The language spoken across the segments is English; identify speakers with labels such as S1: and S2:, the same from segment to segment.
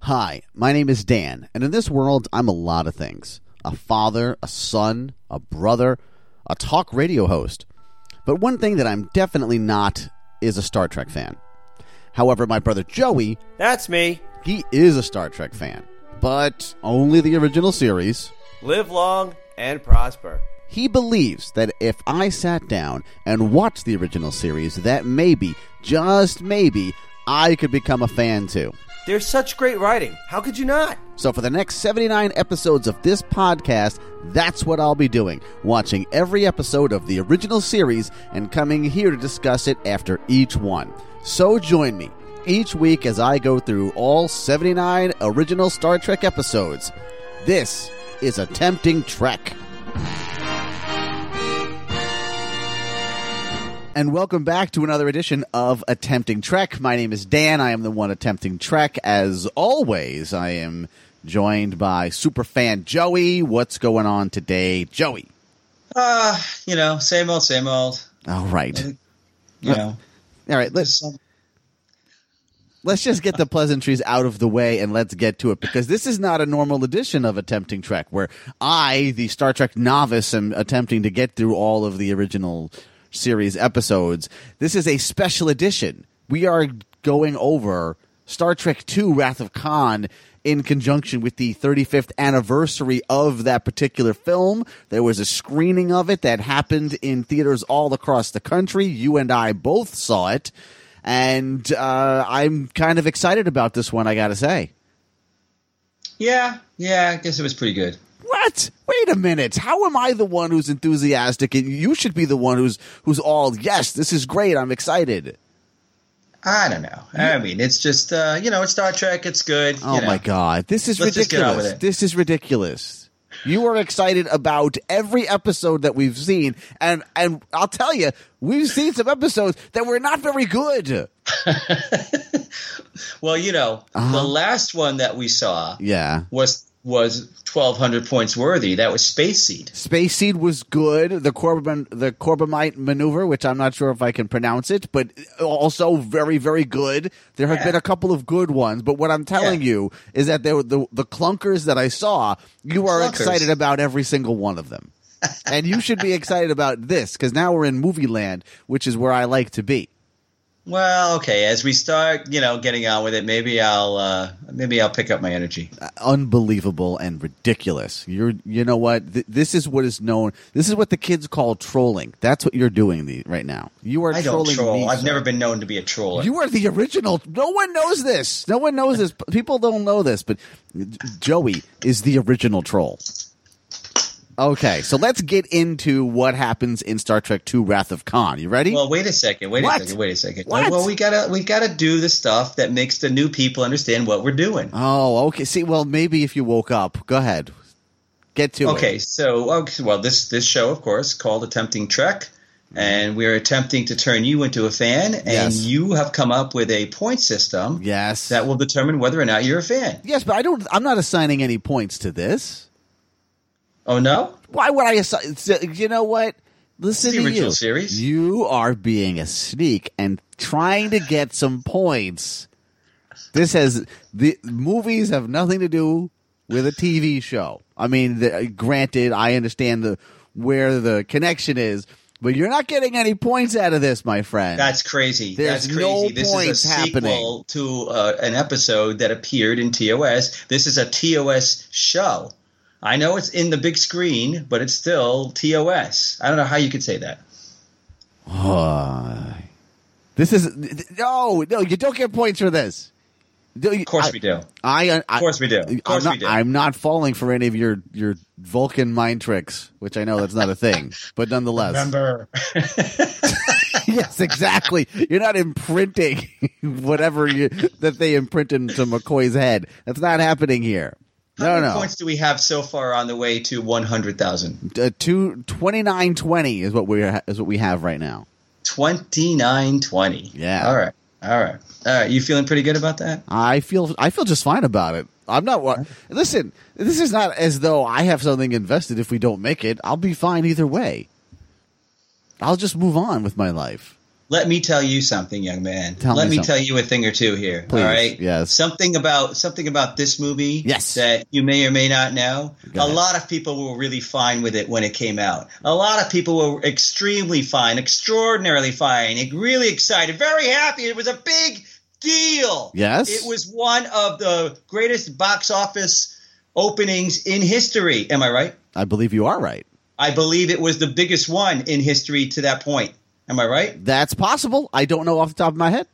S1: Hi, my name is Dan, and in this world, I'm a lot of things a father, a son, a brother, a talk radio host. But one thing that I'm definitely not is a Star Trek fan. However, my brother Joey,
S2: That's me.
S1: he is a Star Trek fan, but only the original series.
S2: Live long and prosper.
S1: He believes that if I sat down and watched the original series, that maybe, just maybe, I could become a fan too.
S2: There's such great writing. How could you not?
S1: So, for the next 79 episodes of this podcast, that's what I'll be doing watching every episode of the original series and coming here to discuss it after each one. So, join me each week as I go through all 79 original Star Trek episodes. This is a tempting trek. And welcome back to another edition of Attempting Trek. My name is Dan. I am the one attempting Trek. As always, I am joined by superfan Joey. What's going on today, Joey?
S3: Uh, you know, same old, same old.
S1: All right. Uh,
S3: You know, um,
S1: All right. Let's,
S3: some,
S1: let's just get the pleasantries out of the way and let's get to it because this is not a normal edition of Attempting Trek where I, the Star Trek novice, am attempting to get through all of the original series episodes. This is a special edition. We are going over Star Trek II Wrath of Khan in conjunction with the 35th anniversary of that particular film. There was a screening of it that happened in theaters all across the country. You and I both saw it. And uh, I'm kind of excited about this one, I gotta say.
S3: yeah, yeah. I guess it was pretty good.
S1: What? Wait a minute. How am I the one who's enthusiastic and you should be the one who's who's all, yes, this is great, I'm excited.
S3: I don't know. I mean, it's just uh, you know, it's Star Trek. It's good.
S1: Oh
S3: you know.
S1: my god, this is
S3: Let's just get on with
S1: ridiculous.
S3: it.
S1: This is ridiculous. You are excited about every episode that we've seen, and and I'll tell you, we've seen some episodes that were not very good.
S3: Well, you know, the last one that we saw
S1: Uh-huh. Yeah,
S3: was was twelve hundred points worthy. That was Space Seed.
S1: Space Seed was good. The Corbin the Corbomite maneuver, which I'm not sure if I can pronounce it, but also very very good. There have
S3: Yeah.
S1: been a couple of good ones, but what I'm telling
S3: Yeah.
S1: you is that there were the the clunkers that I saw, you are
S3: Clunkers.
S1: excited about every single one of them. and you should be excited about this cuz now we're in movie land, which is where I like to be.
S3: Well, okay. As we start, you know, getting on with it, maybe I'll uh, maybe I'll pick up my energy.
S1: Uh, unbelievable and ridiculous. You're, you know what? Th- this is what is known. This is what the kids call trolling. That's what you're doing the, right now. You are
S3: I don't
S1: trolling
S3: troll.
S1: me.
S3: I've
S1: sir.
S3: never been known to be a troller.
S1: You are the original. No one knows this. No one knows this. People don't know this, but Joey is the original troll. Okay, so let's get into what happens in Star Trek II: Wrath of Khan. You ready?
S3: Well, wait a second. Wait
S1: What?
S3: a second. Wait a second.
S1: What?
S3: Well, we gotta we gotta do the stuff that makes the new people understand what we're doing.
S1: oh, okay. See, well, maybe if you woke up, go ahead, get to it.
S3: Okay, so okay, well, this this show, of course, called Attempting Trek, and we are attempting to turn you into a fan, and
S1: Mm-hmm. Yes.
S3: you have come up with a point system
S1: Yes.
S3: that will determine whether or not you're a fan.
S1: yes, but I don't. I'm not assigning any points to this.
S3: Oh no,
S1: Why would I assign? You know what? Listen
S3: The
S1: to
S3: original
S1: you.
S3: series.
S1: You are being a sneak and trying to get some points. This has the movies have nothing to do with a TV show. I mean, the, granted, I understand the where the connection is, but you're not getting any points out of this, my friend.
S3: that's crazy.
S1: There's
S3: that's crazy.
S1: no
S3: this
S1: points
S3: is a
S1: happening.
S3: sequel to uh, an episode that appeared in TOS. This is a TOS show. I know it's in the big screen, but it's still TOS. I don't know how you could say that.
S1: Ah. this is no, no. You don't get points for this.
S3: Of course we do. Of
S1: I, I
S3: course we do.
S1: I'm
S3: Of course
S1: not,
S3: we do.
S1: I'm not falling for any of your your Vulcan mind tricks, which I know that's not a thing, but nonetheless,
S3: Remember.
S1: yes, exactly. You're not imprinting whatever you, that they imprint into McCoy's head. That's not happening here.
S3: How
S1: No,
S3: many
S1: no.
S3: points do we have so far on the way to 100,000?
S1: Uh, two, 2920 is what we are, is what we have right now.
S3: 2920.
S1: Yeah.
S3: All right. All right. All right. You feeling pretty good about that?
S1: I feel I feel just fine about it. I'm not. wa- Listen, this is not as though I have something invested. If we don't make it, I'll be fine either way. I'll just move on with my life.
S3: Let me tell you something, young man.
S1: Tell
S3: Let
S1: me
S3: me,
S1: something.
S3: tell you a thing or two here.
S1: Please,
S3: All right.
S1: yes.
S3: Something about something about this movie
S1: Yes.
S3: that you may or may not know.
S1: Go
S3: a
S1: ahead.
S3: lot of people were really fine with it when it came out. A lot of people were extremely fine, extraordinarily fine, really excited, very happy. It was a big deal.
S1: Yes.
S3: It was one of the greatest box office openings in history. Am I right?
S1: I believe you are right.
S3: I believe it was the biggest one in history to that point. Am I right?
S1: That's possible. I don't know off the top of my head.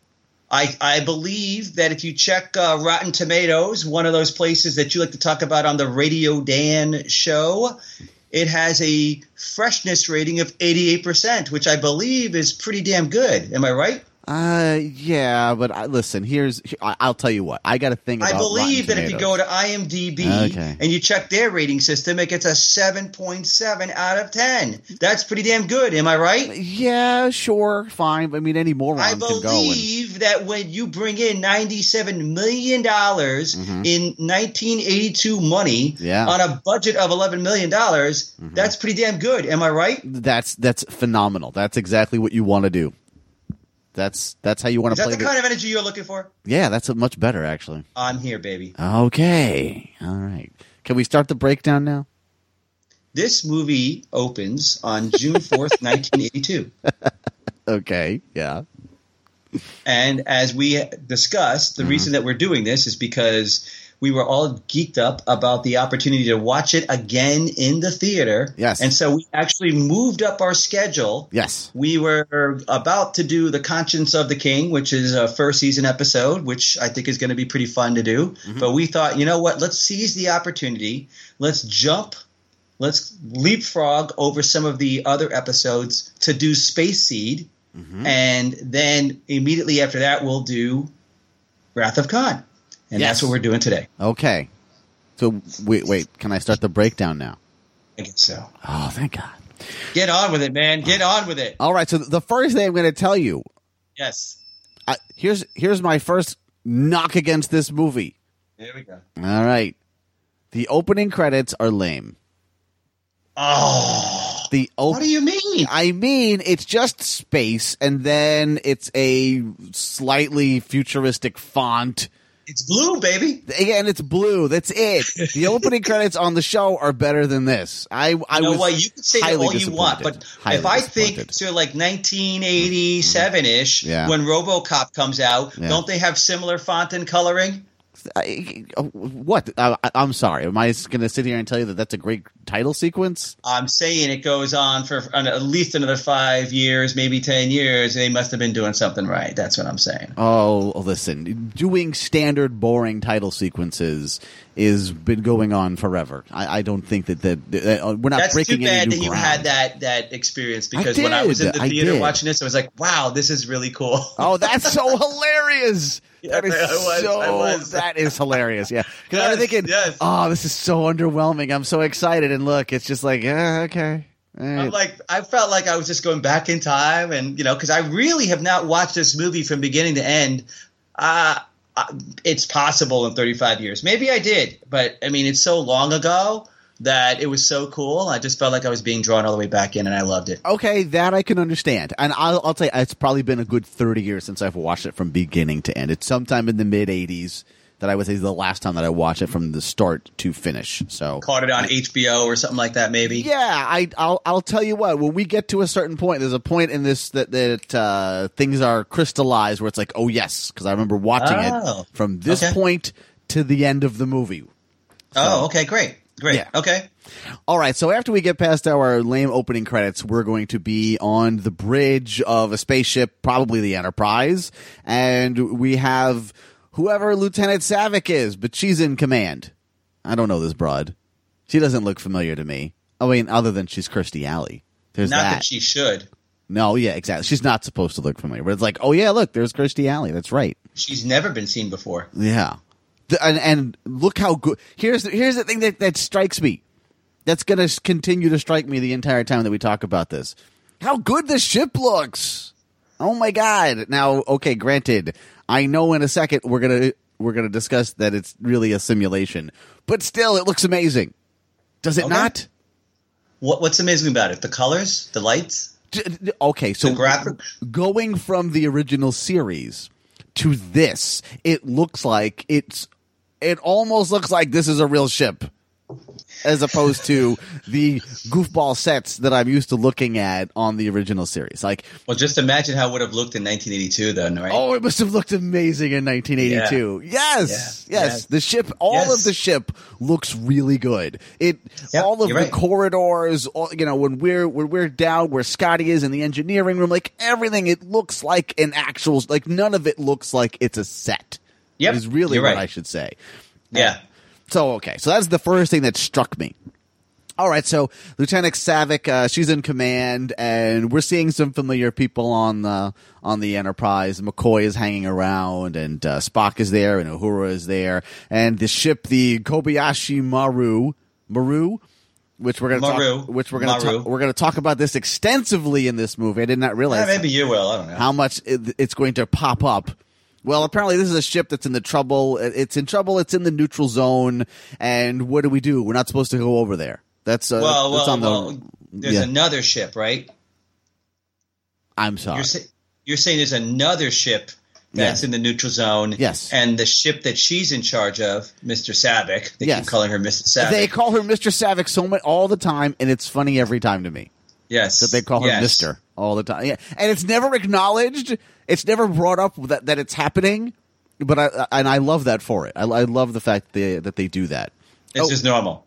S3: I, I believe that if you check uh, Rotten Tomatoes, one of those places that you like to talk about on the Radio Dan show, it has a freshness rating of 88%, which I believe is pretty damn good. Am I right?
S1: Uh, yeah, but I, listen, here's here- I, I'll tell you what. I got a thing. About
S3: I believe
S1: Rotten
S3: that if you go
S1: Tomatoes.
S3: to IMDb
S1: Okay.
S3: and you check their rating system, it gets a 7.7 out of 10. That's pretty damn good. Am I right?
S1: yeah, sure, fine. I mean, any moron
S3: I
S1: can go. And,
S3: believe that when you bring in ninety-seven million dollars in nineteen eighty-two money
S1: Mm-hmm. Yeah. Mm-hmm.
S3: on a budget of eleven million dollars, that's pretty damn good. Am I right?
S1: that's that's phenomenal. That's exactly what you want to do. That's that's how you want
S3: Is
S1: to
S3: that
S1: play.
S3: the kind of energy you're looking for?
S1: yeah, that's a much better actually.
S3: I'm here, baby.
S1: Okay, all right. Can we start the breakdown now?
S3: This movie opens on June fourth, nineteen eighty-two,
S1: Okay, yeah,
S3: and as we discussed, the
S1: Mm-hmm.
S3: reason that we're doing this is because. We were all geeked up about the opportunity to watch it again in the theater.
S1: Yes.
S3: And so we actually moved up our schedule.
S1: yes.
S3: We were about to do The Conscience of the King, which is a first season episode, which I think is going to be pretty fun to do. But we thought, you know what? Let's seize the opportunity. Let's jump. Let's leapfrog over some of the other episodes to do Space Seed. And then immediately after that, we'll do Wrath of Khan. And
S1: Yes.
S3: that's what we're doing today.
S1: Okay. So wait, wait. Can I start the breakdown now?
S3: I guess so.
S1: Oh, thank God.
S3: Get on with it, man. Get on with it.
S1: All right. So the first thing I'm going to tell you
S3: Yes.
S1: I, here's here's my first knock against this movie.
S3: There we go.
S1: All right, the opening credits are lame.
S3: Oh.
S1: The
S3: What
S1: op-
S3: do you mean?
S1: I mean, it's just space, and then it's a slightly futuristic font.
S3: It's blue, baby.
S1: Again, it's blue. That's it. The opening credits on the show are better than this. I I
S3: You know
S1: was
S3: what? You can say that
S1: highly
S3: all you want, but
S1: disappointed. Highly
S3: if I think
S1: disappointed. Mm-hmm.
S3: to like 1987 ish,
S1: Yeah.
S3: when RoboCop comes out,
S1: Yeah.
S3: don't they have similar font and coloring?
S1: I, oh, what Uh, I, I- I'm sorry. Am I going to sit here and tell you that that's a great title sequence?
S3: I'm saying it goes on for an, at least another five years, maybe ten years. They must have been doing something right. That's what I'm saying.
S1: Oh, listen, doing standard boring title sequences is been going on forever. I, I don't think that that, that uh, we're not
S3: That's too
S1: breaking
S3: bad
S1: any
S3: that
S1: new
S3: you
S1: ground.
S3: had that that experience because when I was
S1: did.
S3: in the
S1: I
S3: theater
S1: did.
S3: watching this, I was like, "Wow, this is really cool."
S1: Oh, that's so hilarious!
S3: Yeah,
S1: That is
S3: I was,
S1: so.
S3: I was.
S1: That is hilarious. Yeah, because I was
S3: Yes,
S1: thinking,
S3: yes.
S1: oh, this is so underwhelming. I'm so excited, and look, it's just like, yeah, okay. All right.
S3: I'm like, I felt like I was just going back in time, and you know, because I really have not watched this movie from beginning to end. Uh, I- it's possible in 35 years, maybe I did, but I mean, it's so long ago that it was so cool. I just felt like I was being drawn all the way back in, and I loved it.
S1: okay, that I can understand, and I'll, I'll tell you, it's probably been a good thirty years since I've watched it from beginning to end. It's sometime in the mid '80s that I would say is the last time that I watched it from the start to finish. So
S3: Caught it on HBO or something like that, maybe.
S1: yeah, I, I'll I'll tell you what. When we get to a certain point, there's a point in this that that uh, things are crystallized where it's like, oh yes, because I remember watching
S3: Oh,
S1: it from this
S3: okay.
S1: point to the end of the movie.
S3: Oh, okay, great, great.
S1: Yeah.
S3: Okay,
S1: All right, so after we get past our lame opening credits, we're going to be on the bridge of a spaceship, probably the Enterprise, and we have whoever Lieutenant Savick is, but she's in command. I don't know this broad. She doesn't look familiar to me. I mean, other than she's Kirstie Alley. There's
S3: not that.
S1: that.
S3: she should.
S1: no, yeah, exactly. She's not supposed to look familiar, but it's like, oh yeah, look, there's Kirstie Alley. That's right.
S3: She's never been seen before.
S1: Yeah, The- and and look how good. Here's the, here's the thing that that strikes me. That's gonna s- continue to strike me the entire time that we talk about this. How good the ship looks. Oh my god. Now, okay, granted, I know in a second we're gonna we're gonna discuss that it's really a simulation, but still, it looks amazing. Does it
S3: Okay.
S1: not?
S3: What, what's amazing about it? The colors, the lights.
S1: D- d- Okay, so
S3: The graphic-
S1: going from the original series to this, it looks like it's it almost looks like this is a real ship as opposed to the goofball sets that I'm used to looking at on the original series. Like,
S3: Well, just imagine how it would have looked in 1982, then, right?
S1: oh, it must have looked amazing in 1982. Yes,
S3: Yeah.
S1: yes,
S3: Yes.
S1: The ship, all
S3: Yes.
S1: of the ship looks really good. It,
S3: Yep,
S1: all of the
S3: you're right.
S1: corridors, all, you know, when we're when we're down where Scotty is in the engineering room, like everything, it looks like an actual. Like none of it looks like it's a set.
S3: Yep,
S1: is really
S3: you're
S1: what
S3: right.
S1: I should say.
S3: yeah.
S1: So okay, so that's the first thing that struck me. All right, so Lieutenant Savick, uh, she's in command, and we're seeing some familiar people on the on the Enterprise. McCoy is hanging around, and uh, Spock is there, and Uhura is there, and the ship, the Kobayashi Maru, Maru, which we're gonna
S3: Maru.
S1: talk, which we're gonna
S3: Maru.
S1: talk, we're gonna talk about this extensively in this movie. I did not realize
S3: Yeah, maybe you will. I don't know.
S1: how much it, it's going to pop up. Well, apparently this is a ship that's in the trouble. It- It's in trouble. It's in the neutral zone. And what do we do? We're not supposed to go over there. That's uh,
S3: well,
S1: that's
S3: well,
S1: on the.
S3: well, there's
S1: yeah.
S3: another ship, right?
S1: I'm sorry.
S3: You're, sa- you're saying there's another ship that's
S1: Yes.
S3: in the neutral zone.
S1: Yes.
S3: And the ship that she's in charge of, Mr. Savick, they
S1: Yes.
S3: keep calling her Mr. Savick.
S1: They call her Mr. Savick so much all the time, and it's funny every time to me
S3: yes.
S1: that they call her
S3: Yes.
S1: Mister all the time. Yeah, and it's never acknowledged. It's never brought up that, that it's happening. But I and I love that for it. I, I love the fact they, that they do that.
S3: It's
S1: Oh.
S3: just normal.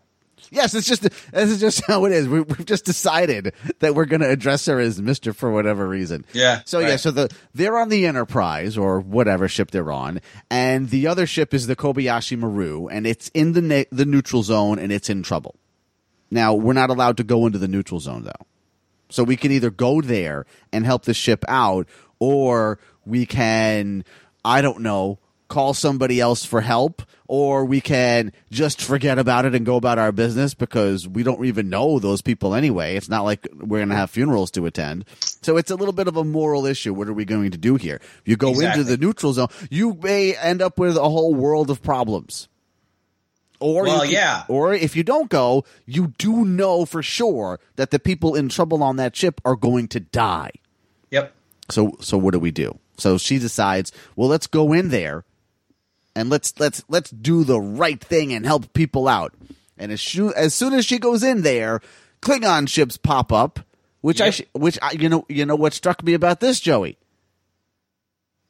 S1: Yes, it's just this is just how it is. We, we've just decided that we're going to address her as Mister for whatever reason.
S3: Yeah,
S1: So yeah,
S3: right.
S1: so the they're on the Enterprise or whatever ship they're on, and the other ship is the Kobayashi Maru, and it's in the ne- the neutral zone, and it's in trouble. Now we're not allowed to go into the neutral zone though, so we can either go there and help the ship out, or we can, I don't know, call somebody else for help, or we can just forget about it and go about our business because we don't even know those people anyway. It's not like we're going to have funerals to attend, so it's a little bit of a moral issue. What are we going to do here? You go
S3: Exactly.
S1: into the neutral zone, you may end up with a whole world of problems. Or you
S3: Well,
S1: can-
S3: yeah.
S1: Or if you don't go, you do know for sure that the people in trouble on that ship are going to die.
S3: Yep.
S1: So so what do we do? So she decides, well, let's go in there and let's let's let's do the right thing and help people out. And as soon as soon as she goes in there, Klingon ships pop up, which I
S3: Yep.
S1: sh- which I you know you know what struck me about this, Joey.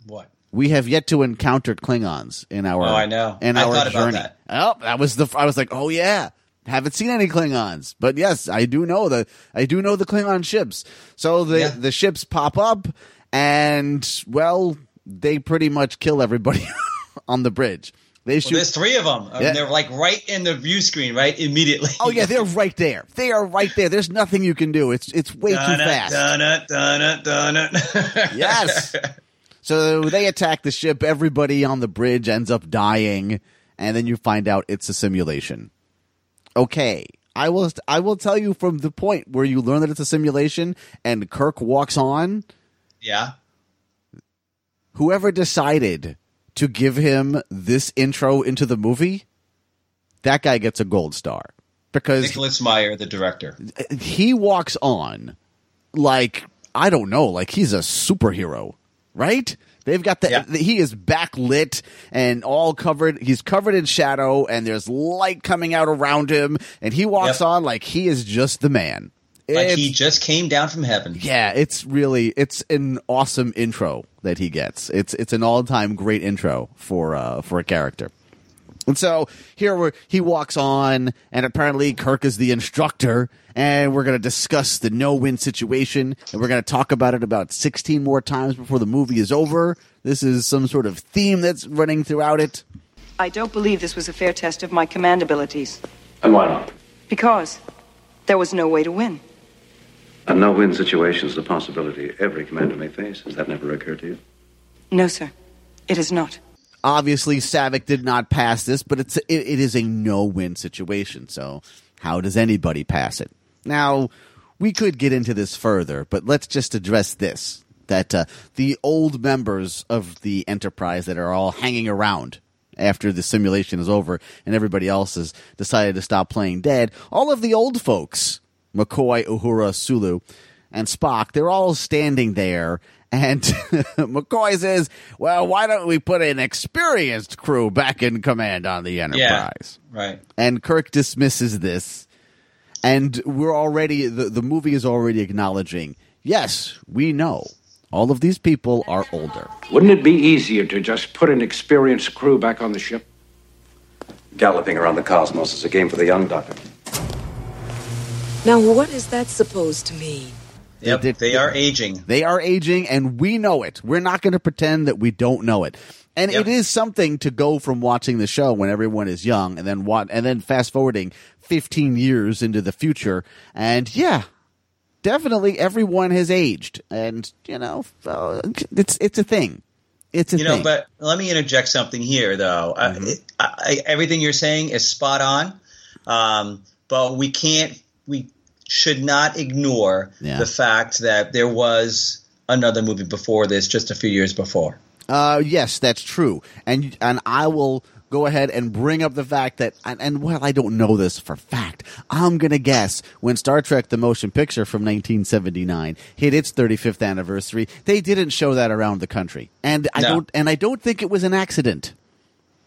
S3: What?
S1: We have yet to encounter Klingons in our.
S3: Oh, I know.
S1: In
S3: I
S1: our
S3: thought about
S1: journey.
S3: that.
S1: Oh, that was the. I was like, oh yeah, haven't seen any Klingons, but yes, I do know the. I do know the Klingon ships. So the
S3: Yeah.
S1: the ships pop up, and well, they pretty much kill everybody on the bridge. They shoot.
S3: Well, there's three of them.
S1: Yeah.
S3: And they're like right in the view screen, right? Immediately.
S1: oh yeah, they're right there. They are right there. There's nothing you can do. It's it's way too fast.
S3: Dun-dun, dun-dun, dun-dun.
S1: Yes. so they attack the ship. Everybody on the bridge ends up dying, and then you find out it's a simulation. Okay, I will. I will tell you from the point where you learn that it's a simulation, and Kirk walks on.
S3: yeah.
S1: Whoever decided to give him this intro into the movie, that guy gets a gold star because
S3: Nicholas Meyer, the director.
S1: he walks on like I don't know, like he's a superhero, right? They've got the,
S3: Yeah.
S1: the- he is backlit and all covered. He's covered in shadow, and there's light coming out around him, and he walks
S3: Yep.
S1: on like he is just the man.
S3: Like
S1: It's-
S3: he just came down from heaven.
S1: yeah, it's really it's an awesome intro that he gets. It's it's an all time great intro for uh, for a character. And so here we're, he walks on, and apparently Kirk is the instructor, and we're going to discuss the no win situation, and we're going to talk about it about 16 more times before the movie is over. This is some sort of theme that's running throughout it.
S4: I don't believe this was a fair test of my command abilities
S5: And why not?
S4: because there was no way to win.
S5: A no win situation is a possibility every commander may face. Has that never occurred to you?
S4: No, sir, it is not.
S1: obviously Savick did not pass this, but it's it, it is a no win situation. So how does anybody pass it? Now we could get into this further, but let's just address this: that uh, the old members of the Enterprise that are all hanging around after the simulation is over and everybody else has decided to stop playing dead, all of the old folks, McCoy, Uhura, Sulu. and Spock, they're all standing there. And McCoy says, Well, why don't we put an experienced crew back in command on the Enterprise?
S3: Right.
S1: and Kirk dismisses this, and we're already the, the movie is already acknowledging. Yes, we know all of these people are older.
S6: Wouldn't it be easier to just put an experienced crew back on the ship?
S5: Galloping around the cosmos is a game for the young doctor.
S7: Now, what is that supposed to mean?
S3: Yep.
S1: did-
S3: they are aging.
S1: They are aging, and we know it. We're not going to pretend that we don't know it. And
S3: Yep.
S1: it is something to go from watching the show when everyone is young, and then what, and then fast forwarding fifteen years into the future, and yeah, definitely everyone has aged, and you know, uh, it's it's a thing. It's a
S3: You know,
S1: thing.
S3: but let me interject something here, though. I-
S1: Mm-hmm.
S3: I, I, everything you're saying is spot on, um, but we can't, we should not ignore
S1: Yeah.
S3: the fact that there was another movie before this, just a few years before.
S1: Uh, yes, that's true, and and I will go ahead and bring up the fact that and, and well, I don't know this for fact. I'm gonna guess when Star Trek: The Motion Picture from 1979 hit its 35th anniversary, they didn't show that around the country, and I
S3: No.
S1: don't and I don't think it was an accident.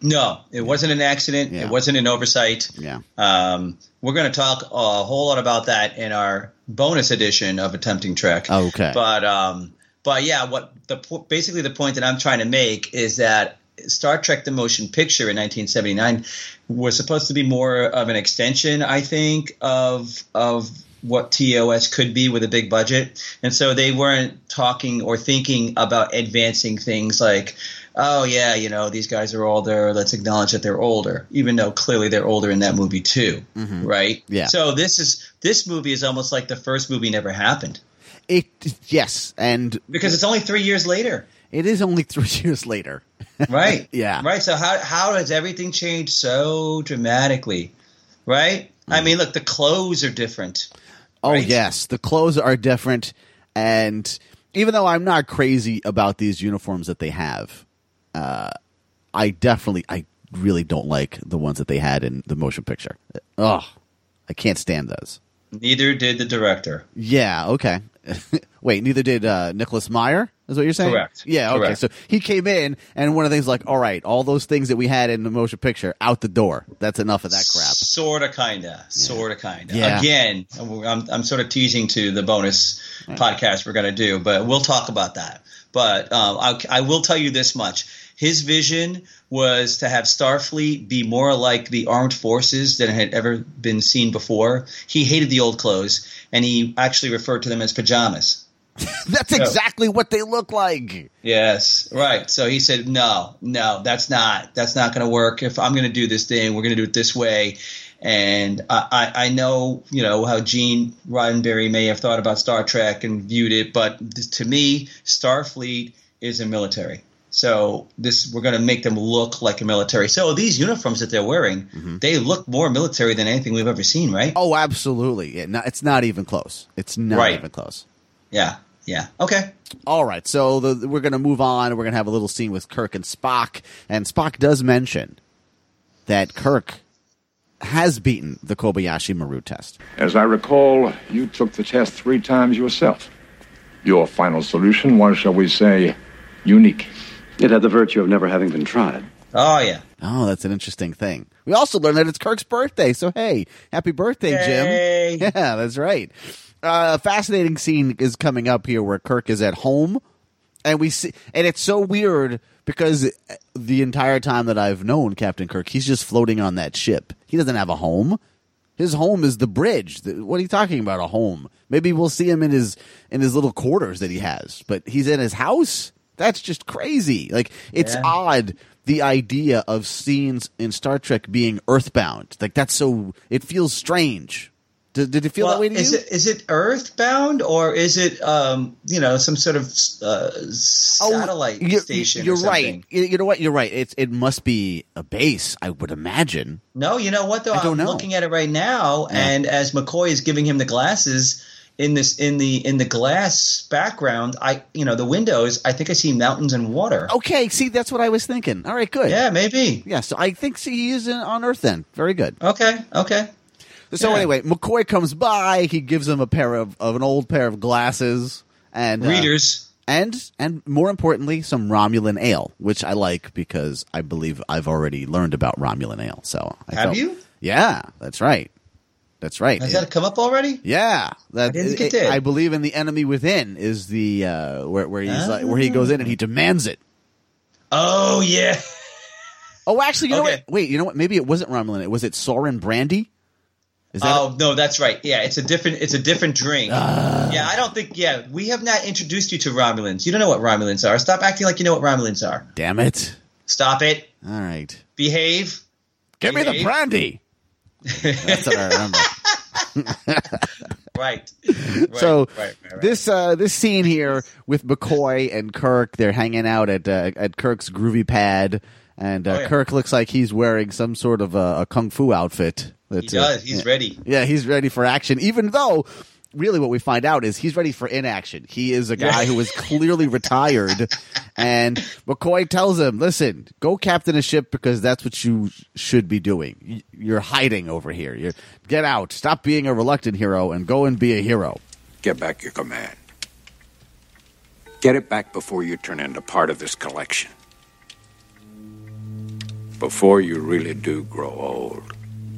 S3: No, it wasn't an accident.
S1: Yeah.
S3: It wasn't an oversight.
S1: Yeah.
S3: Um, we're going to talk a whole lot about that in our bonus edition of Attempting Trek.
S1: Okay.
S3: But um, but yeah, what the po- basically the point that I'm trying to make is that Star Trek: The Motion Picture in 1979 was supposed to be more of an extension, I think, of of what TOS could be with a big budget, and so they weren't talking or thinking about advancing things like. Oh yeah, you know these guys are older. Let's acknowledge that they're older, even though clearly they're older in that movie too, right?
S1: Mm-hmm. Yeah.
S3: So this is this movie is almost like the first movie never happened
S1: It yes, and
S3: because it's only three years later,
S1: it is only three years later.
S3: right?
S1: Yeah.
S3: right. So how how has everything changed so dramatically, right? I mean, look, the clothes are different.
S1: Oh
S3: Right.
S1: yes, the clothes are different, and even though I'm not crazy about these uniforms that they have, uh, I definitely, I really don't like the ones that they had in the motion picture. Ugh, I can't stand those.
S3: Neither did the director.
S1: Yeah. Okay. Wait. Neither did uh, Nicholas Meyer. Is what you're saying?
S3: Correct.
S1: Yeah. Okay.
S3: Correct.
S1: So he came in, and one of the things like, all right, all those things that we had in the motion picture out the door. That's enough of that crap.
S3: Sorta, kinda, sorta, kinda.
S1: Yeah.
S3: Again, I'm I'm sort of teasing to the bonus podcast we're gonna do, but we'll talk about that. But um, I, I will tell you this much: his vision was to have Starfleet be more like the armed forces than had ever been seen before. He hated the old clothes, and he actually referred to them as pajamas.
S1: That's exactly what they look like.
S3: Yes, right. So he said, "No, no, that's not that's not going to work. If I'm going to do this thing, we're going to do it this way." And I, I, I know you know how Gene Roddenberry may have thought about Star Trek and viewed it, but th- to me, Starfleet is a military. So this we're going to make them look like a military. So these uniforms that they're wearing, they look more military than anything we've ever seen, right?
S1: Oh, absolutely. Yeah, no, it's not even close. It's not
S3: Right.
S1: even close.
S3: Yeah, yeah. Okay,
S1: All right, so the, we're going to move on. We're going to have a little scene with Kirk and Spock, and Spock does mention that Kirk has beaten the Kobayashi Maru test.
S8: As I recall, you took the test three times yourself. Your final solution was, shall we say, unique.
S5: It had the virtue of never having been tried.
S3: oh yeah.
S1: Oh, that's an interesting thing. We also learned that it's Kirk's birthday, so hey, happy birthday,
S3: Yay.
S1: Jim! Yeah, that's right. Uh, a fascinating scene is coming up here where Kirk is at home, and we see, and it's so weird because the entire time that I've known Captain Kirk, he's just floating on that ship. He doesn't have a home. His home is the bridge. The- What are you talking about? A home? Maybe we'll see him in his in his little quarters that he has, but he's in his house. That's just crazy. Like it's odd the idea of scenes in Star Trek being earthbound. Like that's so it feels strange. Did, did it feel that way to
S3: is
S1: you?
S3: it is it Earthbound or is it um you know some sort of uh, satellite
S1: Oh, you're,
S3: station?
S1: Oh, You're
S3: or something.
S1: right. You, you know what? You're right. It's it must be a base, I would imagine.
S3: No, you know what though?
S1: I don't
S3: am
S1: know.
S3: looking at it right now, and as McCoy is giving him the glasses in this in the in the glass background, I you know the windows. I think I see mountains and water.
S1: Okay, see, that's what I was thinking. All right, good.
S3: yeah, maybe.
S1: Yeah, so I think see, he is in, on Earth then. Very good.
S3: Okay, okay.
S1: So
S3: Yeah.
S1: anyway, McCoy comes by. He gives him a pair of, of an old pair of glasses and uh,
S3: Readers.
S1: and and more importantly, some Romulan ale, which I like because I believe I've already learned about Romulan ale. So I
S3: Have you?
S1: Yeah, that's right. That's right.
S3: Has
S1: It-
S3: that come up already?
S1: yeah, that, I,
S3: didn't think it did.
S1: I believe in the enemy within is the uh, where where he's like, where he
S3: Ah.
S1: goes in and he demands it.
S3: Oh yeah.
S1: Oh, actually, you know
S3: Okay.
S1: what? Wait, you know what? Maybe it wasn't Romulan. It was it Soren Brandy. Is that
S3: Oh no, that's right. Yeah, it's a different it's a different drink.
S1: Ah.
S3: yeah, I don't think yeah, we have not introduced you to Romulans. You don't know what Romulans are. Stop acting like you know what Romulans are.
S1: damn it?
S3: Stop it.
S1: All right,
S3: Behave.
S1: give me the
S3: Behave.
S1: brandy. That's what I remember.
S3: Right. Right,
S1: so
S3: right, right, right.
S1: this uh, this scene here with McCoy and Kirk, they're hanging out at uh, at Kirk's groovy pad, and uh,
S3: yeah.
S1: Kirk looks like he's wearing some sort of a, a kung fu outfit.
S3: he
S1: That's uh,
S3: does. He's ready.
S1: Yeah, he's ready for action, even though really what we find out is he's ready for inaction. He is a guy who is clearly retired. And McCoy tells him, listen, go captain a ship because that's what you should be doing. Y- You're hiding over here. You're, get out. Stop being a reluctant hero and go and be a hero.
S6: Get back your command. Get it back before you turn into part of this collection. Before you really do grow old.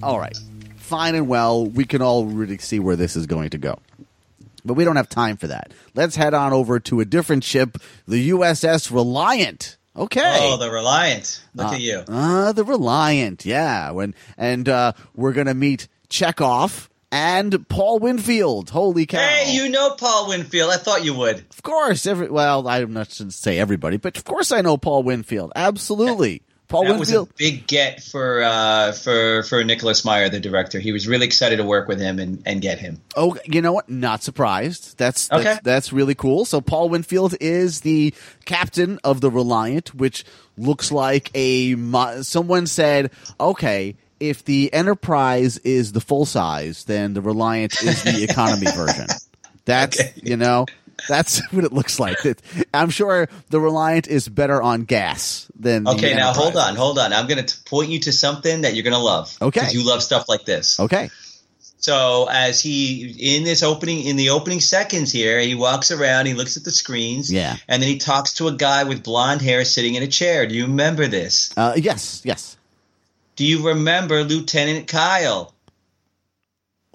S1: All right. Fine and well. We can all really see where this is going to go. But we don't have time for that. Let's head on over to a different ship, the USS Reliant. Okay.
S3: Oh, the Reliant. Look at you.
S1: Ah, the Reliant, yeah. When and uh, we're gonna meet Chekhov and Paul Winfield. Holy cow!
S3: Hey, you know Paul Winfield. I thought you would.
S1: of course, every well, I'm not shouldn't say everybody, but of course I know Paul Winfield. Absolutely, Paul
S3: That was a
S1: Winfield.
S3: big get for uh, for for Nicholas Meyer, the director. He was really excited to work with him and, and get him.
S1: Oh, you know what? Not surprised. That's,
S3: Okay.
S1: that's that's really cool. So Paul Winfield is the captain of the Reliant, which looks like a mo- someone said, "Okay, if the Enterprise is the full size, then the Reliant is the economy version." That's you know, that's what it looks like. It- I'm sure the Reliant is better on gas than the
S3: Okay, now hold
S1: Enterprise.
S3: on, hold on. I'm going to point you to something that you're going to love.
S1: Okay.
S3: because you love stuff like this.
S1: Okay.
S3: So as he in this opening in the opening seconds here, he walks around, he looks at the screens,
S1: Yeah.
S3: and then he talks to a guy with blonde hair sitting in a chair. Do you remember this?
S1: Uh, yes. Yes.
S3: Do you remember Lieutenant Kyle?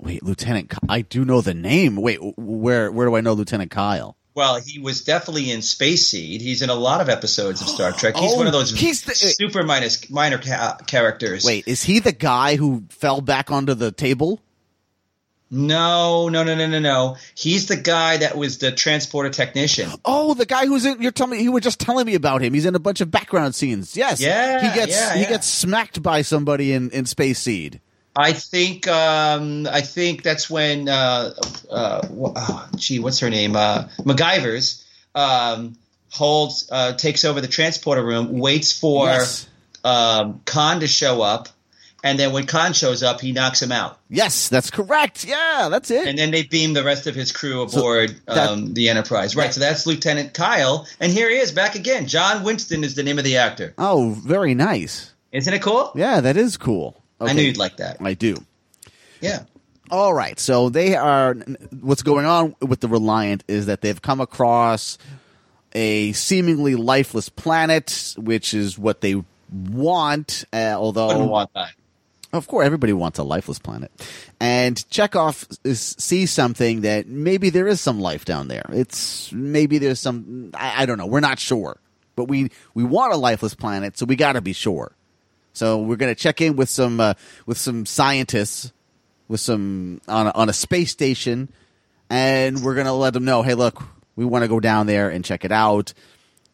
S1: Wait, Lieutenant. Ky- I do know the name. Wait, wh- where where do I know Lieutenant Kyle?
S3: Well, he was definitely in Space Seed. He's in a lot of episodes of Star Trek. He's
S1: Oh,
S3: one of those
S1: he's the-
S3: super minus, minor ca- characters.
S1: Wait, is he the guy who fell back onto the table?
S3: No, no, no, no, no, no. He's the guy that was the transporter technician.
S1: Oh, the guy who's in you're telling me you were just telling me about him. He's in a bunch of background scenes. Yes.
S3: Yeah,
S1: He gets
S3: yeah,
S1: he
S3: yeah.
S1: gets smacked by somebody in, in Space Seed.
S3: I think um, I think that's when uh, uh, wh- oh, gee, what's her name? Uh, MacGyver's um, holds uh, takes over the transporter room, waits for
S1: Yes.
S3: um, Khan to show up, and then when Khan shows up, he knocks him out.
S1: Yes, that's correct. Yeah, that's it.
S3: And then they beam the rest of his crew aboard
S1: that-
S3: um, the Enterprise. Right, so that's Lieutenant Kyle, and here he is back again. John Winston is the name of the actor.
S1: oh, very nice.
S3: Isn't it cool?
S1: Yeah, that is cool.
S3: I knew
S1: Okay,
S3: you'd like that.
S1: I do.
S3: Yeah.
S1: All right. So they are. What's going on with the Reliant is that they've come across a seemingly lifeless planet, which is what they want. Uh, although,
S3: Wouldn't want that.
S1: of course, everybody wants a lifeless planet. And Chekhov is, sees something that maybe there is some life down there. It's maybe there's some. I, I don't know. We're not sure, but we we want a lifeless planet, so we got to be sure. So we're going to check in with some uh, with some scientists, with some on a, on a space station, and we're going to let them know, hey, look, we want to go down there and check it out.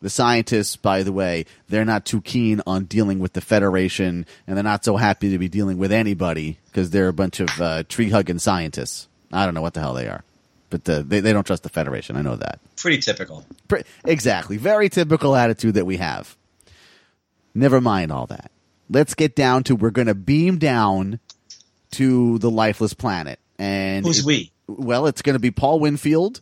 S1: The scientists, by the way, they're not too keen on dealing with the Federation, and they're not so happy to be dealing with anybody because they're a bunch of uh, tree hugging scientists. I don't know what the hell they are, but uh they they don't trust the Federation. I know that.
S3: Pretty typical.
S1: Pre- exactly. Very typical attitude that we have. Never mind all that. Let's get down to we're going to beam down to the lifeless planet. And
S3: Who's
S1: it-
S3: we?
S1: Well, it's going to be Paul Winfield.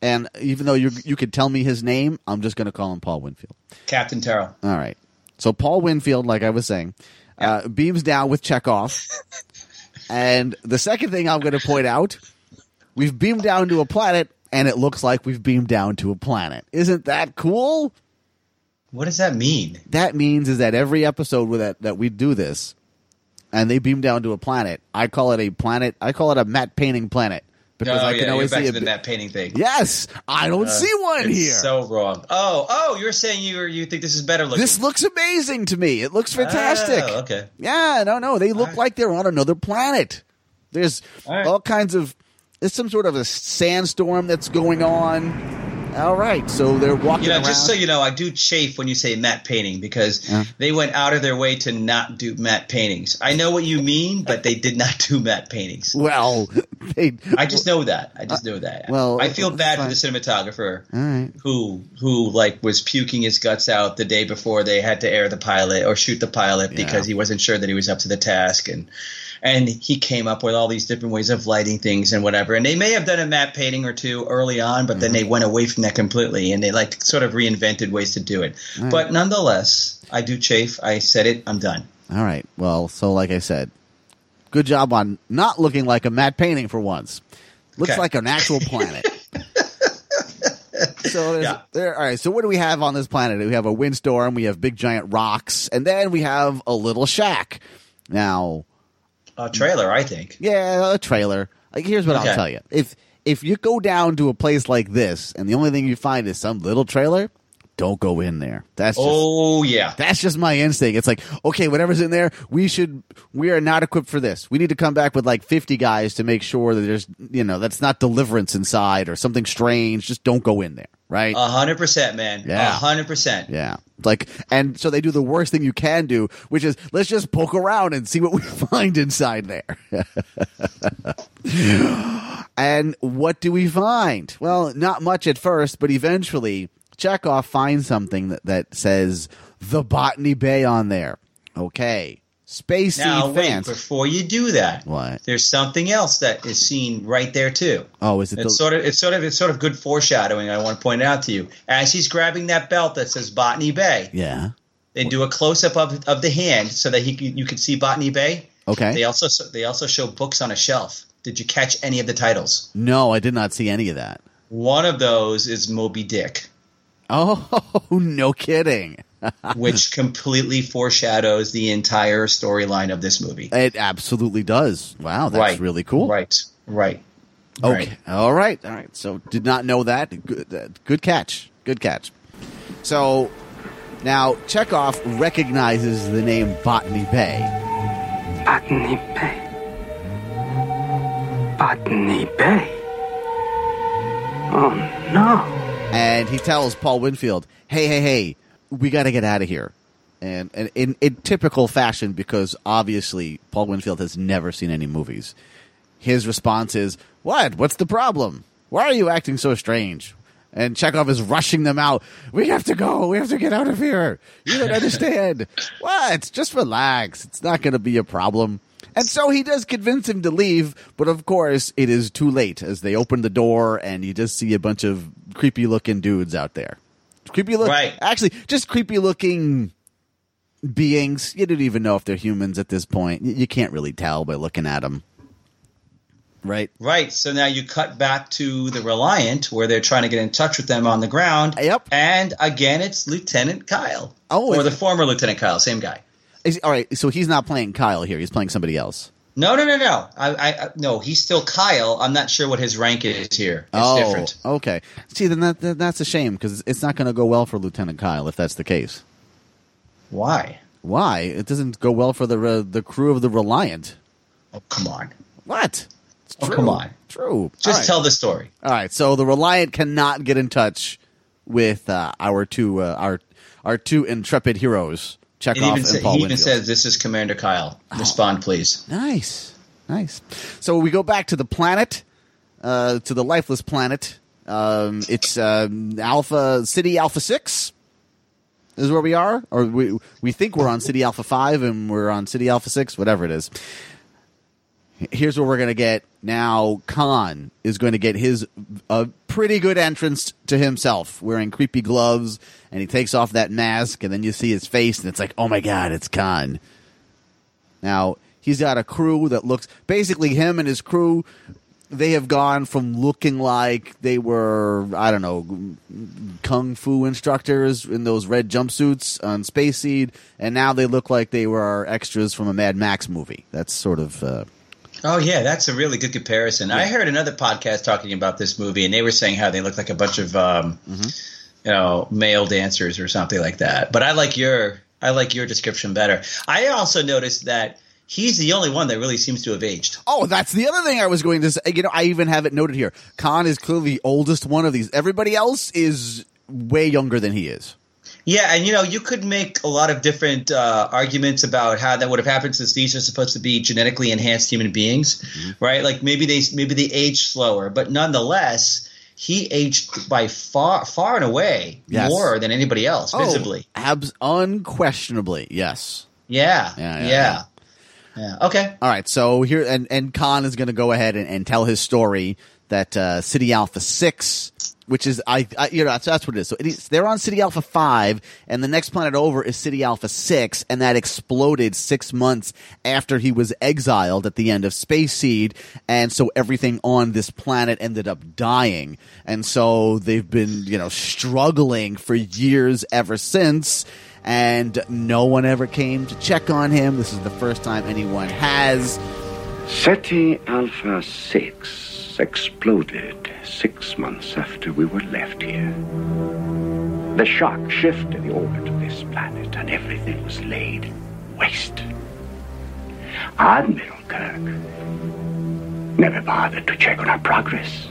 S1: And even though you you could tell me his name, I'm just going to call him Paul Winfield.
S3: Captain Terrell.
S1: All right. So Paul Winfield, like I was saying, uh, beams down with Chekhov, And the second thing I'm going to point out, we've beamed down to a planet, and it looks like we've beamed down to a planet. Isn't that cool?
S3: What does that mean?
S1: That means is that every episode with that that we do this, and they beam down to a planet. I call it a planet. I call it a matte painting planet because
S3: oh,
S1: I
S3: yeah,
S1: can always
S3: you're back
S1: see
S3: to
S1: a
S3: the
S1: bi-
S3: matte painting thing.
S1: Yes, I don't see one
S3: It's
S1: here.
S3: So wrong. Oh, oh, you're saying you you think this is better looking?
S1: this looks amazing to me. It looks fantastic.
S3: Oh, okay.
S1: Yeah, no, no. They look
S3: right.
S1: like they're on another planet. There's all,
S3: All right.
S1: kinds of. There's some sort of a sandstorm that's going on. All right, so they're walking
S3: You know,
S1: around.
S3: just so you know, I do chafe when you say matte painting because they went out of their way to not do matte paintings. I know what you mean, but they did not do matte paintings.
S1: well, they,
S3: I just know that. I just know that.
S1: well,
S3: I feel bad for the cinematographer who who like was puking his guts out the day before they had to air the pilot or shoot the pilot because he wasn't sure that he was up to the task and and he came up with all these different ways of lighting things and whatever. And they may have done a matte painting or two early on, but then
S1: Mm-hmm.
S3: they went away from that completely and they like sort of reinvented ways to do it. But nonetheless, I do chafe. I said it. I'm done.
S1: All right. Well, so like I said, good job on not looking like a matte painting for once. Looks
S3: Okay.
S1: like an actual planet. so there's,
S3: Yeah.
S1: there. All right. So what do we have on this planet? We have a windstorm. We have big giant rocks, and then we have a little shack. Now,
S3: A trailer, I think.
S1: yeah, a trailer. Like here's what I'll
S3: Okay.
S1: tell you: if if you go down to a place like this, and the only thing you find is some little trailer, don't go in there. That's just,
S3: Oh yeah.
S1: that's just my instinct. It's like, okay, whatever's in there, we should, we are not equipped for this. We need to come back with like 50 guys to make sure that there's, you know, that's not deliverance inside or something strange. Just don't go in there, right?
S3: A hundred percent, man.
S1: Yeah.
S3: A hundred percent.
S1: yeah. Like, and so they do the worst thing you can do, which is let's just poke around and see what we find inside there. and what do we find? Well, not much at first, but eventually Chekhov finds something that, that says the Botany Bay on there. Okay. Spacey
S3: Now, wait,
S1: fans.
S3: before you do that,
S1: What?
S3: There's something else that is seen right there too.
S1: oh, is it the,
S3: It's sort of it's sort of it's sort of good foreshadowing. I want to point out to you as he's grabbing that belt that says Botany Bay.
S1: Yeah.
S3: They do a close up of, of the hand so that he can, you can see Botany Bay.
S1: Okay.
S3: They also they also show books on a shelf. Did you catch any of the titles?
S1: No, I did not see any of that.
S3: One of those is Moby Dick,
S1: Oh, no kidding.
S3: which completely foreshadows the entire storyline of this movie.
S1: It absolutely does. Wow, that's
S3: right.
S1: really cool.
S3: Right. Right.
S1: Okay.
S3: Right.
S1: All right. All right. So did not know that. Good, uh, good catch. Good catch. So now Chekhov recognizes the name Botany Bay.
S9: Botany Bay. Botany Bay. Oh no.
S1: And he tells Paul Winfield, hey, hey, hey, we got to get out of here. And, and in, in typical fashion, because obviously Paul Winfield has never seen any movies, his response is, What? What's the problem? Why are you acting so strange? And Chekhov is rushing them out. We have to go. We have to get out of here. You don't understand. what? Just relax. It's not going to be a problem. And so he does convince him to leave, but of course it is too late as they open the door and you just see a bunch of creepy looking dudes out there. Creepy look.
S3: Right.
S1: Actually, just creepy looking beings. You don't even know if they're humans at this point. Y- You can't really tell by looking at them. Right.
S3: Right. So now you cut back to the Reliant, where they're trying to get in touch with them on the ground.
S1: Yep.
S3: And again, it's Lieutenant Kyle.
S1: Oh,
S3: or
S1: it-
S3: the former Lieutenant Kyle, same guy.
S1: Is, all right. So he's not playing Kyle here. He's playing somebody else.
S3: No, no, no, no. I, I, I no. He's still Kyle. I'm not sure what his rank is here. It's
S1: oh,
S3: different.
S1: okay. See, then that, that that's a shame because it's not going to go well for Lieutenant Kyle if that's the case.
S3: Why?
S1: Why? It doesn't go well for the re- the crew of the Reliant.
S3: Oh, come on.
S1: What? It's
S3: Oh, come on.
S1: True.
S3: Just
S1: All right.
S3: tell the story.
S1: All right, so the Reliant cannot get in touch with uh, our two uh, our our two intrepid heroes,
S3: It
S1: Chekhov
S3: even
S1: and
S3: sa-
S1: Paul
S3: he even
S1: Winfield.
S3: says, "This is Commander Kyle. Respond, please."
S1: nice, nice. So we go back to the planet, uh, to the lifeless planet. Um, it's um, Alpha City Alpha Six is where we are, or we we think we're on City Alpha Five, and we're on City Alpha Six, whatever it is. here's what we're going to get now khan is going to get his a pretty good entrance to himself wearing creepy gloves and he takes off that mask and then you see his face and it's like oh my god it's khan now He's got a crew that looks basically him and his crew. They have gone from looking like they were, I don't know, kung fu instructors in those red jumpsuits on Space Seed, and now they look like they were extras from a Mad Max movie. That's sort of uh,
S3: Oh yeah, that's a really good comparison. I heard another podcast talking about this movie, and they were saying how they look like a bunch of, um, you know, male dancers or something like that. But I like your I like your description better. I also noticed that he's the only one that really seems to have aged.
S1: Oh, that's the other thing I was going to say. You know, I even have it noted here. Khan is clearly the oldest one of these. Everybody else is way younger than he is.
S3: Yeah, and you know, you could make a lot of different uh, arguments about how that would have happened since these are supposed to be genetically enhanced human beings, right? Like maybe they maybe they age slower, but nonetheless, he aged by far far and away
S1: Yes.
S3: more than anybody else visibly.
S1: Oh, abs- unquestionably, yes.
S3: Yeah,
S1: Yeah,
S3: yeah,
S1: yeah,
S3: yeah. Okay.
S1: All right, so here and and Khan is going to go ahead and, and tell his story that uh, City Alpha Six, which is I, I you know that's, that's what it is. So it is, they're on City Alpha Five, and the next planet over is City Alpha Six, and that exploded six months after he was exiled at the end of Space Seed, and so everything on this planet ended up dying, and so they've been you know struggling for years ever since and no one ever came to check on him. This is the first time anyone has.
S5: SETI Alpha 6 exploded six months after we were left here. The shock shifted the orbit of this planet, and everything was laid waste. Admiral Kirk never bothered to check on our progress.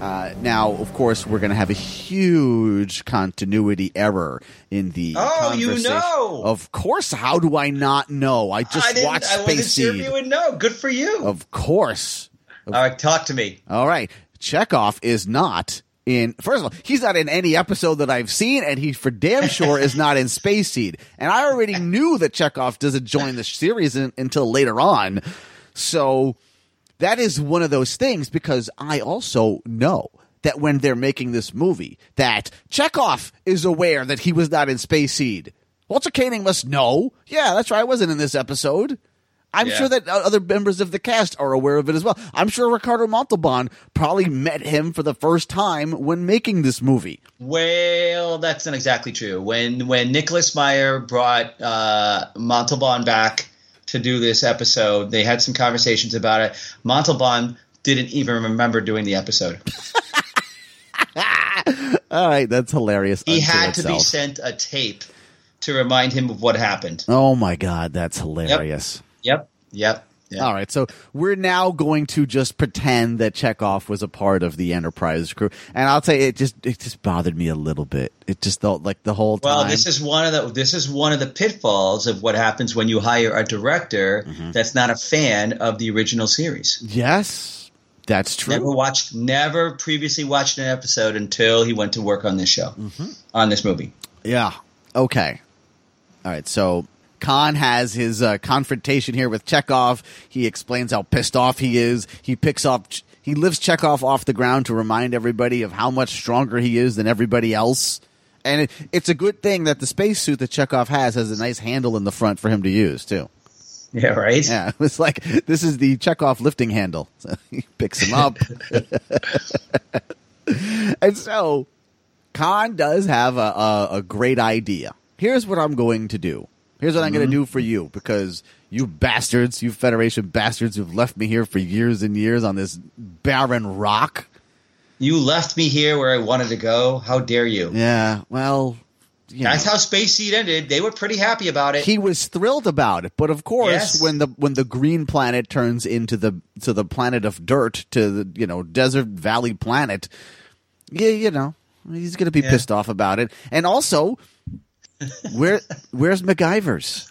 S1: Uh, now, of course, we're going to have a huge continuity error in the.
S3: Oh, you
S1: conversation.
S3: know!
S1: Of course. How do I not know? I just Oh.
S3: I didn't.
S1: watched
S3: I wasn't
S1: Space
S3: sure
S1: Seed.
S3: if you would know. Good for you.
S1: Of course.
S3: All right, talk to me.
S1: All right. Chekhov is not in. First of all, he's not in any episode that I've seen, and he for damn sure is not in Space Seed. And I already knew that Chekhov doesn't join the series in, until later on. So that is one of those things because I also know that when they're making this movie, that Chekhov is aware that he was not in Space Seed. Walter Koenig must know. Yeah, that's right. I wasn't in this episode. I'm
S3: Yeah.
S1: sure that o- other members of the cast are aware of it as well. I'm sure Ricardo Montalban probably met him for the first time when making this movie.
S3: Well, that's not exactly true. When when Nicholas Meyer brought uh, Montalban back to do this episode, they had some conversations about it. Montalban didn't even remember doing the episode.
S1: All right, that's hilarious.
S3: He
S1: unto
S3: had to be
S1: itself.
S3: sent a tape to remind him of what happened.
S1: Oh my god, that's hilarious.
S3: Yep. Yep. yep.
S1: All right, so we're now going to just pretend that Chekhov was a part of the Enterprise crew, and I'll tell you, it just it just bothered me a little bit. It just felt like the whole time.
S3: Well, this is one of the this is one of the pitfalls of what happens when you hire a director
S1: Mm-hmm.
S3: that's not a fan of the original series.
S1: yes, that's true.
S3: Never watched, never previously watched an episode until he went to work on this show,
S1: Mm-hmm.
S3: on this movie.
S1: Yeah. Okay. All right. So Khan has his uh, confrontation here with Chekhov. He explains how pissed off he is. He picks up. He lifts Chekhov off the ground to remind everybody of how much stronger he is than everybody else. And it, it's a good thing that the spacesuit that Chekhov has has a nice handle in the front for him to use too.
S3: Yeah, right.
S1: Yeah, it was like this is the Chekhov lifting handle. So he picks him up, and so Khan does have a, a, a great idea. Here's what I'm going to do. Here's what I'm going to do for you because you bastards, you Federation bastards, who've left me here for years and years on this barren rock.
S3: You left me here where I wanted to go. How dare you?
S1: Yeah, well, you know.
S3: That's how Space Seed ended. They were pretty happy about it.
S1: he was thrilled about it but of course
S3: Yes.
S1: when the when the green planet turns into the to the planet of dirt to the you know desert valley planet yeah you know he's gonna be
S3: Yeah.
S1: pissed off about it and also where where's MacGyver's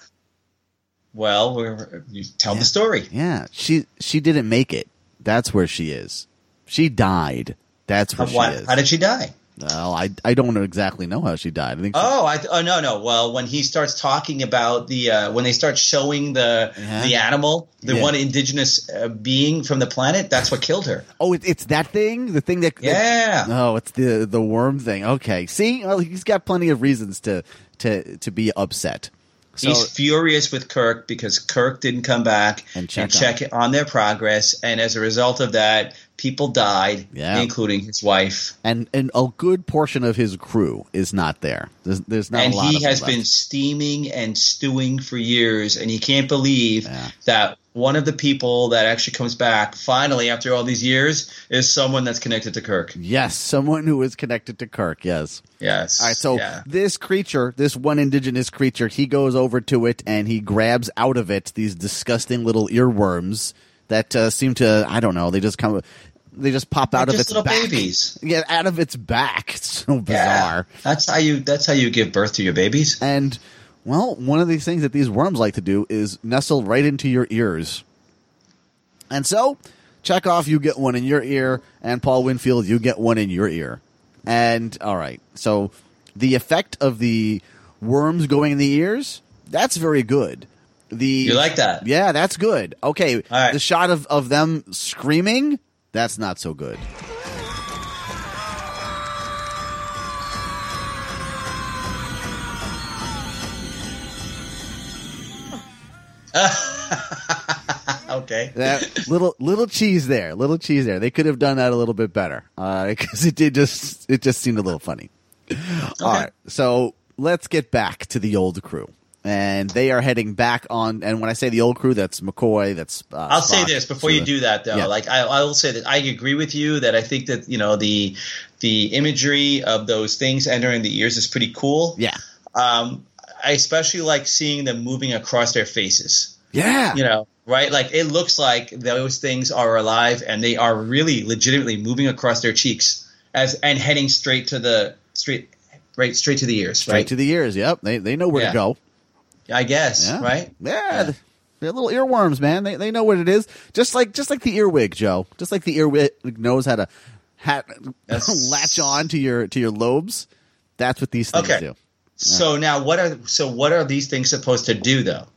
S3: well, we're, you tell the story.
S1: yeah she she didn't make it that's where she is she died that's
S3: How,
S1: where
S3: why-
S1: she is
S3: how did she die?
S1: well I I don't exactly know how she died I think she-
S3: Oh, I, oh no, no. Well, when he starts talking about the uh, when they start showing the
S1: Yeah.
S3: the animal, the
S1: Uh-huh. Yeah.
S3: one indigenous uh, being from the planet, that's what killed her.
S1: oh it, it's that thing the thing that that-
S3: Yeah.
S1: Oh, it's the the worm thing. Okay, see, well, he's got plenty of reasons to to to be upset. So
S3: He's furious with Kirk because Kirk didn't come back
S1: And check on
S3: check on their progress, and as a result of that, people died,
S1: Yeah.
S3: including his wife.
S1: and and a good portion of his crew is not there. There's, there's not
S3: and
S1: a lot.
S3: he
S1: of them
S3: has
S1: left.
S3: been steaming and stewing for years, and he can't believe
S1: Yeah.
S3: that one of the people that actually comes back finally after all these years is someone that's connected to Kirk.
S1: Yes, someone who is connected to Kirk. Yes.
S3: Yes.
S1: All right, so
S3: yeah.
S1: this creature, this one indigenous creature, he goes over to it and he grabs out of it these disgusting little earworms that uh, seem to, I don't know, they just come, they just pop out
S3: They're
S1: of
S3: just
S1: its
S3: little
S1: back.
S3: babies.
S1: Yeah, out of its back. It's so
S3: Yeah.
S1: bizarre.
S3: That's how you. That's how you give birth to your babies.
S1: And well, one of these things that these worms like to do is nestle right into your ears. And so, check off you get one in your ear, and Paul Winfield, you get one in your ear. And all right, so the effect of the worms going in the ears, that's very good. The
S3: You like that?
S1: Yeah, that's good. Okay,
S3: right.
S1: the shot of, of them screaming, that's not so good.
S3: Okay.
S1: that little little cheese there, little cheese there. They could have done that a little bit better because it did just it just seemed a little funny. All right, so let's get back to the old crew, and they are heading back on. And when I say the old crew, that's McCoy. That's uh,
S3: I'll say
S1: Spock,
S3: this before you
S1: Sulu.
S3: do that, though.
S1: Yeah.
S3: Like I, I will say that I agree with you that I think that you know the the imagery of those things entering the ears is pretty cool.
S1: Yeah,
S3: Um, I especially like seeing them moving across their faces.
S1: yeah,
S3: You know, right? Like it looks like those things are alive and they are really legitimately moving across their cheeks as and heading straight to the straight right straight to the ears.
S1: straight
S3: right.
S1: to the ears. Yep, they they know where
S3: Yeah.
S1: to go.
S3: I guess.
S1: Yeah.
S3: Right.
S1: Yeah. th- They're little earworms, man. They they know what it is. Just like just like the earwig, Joe. Just like the earwig knows how to hat,
S3: Yes.
S1: latch on to your to your lobes. That's what these things
S3: Okay.
S1: do.
S3: So now what are so what are these things supposed to do though?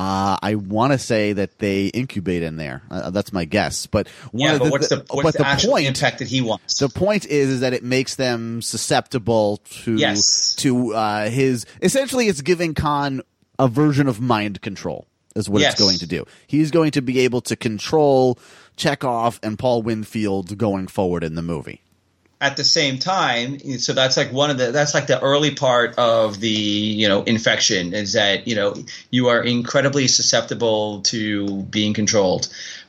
S1: Uh, I want to say that they incubate in there. Uh, that's my guess. But one
S3: Yeah,
S1: of
S3: but what's the, what's
S1: but
S3: the, actual
S1: point
S3: impact that he wants?
S1: the point is is that it makes them susceptible to
S3: Yes.
S1: to uh, his essentially it's giving Khan a version of mind control is what
S3: Yes.
S1: it's going to do. He's going to be able to control Chekhov and Paul Winfield going forward in the movie.
S3: At the same time, so that's like one of the that's like the early part of the you know infection is that you know you are incredibly susceptible to being controlled,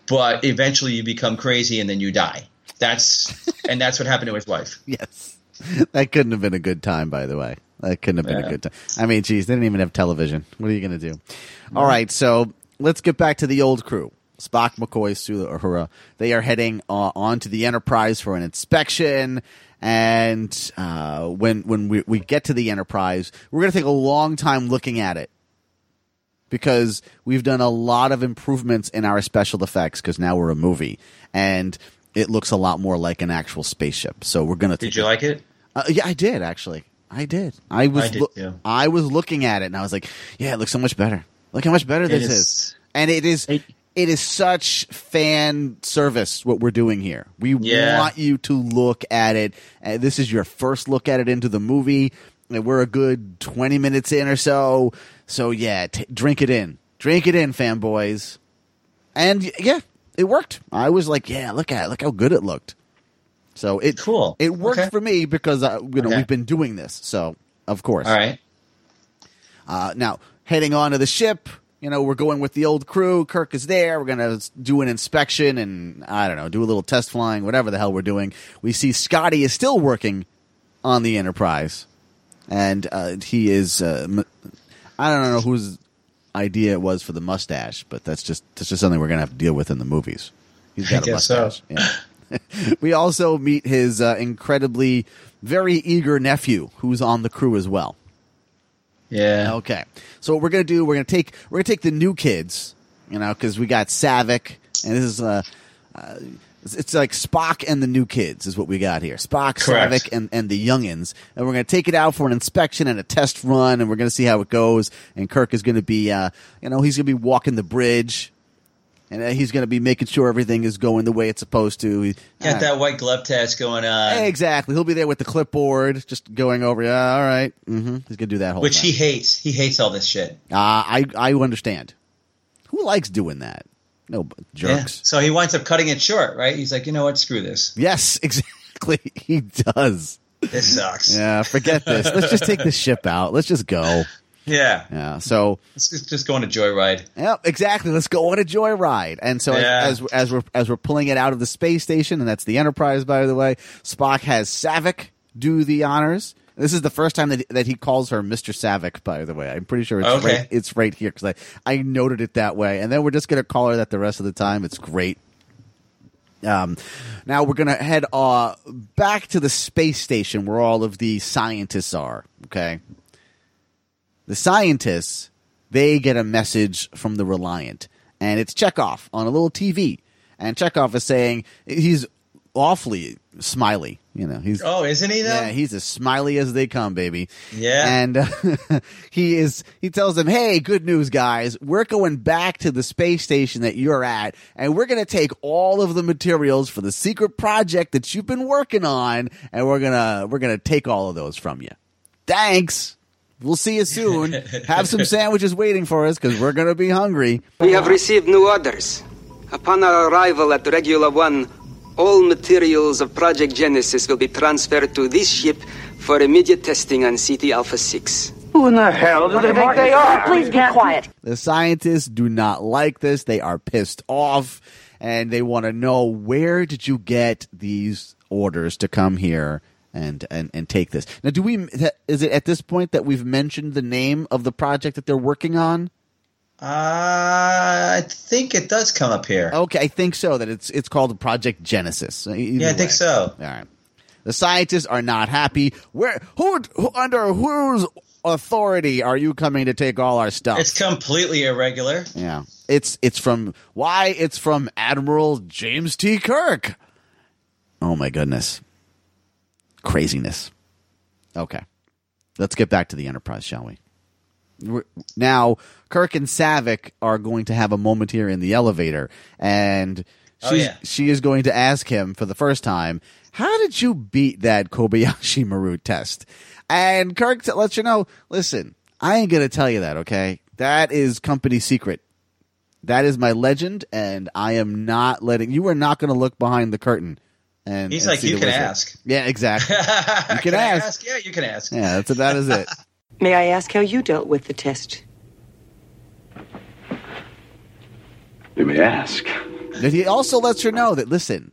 S3: but eventually you become crazy and then you die. That's and that's what happened to his wife.
S1: Yes. That couldn't have been a good time, by the way. That couldn't have been a
S3: Yeah.
S1: good time. I mean, geez, they didn't even have television. What are you going to do? All right, so let's get back to the old crew. Spock, McCoy, Sula, Uhura. They are heading uh, onto the Enterprise for an inspection. And uh, when when we, we get to the Enterprise, we're going to take a long time looking at it because we've done a lot of improvements in our special effects because now we're a movie and it looks a lot more like an actual spaceship. So we're going to.
S3: Did you like it?
S1: Uh, yeah, I did actually. I did. I was.
S3: I did,
S1: loo-
S3: too.
S1: I was looking at it and I was like, "Yeah, it looks so much better. Look how much better this is.
S3: is-
S1: And it is.
S3: It-
S1: it is such fan service what we're doing here. We
S3: Yeah.
S1: want you to look at it. Uh, this is your first look at it into the movie. And we're a good twenty minutes in or so. So yeah, t- drink it in. Drink it in, fanboys. And y- yeah, it worked. I was like, yeah, look at it. Look how good it looked. So it
S3: Cool.
S1: It worked
S3: Okay.
S1: for me because uh, you know
S3: Okay.
S1: we've been doing this. So of course,
S3: All right.
S1: uh, now, heading on to the ship, you know, we're going with the old crew. Kirk is there. We're going to do an inspection and, I don't know, do a little test flying, whatever the hell we're doing. We see Scotty is still working on the Enterprise. And uh, he is, uh, m- I don't know whose idea it was for the mustache, but that's just, that's just something we're going to have to deal with in the movies. He's got a
S3: guess so.
S1: mustache. Yeah. we also meet his uh, incredibly, very eager nephew who's on the crew as well.
S3: Yeah.
S1: Okay. So what we're gonna do? We're gonna take we're gonna take the new kids, you know, because we got Savick, and this is uh, uh it's, it's like Spock and the new kids is what we got here. Spock,
S3: Correct.
S1: Savick, and and the youngins, and we're gonna take it out for an inspection and a test run, and we're gonna see how it goes. And Kirk is gonna be, uh, you know, he's gonna be walking the bridge. and uh, he's going to be making sure everything is going the way it's supposed to. He-
S3: Got
S1: Ah,
S3: that white glove test going on,
S1: exactly. He'll be there with the clipboard, just going over. Yeah, all right. Mm-hmm. He's going to do that whole.
S3: which
S1: time.
S3: he hates. He hates all this shit.
S1: Uh, I I understand. Who likes doing that? No but jerks.
S3: Yeah. So he winds up cutting it short, right? He's like, you know what? Screw this.
S1: Yes, exactly. He does.
S3: This sucks.
S1: Yeah, forget this. Let's just take this ship out. Let's just go.
S3: Yeah.
S1: Yeah. So
S3: Let's just, just go on a joyride.
S1: Yeah, exactly. Let's go on a joyride. And so
S3: Yeah.
S1: as, as as we're as we're pulling it out of the space station, and that's the Enterprise, by the way. Spock has Savick do the honors. This is the first time that that he calls her Mister Savick. By the way, I'm pretty sure it's
S3: Okay.
S1: right, it's right here because I I noted it that way, and then we're just gonna call her that the rest of the time. It's great. Um, now we're gonna head uh back to the space station where all of the scientists are. Okay, the scientists they get a message from the Reliant, and it's Chekhov on a little TV, and Chekhov is saying he's awfully smiley. You know, he's
S3: Oh, isn't he though?
S1: yeah, he's as smiley as they come, baby.
S3: Yeah.
S1: and uh, he is. He tells them, "Hey, good news, guys! We're going back to the space station that you're at, and we're going to take all of the materials for the secret project that you've been working on, and we're gonna we're gonna take all of those from you. Thanks. We'll see you soon. Have some sandwiches waiting for us because we're gonna be hungry."
S9: We have received new orders. Upon our arrival at Regula 1, all materials of Project Genesis will be transferred to this ship for immediate testing on CT Alpha 6.
S5: Who in the hell do they think they are?
S10: Please be quiet.
S1: The scientists do not like this. They are pissed off and they want to know where did you get these orders to come here and, and, and take this. Now, do we, is it at this point that we've mentioned the name of the project that they're working on?
S3: Uh, I think it does come up here.
S1: Okay, I think so. That it's, it's called Project Genesis. Uh, e-,
S3: yeah, I think so.
S1: All right. The scientists are not happy. Where, who, who, under whose authority are you coming to take all our stuff?
S3: It's completely irregular.
S1: Yeah. It's it's from why it's from Admiral James T. Kirk. Oh my goodness. Craziness. Okay. Let's get back to the Enterprise, shall we? We're- Now, Kirk and Savick are going to have a moment here in the elevator, and
S3: Oh,
S1: she's,
S3: yeah.
S1: she is going to ask him for the first time, How did you beat that Kobayashi Maru test? And Kirk t- lets you know, Listen, I ain't going to tell you that, okay? That is company secret. That is my legend, and I am not letting you are not going to look behind the curtain. And
S3: He's
S1: and
S3: like,
S1: see
S3: "You
S1: the
S3: can
S1: wizard."
S3: ask."
S1: Yeah, exactly.
S3: you
S1: can ask.
S3: Yeah, you can ask.
S1: yeah, that's that is it.
S10: May I ask how you dealt with the test?
S5: You may ask.
S1: But he also lets her know that listen,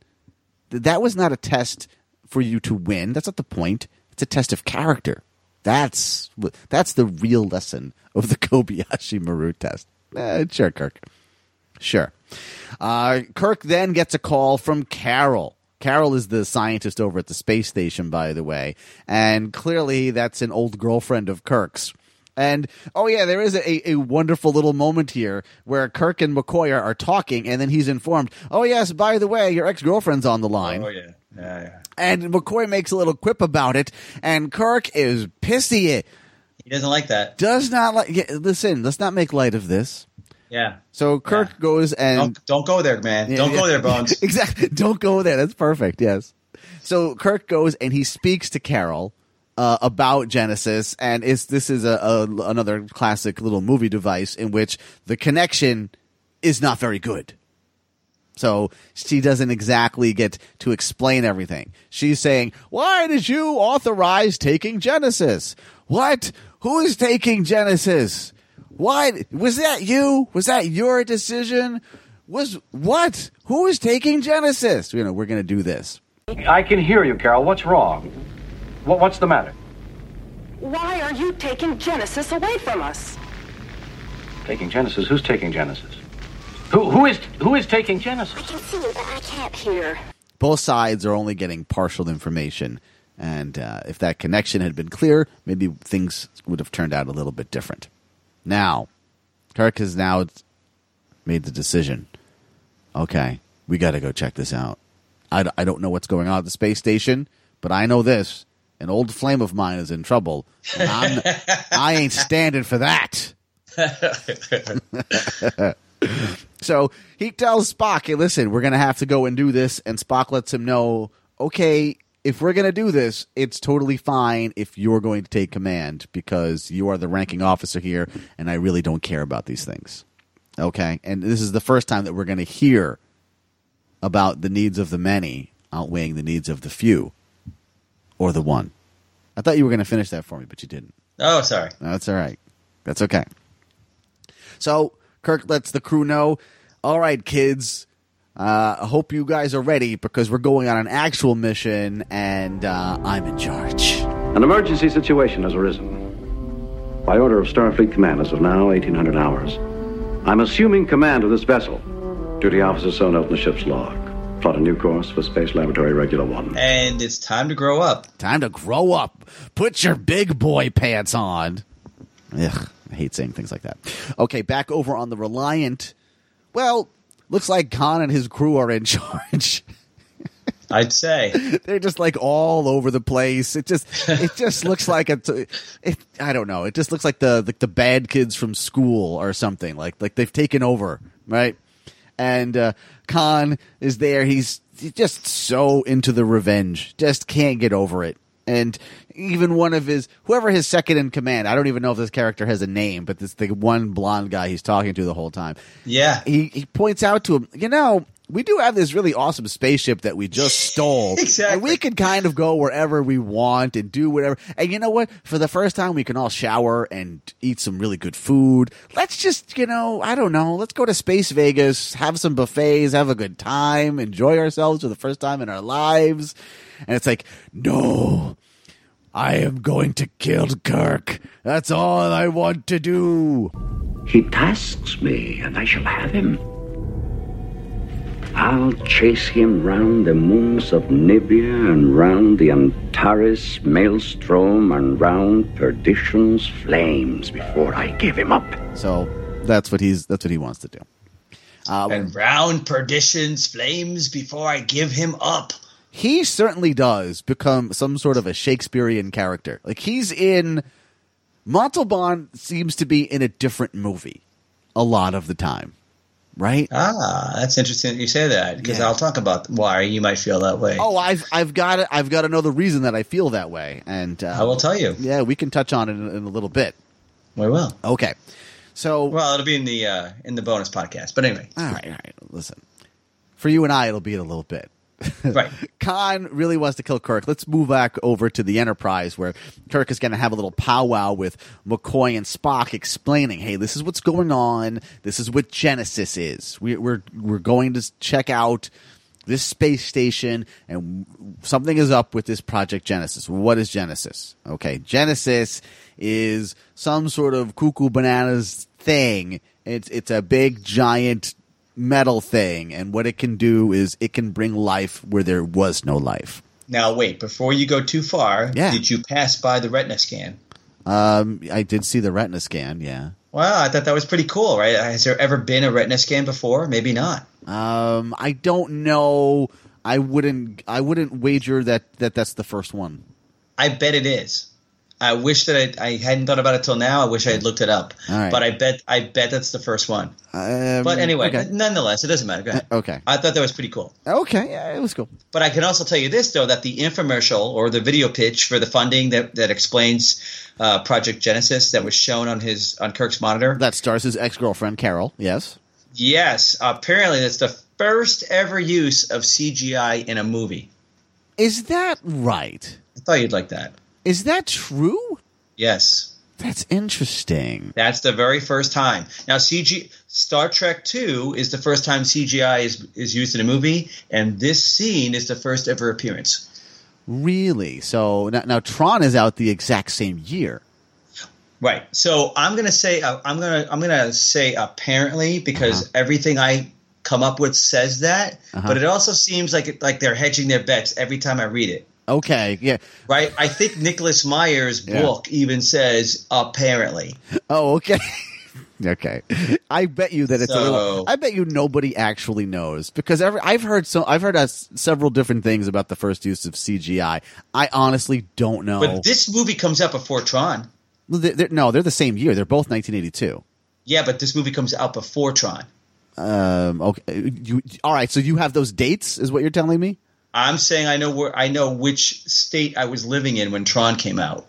S1: th- that was not a test for you to win. That's not the point. It's a test of character. That's wh- that's the real lesson of the Kobayashi Maru test. Eh, sure, Kirk. Sure. Uh, Kirk then gets a call from Carol. Carol is the scientist over at the space station, by the way, and clearly that's an old girlfriend of Kirk's. And oh yeah, there is a, a wonderful little moment here where Kirk and McCoy are, are talking, and then he's informed, "Oh yes, by the way, your ex girlfriend's on the line."
S3: Oh yeah. Yeah, yeah.
S1: And McCoy makes a little quip about it, and Kirk is pissy. It
S3: He doesn't like that.
S1: does not like. yeah, listen, let's not make light of this.
S3: Yeah.
S1: So Kirk
S3: Yeah.
S1: goes and
S3: Don't don't go there, man.
S1: Yeah,
S3: don't go
S1: yeah.
S3: there, Bones.
S1: exactly. Don't go there. That's perfect. Yes. So Kirk goes and he speaks to Carol uh, about Genesis, and it's this is a, a another classic little movie device in which the connection is not very good. So she doesn't exactly get to explain everything. She's saying, "Why did you authorize taking Genesis? What? Who is taking Genesis? Why was that you? Was that your decision? Was what? Who is taking Genesis? You know, we're going to do this."
S11: I can hear you, Carol. What's wrong? What, what's the matter?
S10: Why are you taking Genesis away from us?
S11: Taking Genesis? Who's taking Genesis? Who, who is who is taking Genesis?
S10: I can see you, but I can't hear.
S1: Both sides are only getting partial information, and uh, if that connection had been clear, maybe things would have turned out a little bit different. Now, Kirk has now made the decision. Okay, we got to go check this out. I, d- I don't know what's going on at the space station, but I know this: an old flame of mine is in trouble, and I'm, I ain't standing for that. So he tells Spock, hey, listen, we're going to have to go and do this. And Spock lets him know, okay, if we're going to do this, it's totally fine if you're going to take command because you are the ranking officer here and I really don't care about these things. Okay. And this is the first time that we're going to hear about the needs of the many outweighing the needs of the few or the one. I thought you were going to finish that for me, but you didn't.
S3: Oh, sorry.
S1: No, that's all right. That's okay. So Kirk lets the crew know, all right, kids, uh, I hope you guys are ready because we're going on an actual mission and uh, I'm in charge.
S12: An emergency situation has arisen. By order of Starfleet Command as of now, 1800 hours, I'm assuming command of this vessel. Duty officer so note in the ship's log. Plot a new course for Space Laboratory Regular 1.
S3: And it's time to grow up.
S1: Time to grow up. Put your big boy pants on. Ugh, I hate saying things like that. Okay, back over on the Reliant. Well, looks like Khan and his crew are in charge.
S3: I'd say.
S1: They're just like all over the place. It just it just looks like a t- it, I don't know. It just looks like the like the bad kids from school or something. Like like they've taken over, right? And uh, Khan is there. He's, he's just so into the revenge. Just can't get over it. And even one of his whoever his second in command, I don't even know if this character has a name, but this the one blonde guy he's talking to the whole time.
S3: Yeah.
S1: He he points out to him, you know, we do have this really awesome spaceship that we just stole.
S3: Exactly.
S1: And we can kind of go wherever we want and do whatever. And you know what? For the first time, we can all shower and eat some really good food. Let's just, you know, I don't know. Let's go to Space Vegas, have some buffets, have a good time, enjoy ourselves for the first time in our lives. And it's like, no, I am going to kill Kirk. That's all I want to do.
S12: He tasks me, and I shall have him. I'll chase him round the moons of Nibia and round the Antares maelstrom and round perdition's flames before I give him up.
S1: So that's what he's that's what he wants to do. Um,
S3: and round perdition's flames before I give him up.
S1: he certainly does become some sort of a Shakespearean character. Like he's in Montalban seems to be in a different movie a lot of the time, right?
S3: Ah, that's interesting that you say that because
S1: Yeah.
S3: I'll talk about why you might feel that way.
S1: Oh, I've I've got it. I've got another reason that I feel that way, and uh,
S3: I will tell you.
S1: Yeah, we can touch on it in, in a little bit.
S3: We will.
S1: Okay, so
S3: Well, it'll be in the uh, in the bonus podcast. But anyway,
S1: all right, all right. Listen, for you and I, it'll be in a little bit.
S3: right.
S1: Khan really wants to kill Kirk. Let's move back over to the Enterprise where Kirk is going to have a little powwow with McCoy and Spock explaining, hey, this is what's going on. This is what Genesis is. We, we're, we're going to check out this space station and something is up with this Project Genesis. What is Genesis? Okay, Genesis is some sort of cuckoo bananas thing. It's, it's a big, giant metal thing and what it can do is it can bring life where there was no life
S3: Now, wait. Before you go too far,
S1: Yeah.
S3: did you pass by the retina scan?
S1: um i did see the retina scan yeah
S3: Wow, I thought that was pretty cool, right? Has there ever been a retina scan before? Maybe not.
S1: um i don't know i wouldn't i wouldn't wager that that that's the first one
S3: I bet it is. I wish that I, I hadn't thought about it till now. I wish I had looked it up.
S1: All right.
S3: But I bet I bet that's the first one.
S1: um,
S3: But anyway,
S1: okay
S3: nonetheless, it doesn't matter. Go ahead.
S1: okay,
S3: I thought that was pretty cool.
S1: okay yeah, it was cool
S3: But I can also tell you this, though, that the infomercial or the video pitch for the funding that, that explains uh, Project Genesis that was shown on his on Kirk's monitor.
S1: that stars his ex-girlfriend carol yes
S3: Yes, apparently that's the first ever use of CGI in a movie.
S1: is that right
S3: I thought you'd like that.
S1: is that true
S3: Yes,
S1: that's interesting
S3: that's the very first time. Now, CG Star Trek Two is the first time CGI is is used in a movie, and this scene is the first ever appearance.
S1: really so now, now tron is out the exact same year
S3: Right. So I'm gonna say uh, I'm gonna I'm gonna say apparently because everything I come up with says that,
S1: Uh-huh.
S3: but it also seems like it, like they're hedging their bets every time I read it.
S1: okay yeah
S3: Right. I think Nicholas Meyer's
S1: Yeah.
S3: book even says apparently.
S1: Oh, okay. okay. I bet you that it's a
S3: So-
S1: little I bet you nobody actually knows because every, I've heard so I've heard us several different things about the first use of CGI. I honestly don't know.
S3: But this movie comes out before Tron.
S1: Well, they're- they're- no, they're the same year. They're both 1982.
S3: Yeah, but this movie comes out before Tron.
S1: Um, okay, you, all right. So you have those dates, is what you're telling me?
S3: I'm saying I know where I know which state I was living in when Tron came out.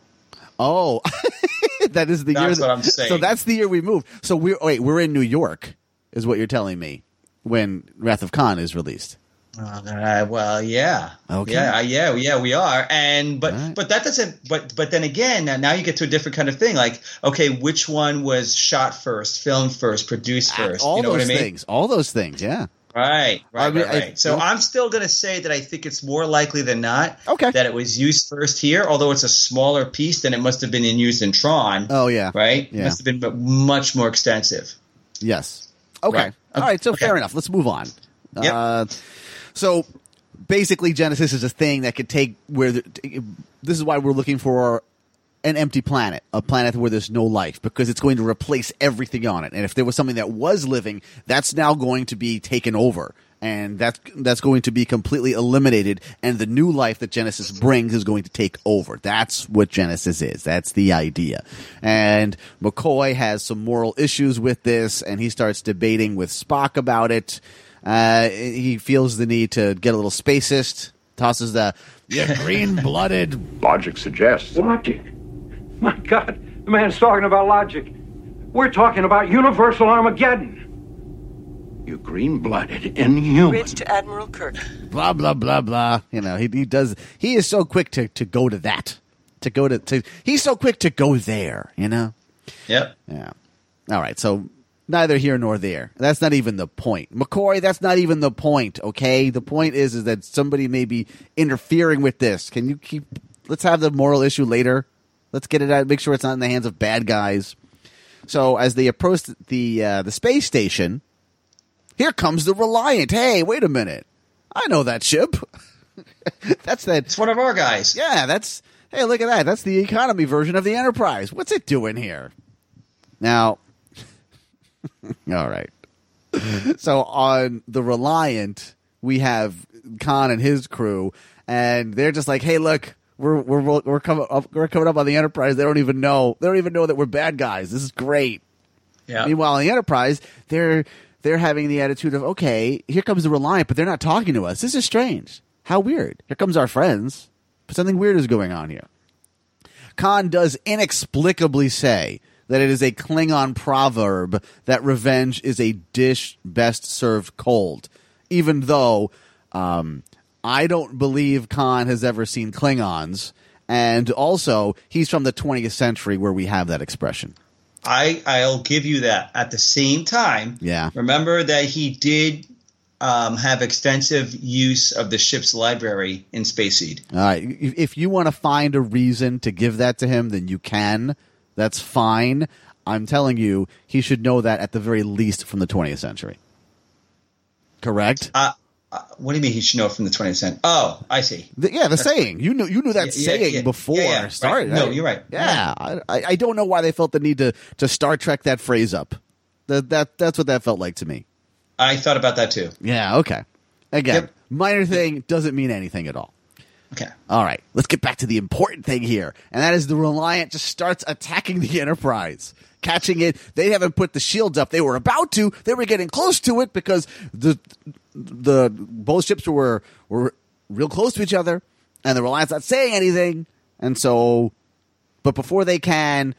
S1: Oh, that is the year.
S3: That's
S1: that-
S3: what I'm saying.
S1: So that's the year we moved. So we're wait, we're in New York, is what you're telling me when Wrath of Khan is released.
S3: Uh, well, yeah.
S1: Okay.
S3: Yeah, yeah, yeah, we are. And but but that doesn't but but then again, now- now you get to a different kind of thing like okay, which one was shot first, filmed first, produced first,
S1: Ah, All
S3: you know
S1: those
S3: what I mean?
S1: things. All those things. Yeah.
S3: Right, right,
S1: I mean,
S3: right, right.
S1: I-
S3: so
S1: yeah.
S3: I'm still going to say that I think it's more likely than not
S1: okay.
S3: that it was used first here, although it's a smaller piece than it must have been in use in Tron.
S1: Oh yeah.
S3: Right?
S1: Yeah.
S3: It must have been much more extensive.
S1: Yes. Okay.
S3: Right.
S1: All right. So fair enough. Let's move on. Uh, so basically, Genesis is a thing that could take where the, this is why we're looking for an empty planet, a planet where there's no life, because it's going to replace everything on it. And if there was something that was living, that's now going to be taken over. And that's that's going to be completely eliminated, and the new life that Genesis brings is going to take over. That's what Genesis is. That's the idea. And McCoy has some moral issues with this, and he starts debating with Spock about it. Uh, he feels the need to get a little spacist. Tosses the "You're green-blooded
S6: Logic suggests.
S12: Logic? My God, the man's talking about logic. We're talking about universal Armageddon.
S6: You green blooded inhuman.
S7: Bridge to Admiral Kirk.
S1: blah blah blah blah. You know, he he does. He is so quick to to go to that, to go to to. He's so quick to go there. You know.
S3: Yep.
S1: Yeah. All right. So neither here nor there. That's not even the point, McCoy. That's not even the point. Okay. The point is is that somebody may be interfering with this. Can you keep? Let's have the moral issue later. Let's get it out. Make sure it's not in the hands of bad guys. So as they approach the uh, the space station, here comes the Reliant. Hey, wait a minute. I know that ship. that's that. It's
S3: one of our guys.
S1: Yeah, that's. Hey, look at that. That's the economy version of the Enterprise. What's it doing here? Now, all right. So on the Reliant, we have Khan and his crew, and they're just like, "Hey, look, we're we're we're coming up, we're coming up on the Enterprise. They don't even know. They don't even know that we're bad guys. This is great."
S3: Yeah.
S1: Meanwhile, on the Enterprise, they're they're having the attitude of, "Okay, here comes the Reliant, but they're not talking to us. This is strange. How weird. Here comes our friends, but something weird is going on here." Khan does inexplicably say that it is a Klingon proverb that revenge is a dish best served cold, even though um, I don't believe Khan has ever seen Klingons. And also, he's from the 20th century where we have that expression.
S3: I I'll give you that. At the same time,
S1: Yeah.
S3: remember that he did um, have extensive use of the ship's library in Space Seed.
S1: All right. If if you want to find a reason to give that to him, then you can. That's fine. I'm telling you, he should know that at the very least from the 20th century. Correct?
S3: Uh, uh, what do you mean he should know from the 20th century? Oh, I see.
S1: The- yeah, the saying. You knew you knew that
S3: Yeah, yeah,
S1: saying
S3: yeah.
S1: before
S3: Yeah, yeah,
S1: it
S3: right.
S1: started.
S3: No, you're right.
S1: Yeah, I, I I don't know why they felt the need to to Star Trek that phrase up. That that that's what that felt like to me.
S3: I thought about that too.
S1: Yeah. Okay. Again, minor thing doesn't mean anything at all.
S3: Okay.
S1: All right, let's get back to the important thing here, and that is the Reliant just starts attacking the Enterprise, catching it. They haven't put the shields up. They were about to. They were getting close to it because the the both ships were were real close to each other, and the Reliant's not saying anything. And so, but before they can,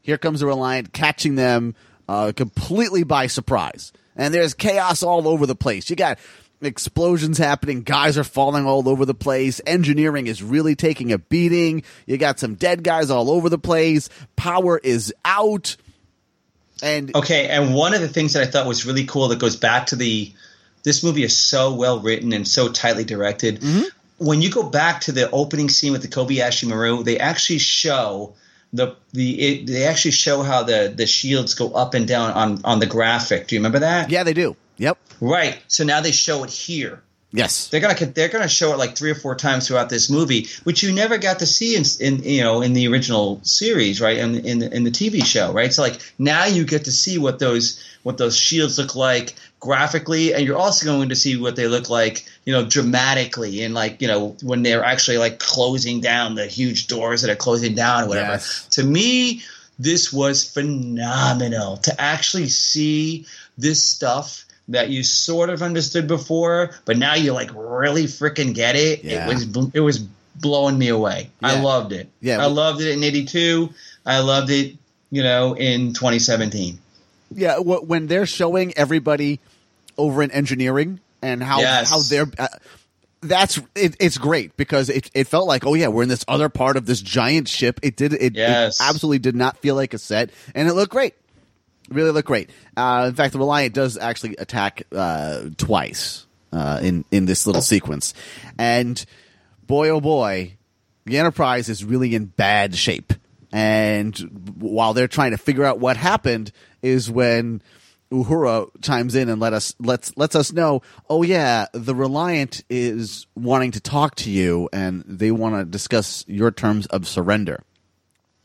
S1: here comes the Reliant catching them uh, completely by surprise. And there's chaos all over the place. You got explosions happening, guys are falling all over the place, engineering is really taking a beating. You got some dead guys all over the place, power is out. And
S3: Okay, and one of the things that I thought was really cool that goes back to the this movie is so well written and so tightly directed. When you go back to the opening scene with the Kobayashi Maru, they actually show the the it, they actually show how the the shields go up and down on on the graphic. Do you remember that?
S1: yeah, they do. Yep.
S3: Right. So now they show it here.
S1: Yes.
S3: They're gonna they're gonna show it like three or four times throughout this movie, which you never got to see in, in you know in the original series, right? In in in the TV show, right? So like now you get to see what those what those shields look like graphically, and you're also going to see what they look like, you know, dramatically, and like you know when they're actually like closing down the huge doors that are closing down, or whatever.
S1: Yes.
S3: To me, This was phenomenal to actually see this stuff that you sort of understood before, but now you like really freaking get it.
S1: Yeah.
S3: It was bl- it was blowing me away. I
S1: Yeah.
S3: loved it.
S1: Yeah.
S3: I loved it in '82. I loved it, you know, in 2017.
S1: Yeah, wh- when they're showing everybody over in engineering and how
S3: Yes.
S1: how they're uh, that's it, it's great because it it felt like oh yeah we're in this other part of this giant ship. It did it,
S3: Yes.
S1: it absolutely did not feel like a set, and it looked great. Really looked great. Uh, in fact, the Reliant does actually attack uh, twice uh, in in this little sequence, and boy oh boy, the Enterprise is really in bad shape. And while they're trying to figure out what happened, is when Uhura chimes in and let us lets lets us know. Oh yeah, the Reliant is wanting to talk to you, and they want to discuss your terms of surrender.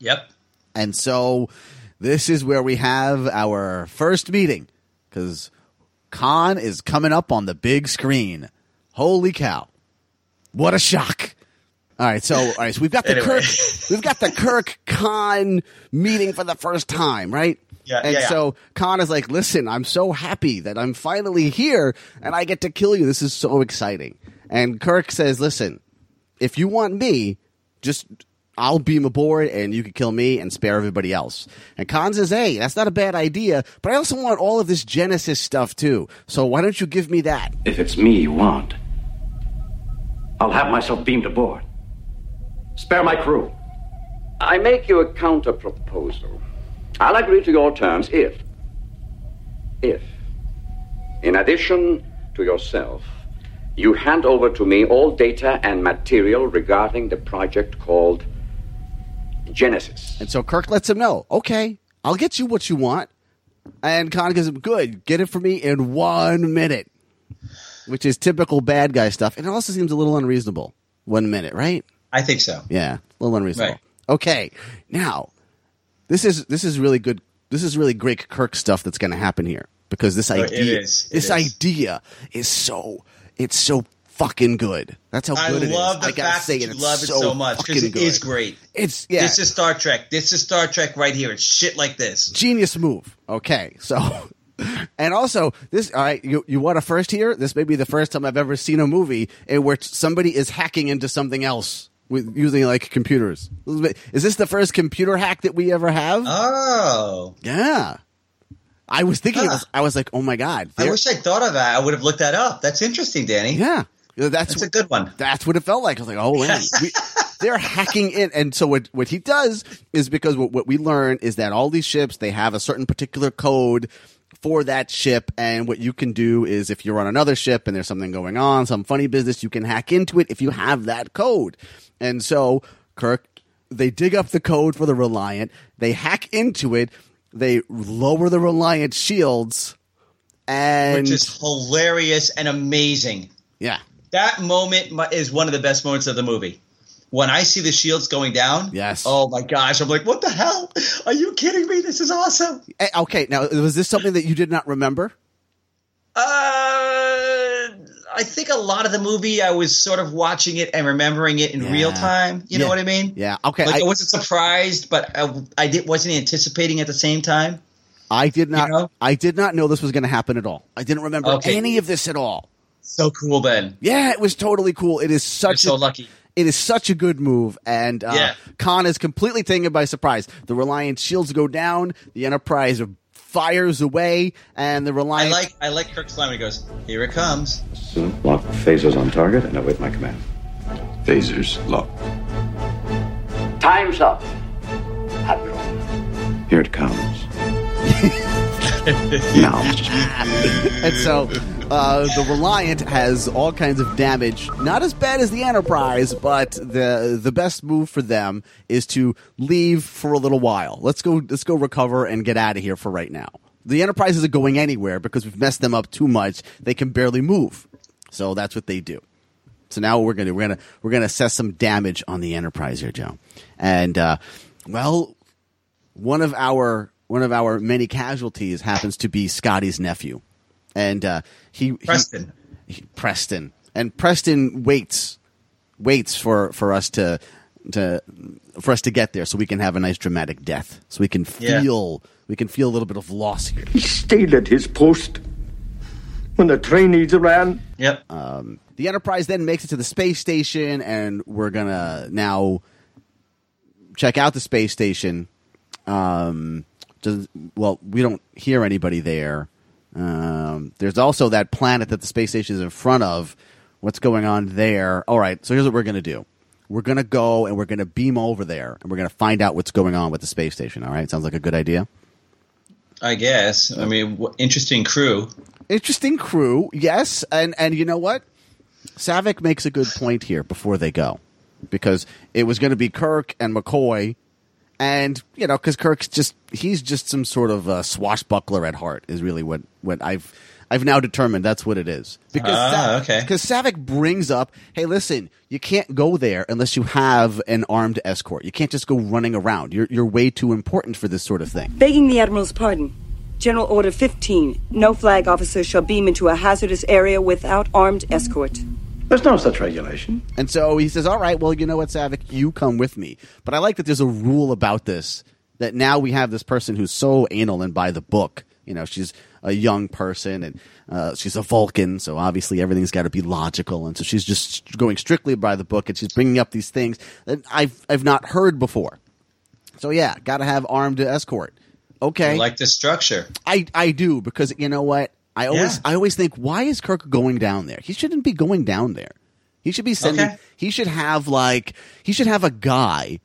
S3: Yep.
S1: And so this is where we have our first meeting because Khan is coming up on the big screen. Holy cow. What a shock. All right, so all right, so we've got the
S13: Anyway.
S1: Kirk we've got the Kirk Khan meeting for the first time, right?
S13: Yeah,
S1: And
S13: yeah, yeah.
S1: so Khan is like, "Listen, I'm so happy that I'm finally here and I get to kill you. This is so exciting." And Kirk says, "Listen, if you want me, just I'll beam aboard and you can kill me and spare everybody else. And Khan says, hey, that's not a bad idea, but I also want all of this Genesis stuff too. So why don't you give me that?
S12: If it's me you want, I'll have myself beamed aboard. Spare my crew. I make you a counter proposal. I'll agree to your terms if, if, in addition to yourself, you hand over to me all data and material regarding the project called Genesis.
S1: And so Kirk lets him know, okay, I'll get you what you want. And Khan gives him, good, get it for me in one minute, which is typical bad guy stuff. And it also seems a little unreasonable. One minute, right?
S3: I think so.
S1: Yeah, a little unreasonable.
S3: Right.
S1: Okay, now this is this is really good. This is really great Kirk stuff that's going to happen here because this
S3: Oh, it
S1: idea,
S3: is. It
S1: this
S3: is.
S1: idea is so it's so fucking good. That's how
S3: I
S1: good it is.
S3: love the
S1: I gotta
S3: fact
S1: say
S3: that you
S1: it's
S3: love it so much because
S1: fucking
S3: it is
S1: good.
S3: great.
S1: It's yeah.
S3: This is Star Trek. This is Star Trek right here. It's shit like this.
S1: genius move. Okay, so and also this. All right, you you want a first here? This may be the first time I've ever seen a movie in where somebody is hacking into something else with using like computers. Is this the first computer hack that we ever have?
S3: Uh, Oh,
S1: yeah. I was thinking. it was- I was like, oh my god.
S3: I
S1: there-
S3: wish I thought of that. I would have looked that up. That's interesting, Danny.
S1: Yeah, that's,
S3: a good one.
S1: That's what it felt like. I was like, oh man, we, they're hacking in. And so what what he does is because what, what we learn is that all these ships they have a certain particular code for that ship and what you can do is if you're on another ship and there's something going on some funny business you can hack into it if you have that code and so kirk they dig up the code for the reliant they hack into it they lower the reliant shields and
S3: Which is hilarious and amazing.
S1: Yeah.
S3: That moment mu- is one of the best moments of the movie. When I see the shields going down, yes. Oh my gosh, I'm like, what the hell? Are you kidding me? This is awesome.
S1: Eh, Okay, now was this something that you did not remember?
S3: Uh, I think a lot of the movie I was sort of watching it and remembering it in real time. You know
S1: Yeah.
S3: what I mean?
S1: Yeah. Okay.
S3: Like I,
S1: I,
S3: wasn't surprised, but I, I did, wasn't anticipating at the same time.
S1: I did not. I did not know this was going to happen at all. I didn't remember
S3: Okay.
S1: any of this at all.
S3: So cool, Ben.
S1: Yeah, it was totally cool. It is such
S3: You're so
S1: a,
S3: lucky.
S1: It is such a good move, and uh,
S3: Yeah.
S1: Khan is completely taken by surprise. The Reliant shields go down. The Enterprise fires away, and the
S3: I
S1: Reliant.
S3: like I like Kirk's line. when He goes, "Here it comes."
S12: Soon lock phasers on target and await my command. Phasers lock.
S13: Time's up.
S12: Here it comes. now,
S1: and so uh, the Reliant has all kinds of damage. Not as bad as the Enterprise, but the the best move for them is to leave for a little while. Let's go. Let's go recover and get out of here for right now. The Enterprise isn't going anywhere because we've messed them up too much. They can barely move, so that's what they do. So now what we're gonna we're gonna we're gonna assess some damage on the Enterprise here, Joe. And uh, well, one of our one of our many casualties happens to be Scotty's nephew, and uh, he Preston, he, Preston, and Preston waits waits for for us to to for us to get there, so we can have a nice dramatic death, so we can
S13: Yeah.
S1: feel we can feel a little bit of loss here.
S13: He stayed at his post when the trainees ran.
S3: Yep.
S1: Um, the Enterprise then makes it to the space station, and we're gonna now check out the space station. Um, doesn't well, we don't hear anybody there. Um, there's also that planet that the space station is in front of. What's going on there? All right, so here's what we're gonna do. We're gonna go and we're gonna beam over there, and we're gonna find out what's going on with the space station. All right, sounds like a good idea.
S3: I guess. I mean, w- interesting crew.
S1: interesting crew yes and and you know what savick makes a good point here before they go because it was going to be kirk and mccoy and you know because kirk's just he's just some sort of uh, swashbuckler at heart is really what what i've i've now determined that's what it is because
S3: Ah, okay.
S1: because savick brings up hey listen you can't go there unless you have an armed escort you can't just go running around you're, you're way too important for this sort of thing
S14: Begging the Admiral's pardon, General Order 15 no flag officer shall beam into a hazardous area without armed escort.
S12: There's no such regulation.
S1: And so he says, "All right, well, you know what, Savick, you come with me." But I like that there's a rule about this that now we have this person who's so anal and by the book. You know, she's a young person and uh, she's a Vulcan, so obviously everything's got to be logical. And so she's just going strictly by the book, and she's bringing up these things that I've I've not heard before. So yeah, got to have armed escort. Okay,
S3: I like the structure.
S1: I I do because you know what I always
S3: Yeah.
S1: I always think why is Kirk going down there? He shouldn't be going down there. He should be sending.
S3: Okay.
S1: He should have like he should have a guy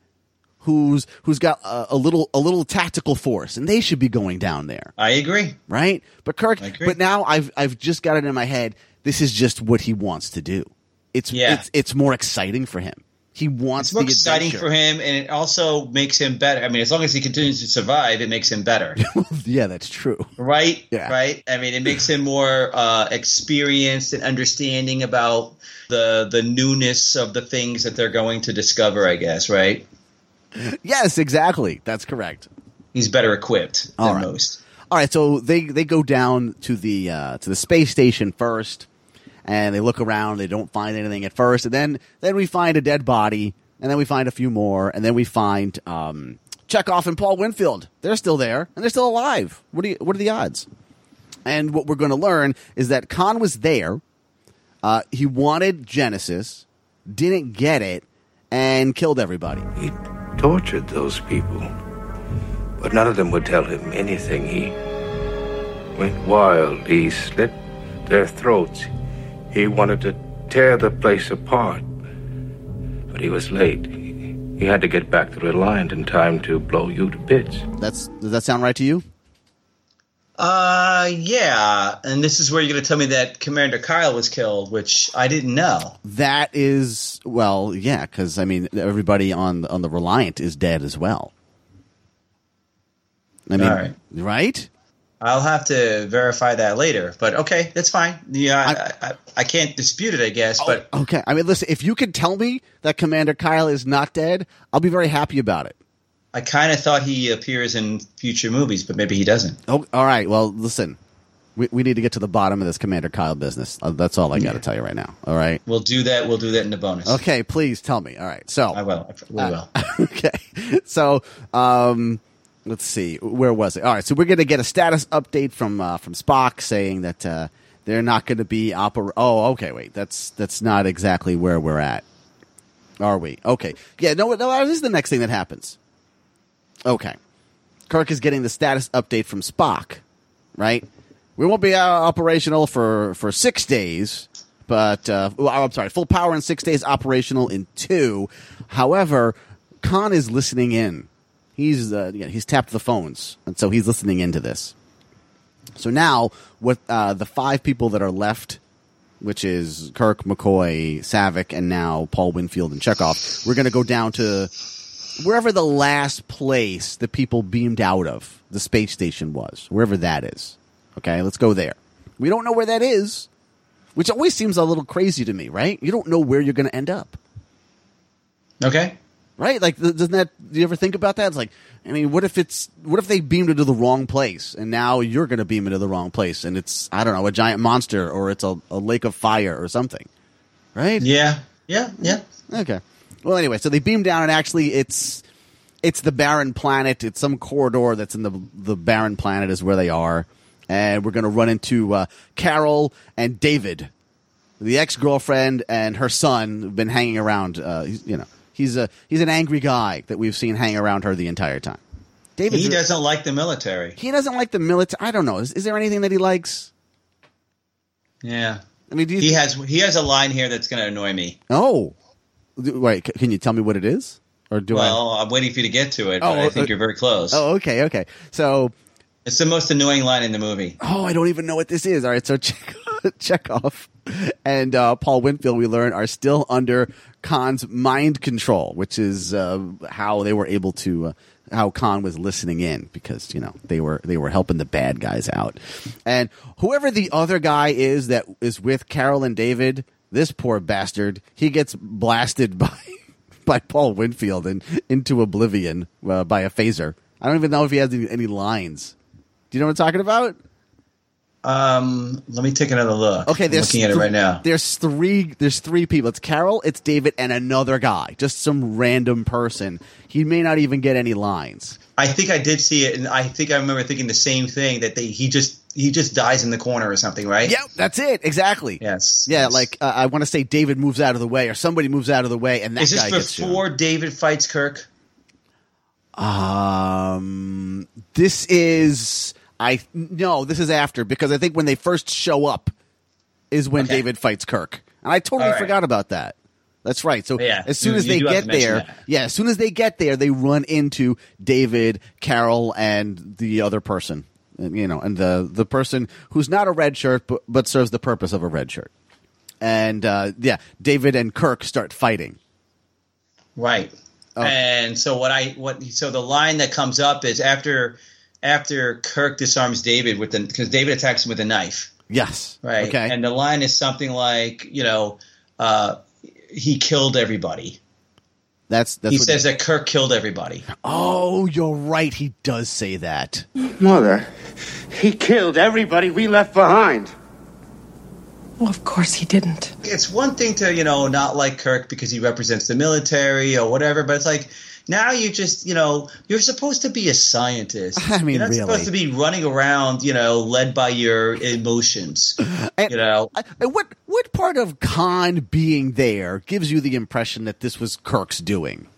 S1: who's who's got a, a little a little tactical force, and they should be going down there,
S3: I agree.
S1: right? But Kirk,
S3: agree.
S1: but now I've I've just got it in my head. This is just what he wants to do. It's
S3: Yeah.
S1: it's it's more exciting for him. He wants
S3: It's more
S1: the
S3: exciting
S1: adventure.
S3: for him, and it also makes him better. I mean, as long as he continues to survive, it makes him better,
S1: yeah, that's true.
S3: right?
S1: Yeah.
S3: Right. I mean, it makes him more uh, experienced and understanding about the the newness of the things that they're going to discover. I guess, right?
S1: Yes, exactly. That's correct.
S3: He's better equipped than
S1: All right.
S3: most.
S1: All right, so they they go down to the uh, to the space station first, and they look around. They don't find anything at first, and then then we find a dead body, and then we find a few more, and then we find um, Chekhov and Paul Winfield. They're still there, and they're still alive. What do you, what are the odds? And what we're going to learn is that Khan was there. Uh, he wanted Genesis, didn't get it, and killed everybody.
S15: tortured those people. But none of them would tell him anything. He went wild. He slit their throats. He wanted to tear the place apart. But he was late. He had to get back to Reliant in time to blow you to bits.
S1: That's does that sound right to you?
S3: Uh, yeah. And this is where you're going to tell me that Commander Kyle was killed, which I didn't know.
S1: That is well, yeah, because I mean everybody on on the Reliant is dead as well. I mean,
S3: All right.
S1: right?
S3: I'll have to verify that later, but okay, that's fine. Yeah, I, I, I, can't dispute it, I guess. but
S1: Okay. I mean, listen, if you could tell me that Commander Kyle is not dead, I'll be very happy about it.
S3: I kind of thought he appears in future movies, but maybe he doesn't.
S1: Oh, all right. Well, listen, we we need to get to the bottom of this Commander Kyle business. Uh, That's all I got to tell you right now. All right.
S3: We'll do that. We'll do that in the bonus.
S1: Okay, Uh. please tell me. All right, so I
S3: will. We will.
S1: okay, so um, let's see. Where was it? All right, so we're gonna get a status update from uh, from Spock saying that uh, they're not gonna be oper. Oh, okay, wait. That's that's not exactly where we're at, are we? Okay, yeah. No, no. This is the next thing that happens. Okay, Kirk is getting the status update from Spock, right? We won't be uh, operational for, for six days, but uh, well, I'm sorry, full power in six days, operational in two. However, Khan is listening in. He's uh, you know, he's tapped the phones, and so he's listening into this. So now, with uh, the five people that are left, which is Kirk, McCoy, Savick, and now Paul Winfield and Chekhov, we're going to go down to wherever the last place the people beamed out of the space station was, wherever that is. Okay, let's go there. We don't know where that is, which always seems a little crazy to me, right? You don't know where you're going to end up,
S3: Okay.
S1: right? Like, th- doesn't that? Do you ever think about that? It's like, I mean, what if it's what if they beamed into the wrong place, and now you're going to beam into the wrong place, and it's I don't know, a giant monster, or it's a, a lake of fire, or something, right?
S3: Yeah. Yeah. Yeah.
S1: Okay. Well, anyway, so they beam down, and actually, it's it's the barren planet. It's some corridor that's in the the barren planet is where they are, and we're going to run into uh, Carol and David, the ex girlfriend and her son, have been hanging around. Uh, he's, you know, he's a he's an angry guy that we've seen hang around her the entire time. David,
S3: he doesn't like the military.
S1: He doesn't like the military. I don't know. Is, is there anything that he likes?
S3: Yeah.
S1: I mean, do you
S3: he
S1: think-
S3: has he has a line here that's going to annoy me.
S1: Oh, D- wait. c- Can you tell me what it is, or do
S3: well, I? am waiting for you to get to it, but
S1: Oh,
S3: I think
S1: uh,
S3: you're very close.
S1: I? Oh, okay, okay. So,
S3: It's the most annoying line in the movie.
S1: oh, I don't even know what this is. All right, so check Chekhov and uh, Paul Winfield, we learn, are still under Khan's mind control, which is uh, how they were able to. Uh, how Khan was listening in because you know they were they were helping the bad guys out, and whoever the other guy is that is with Carol and David, this poor bastard, he gets blasted by by Paul Winfield and into oblivion uh, by a phaser. I don't even know if he has any, any lines. Do you know what I'm talking about?
S3: Um, let me take another look.
S1: Okay,
S3: I'm
S1: there's
S3: looking at it
S1: thr-
S3: right now.
S1: There's three. There's three people. It's Carol, it's David, and another guy. Just some random person. He may not even get any lines.
S3: I think I did see it, and I think I remember thinking the same thing that they he just he just dies in the corner or something, right?
S1: Yep, that's it. Exactly.
S3: Yes.
S1: Yeah, like uh, I want to say, David moves out of the way, or somebody moves out of the way, and that
S3: Is
S1: guy
S3: this
S1: gets shot.
S3: before David fights Kirk?
S1: Um, this is I no, this is after because I think when they first show up is when David fights Kirk, and I totally
S3: All right.
S1: forgot about that. That's right. So
S3: Yeah,
S1: as soon
S3: you-
S1: as
S3: you
S1: they
S3: do have
S1: get
S3: to mention
S1: there,
S3: that.
S1: yeah, as soon as they get there, they run into David, Carol, and the other person, and, you know, and the the person who's not a red shirt but, but serves the purpose of a red shirt. And uh, yeah, David and Kirk start fighting.
S3: Right.
S1: Oh.
S3: And so what I what so the line that comes up is after after Kirk disarms David with the because David attacks him with a knife,
S1: Yes.
S3: right?
S1: Okay.
S3: And the line is something like you know uh, he killed everybody.
S1: that's that's
S3: he
S1: what
S3: says that Kirk killed everybody.
S1: Oh, you're right. He does say that.
S13: Mother, he killed everybody we left behind.
S7: Well, of course he didn't.
S3: It's one thing to you know not like Kirk because he represents the military or whatever, but it's like. Now you just you know you're supposed to be a scientist.
S1: I mean,
S3: you're not
S1: really.
S3: supposed to be running around you know led by your emotions. you know,
S1: And what what part of Khan being there gives you the impression that this was Kirk's doing?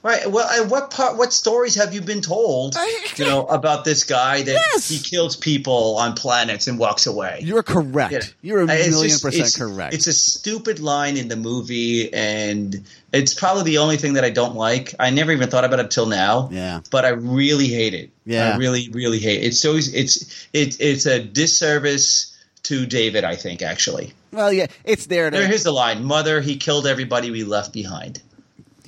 S3: Right. Well, and what part, what stories have you been told, you know, about this guy that he kills people on planets and walks away?
S1: You're correct.
S3: You know,
S1: You're a
S3: Uh, it's
S1: million
S3: just-
S1: percent
S3: it's-
S1: correct.
S3: It's a stupid line in the movie, and it's probably the only thing that I don't like. I never even thought about it till now.
S1: Yeah.
S3: But I really hate it.
S1: Yeah.
S3: I really, really hate it. It's so it's it's it's a disservice to David. I think actually.
S1: Well, yeah, it's there. To,
S3: There, here's the line: "Mother, he killed everybody we left behind."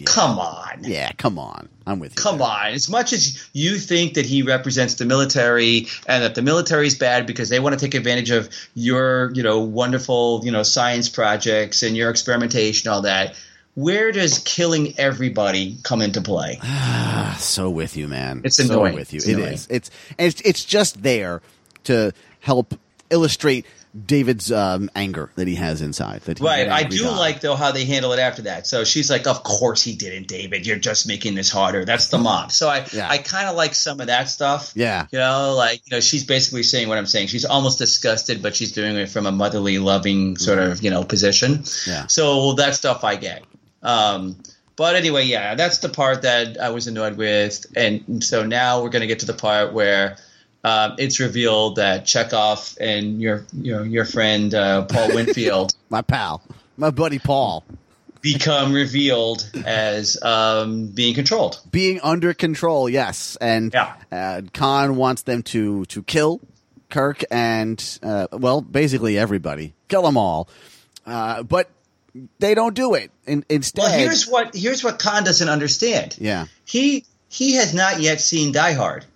S3: Come on.
S1: yeah, come on, I'm with you.
S3: Come on. As much as you think that he represents the military and that the military is bad because they want to take advantage of your, you know, wonderful, you know, science projects and your experimentation, all that, where does killing everybody come into play?
S1: Ah, so with you, man.
S3: It's
S1: so
S3: annoying.
S1: with you.
S3: It's
S1: It
S3: annoying.
S1: is. It's and it's it's just there to help illustrate David's um, anger that he has inside. That he's
S3: Right.
S1: an
S3: I
S1: angry
S3: do
S1: guy.
S3: like though how they handle it after that. So she's like, "Of course he didn't, David. You're just making this harder." That's the mom. So I,
S1: Yeah.
S3: I kind of like some of that stuff.
S1: Yeah.
S3: You know, like you know, she's basically saying what I'm saying. She's almost disgusted, but she's doing it from a motherly, loving sort of you know position.
S1: Yeah.
S3: So that stuff I get. Um, but anyway, yeah, that's the part that I was annoyed with, and so now we're gonna get to the part where. Um, it's revealed that Chekhov and your you know, your friend uh, Paul Winfield
S1: my pal, my buddy Paul,
S3: become revealed as um, being controlled.
S1: being under control. Yes, and
S3: Yeah.
S1: uh, Khan wants them to to kill Kirk and uh, well, basically everybody, kill them all. Uh, but they don't do it. In, instead,
S3: Well, here's what here's what Khan doesn't understand.
S1: yeah,
S3: He he has not yet seen Die Hard.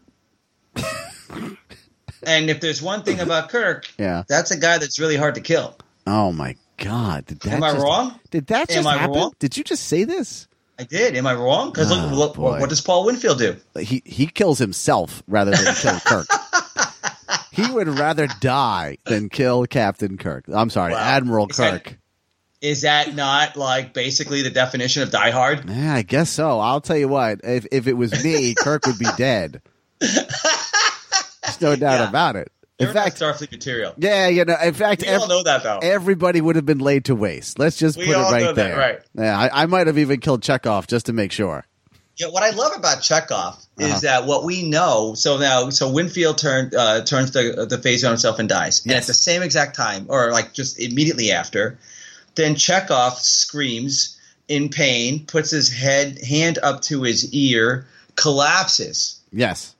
S3: and if there's one thing about Kirk,
S1: yeah.
S3: that's a guy that's really hard to kill.
S1: Oh my God! Did that
S3: Am I
S1: just-
S3: wrong?
S1: Did that
S3: Am
S1: just
S3: I
S1: happen?
S3: wrong?
S1: Did you just say this?
S3: I did. Am I wrong? Because
S1: Oh,
S3: look,
S1: boy.
S3: look what does Paul Winfield do?
S1: He he kills himself rather than kill Kirk. He would rather die than kill Captain Kirk. I'm sorry,
S3: Wow.
S1: Admiral
S3: Is that-
S1: Kirk.
S3: Is that not like basically the definition of Die Hard?
S1: Yeah, I guess so. I'll tell you what. If if it was me, Kirk would be dead. There's no doubt about it.
S3: In fact, Starfleet material.
S1: Yeah, you know. In fact,
S3: We all know that, though.
S1: Everybody would have been laid to waste. Let's just
S3: We
S1: put it
S3: all
S1: right
S3: know that,
S1: there.
S3: right.
S1: Yeah, I, I might have even killed Chekhov just to make sure.
S3: Yeah, what I love about Chekhov is
S1: Uh-huh.
S3: that what we know. So now, so Winfield turn, uh, turns the the phase on himself and dies, and at the same exact time, or like just immediately after, then Chekhov screams in pain, puts his head hand up to his ear, collapses,
S1: Yes,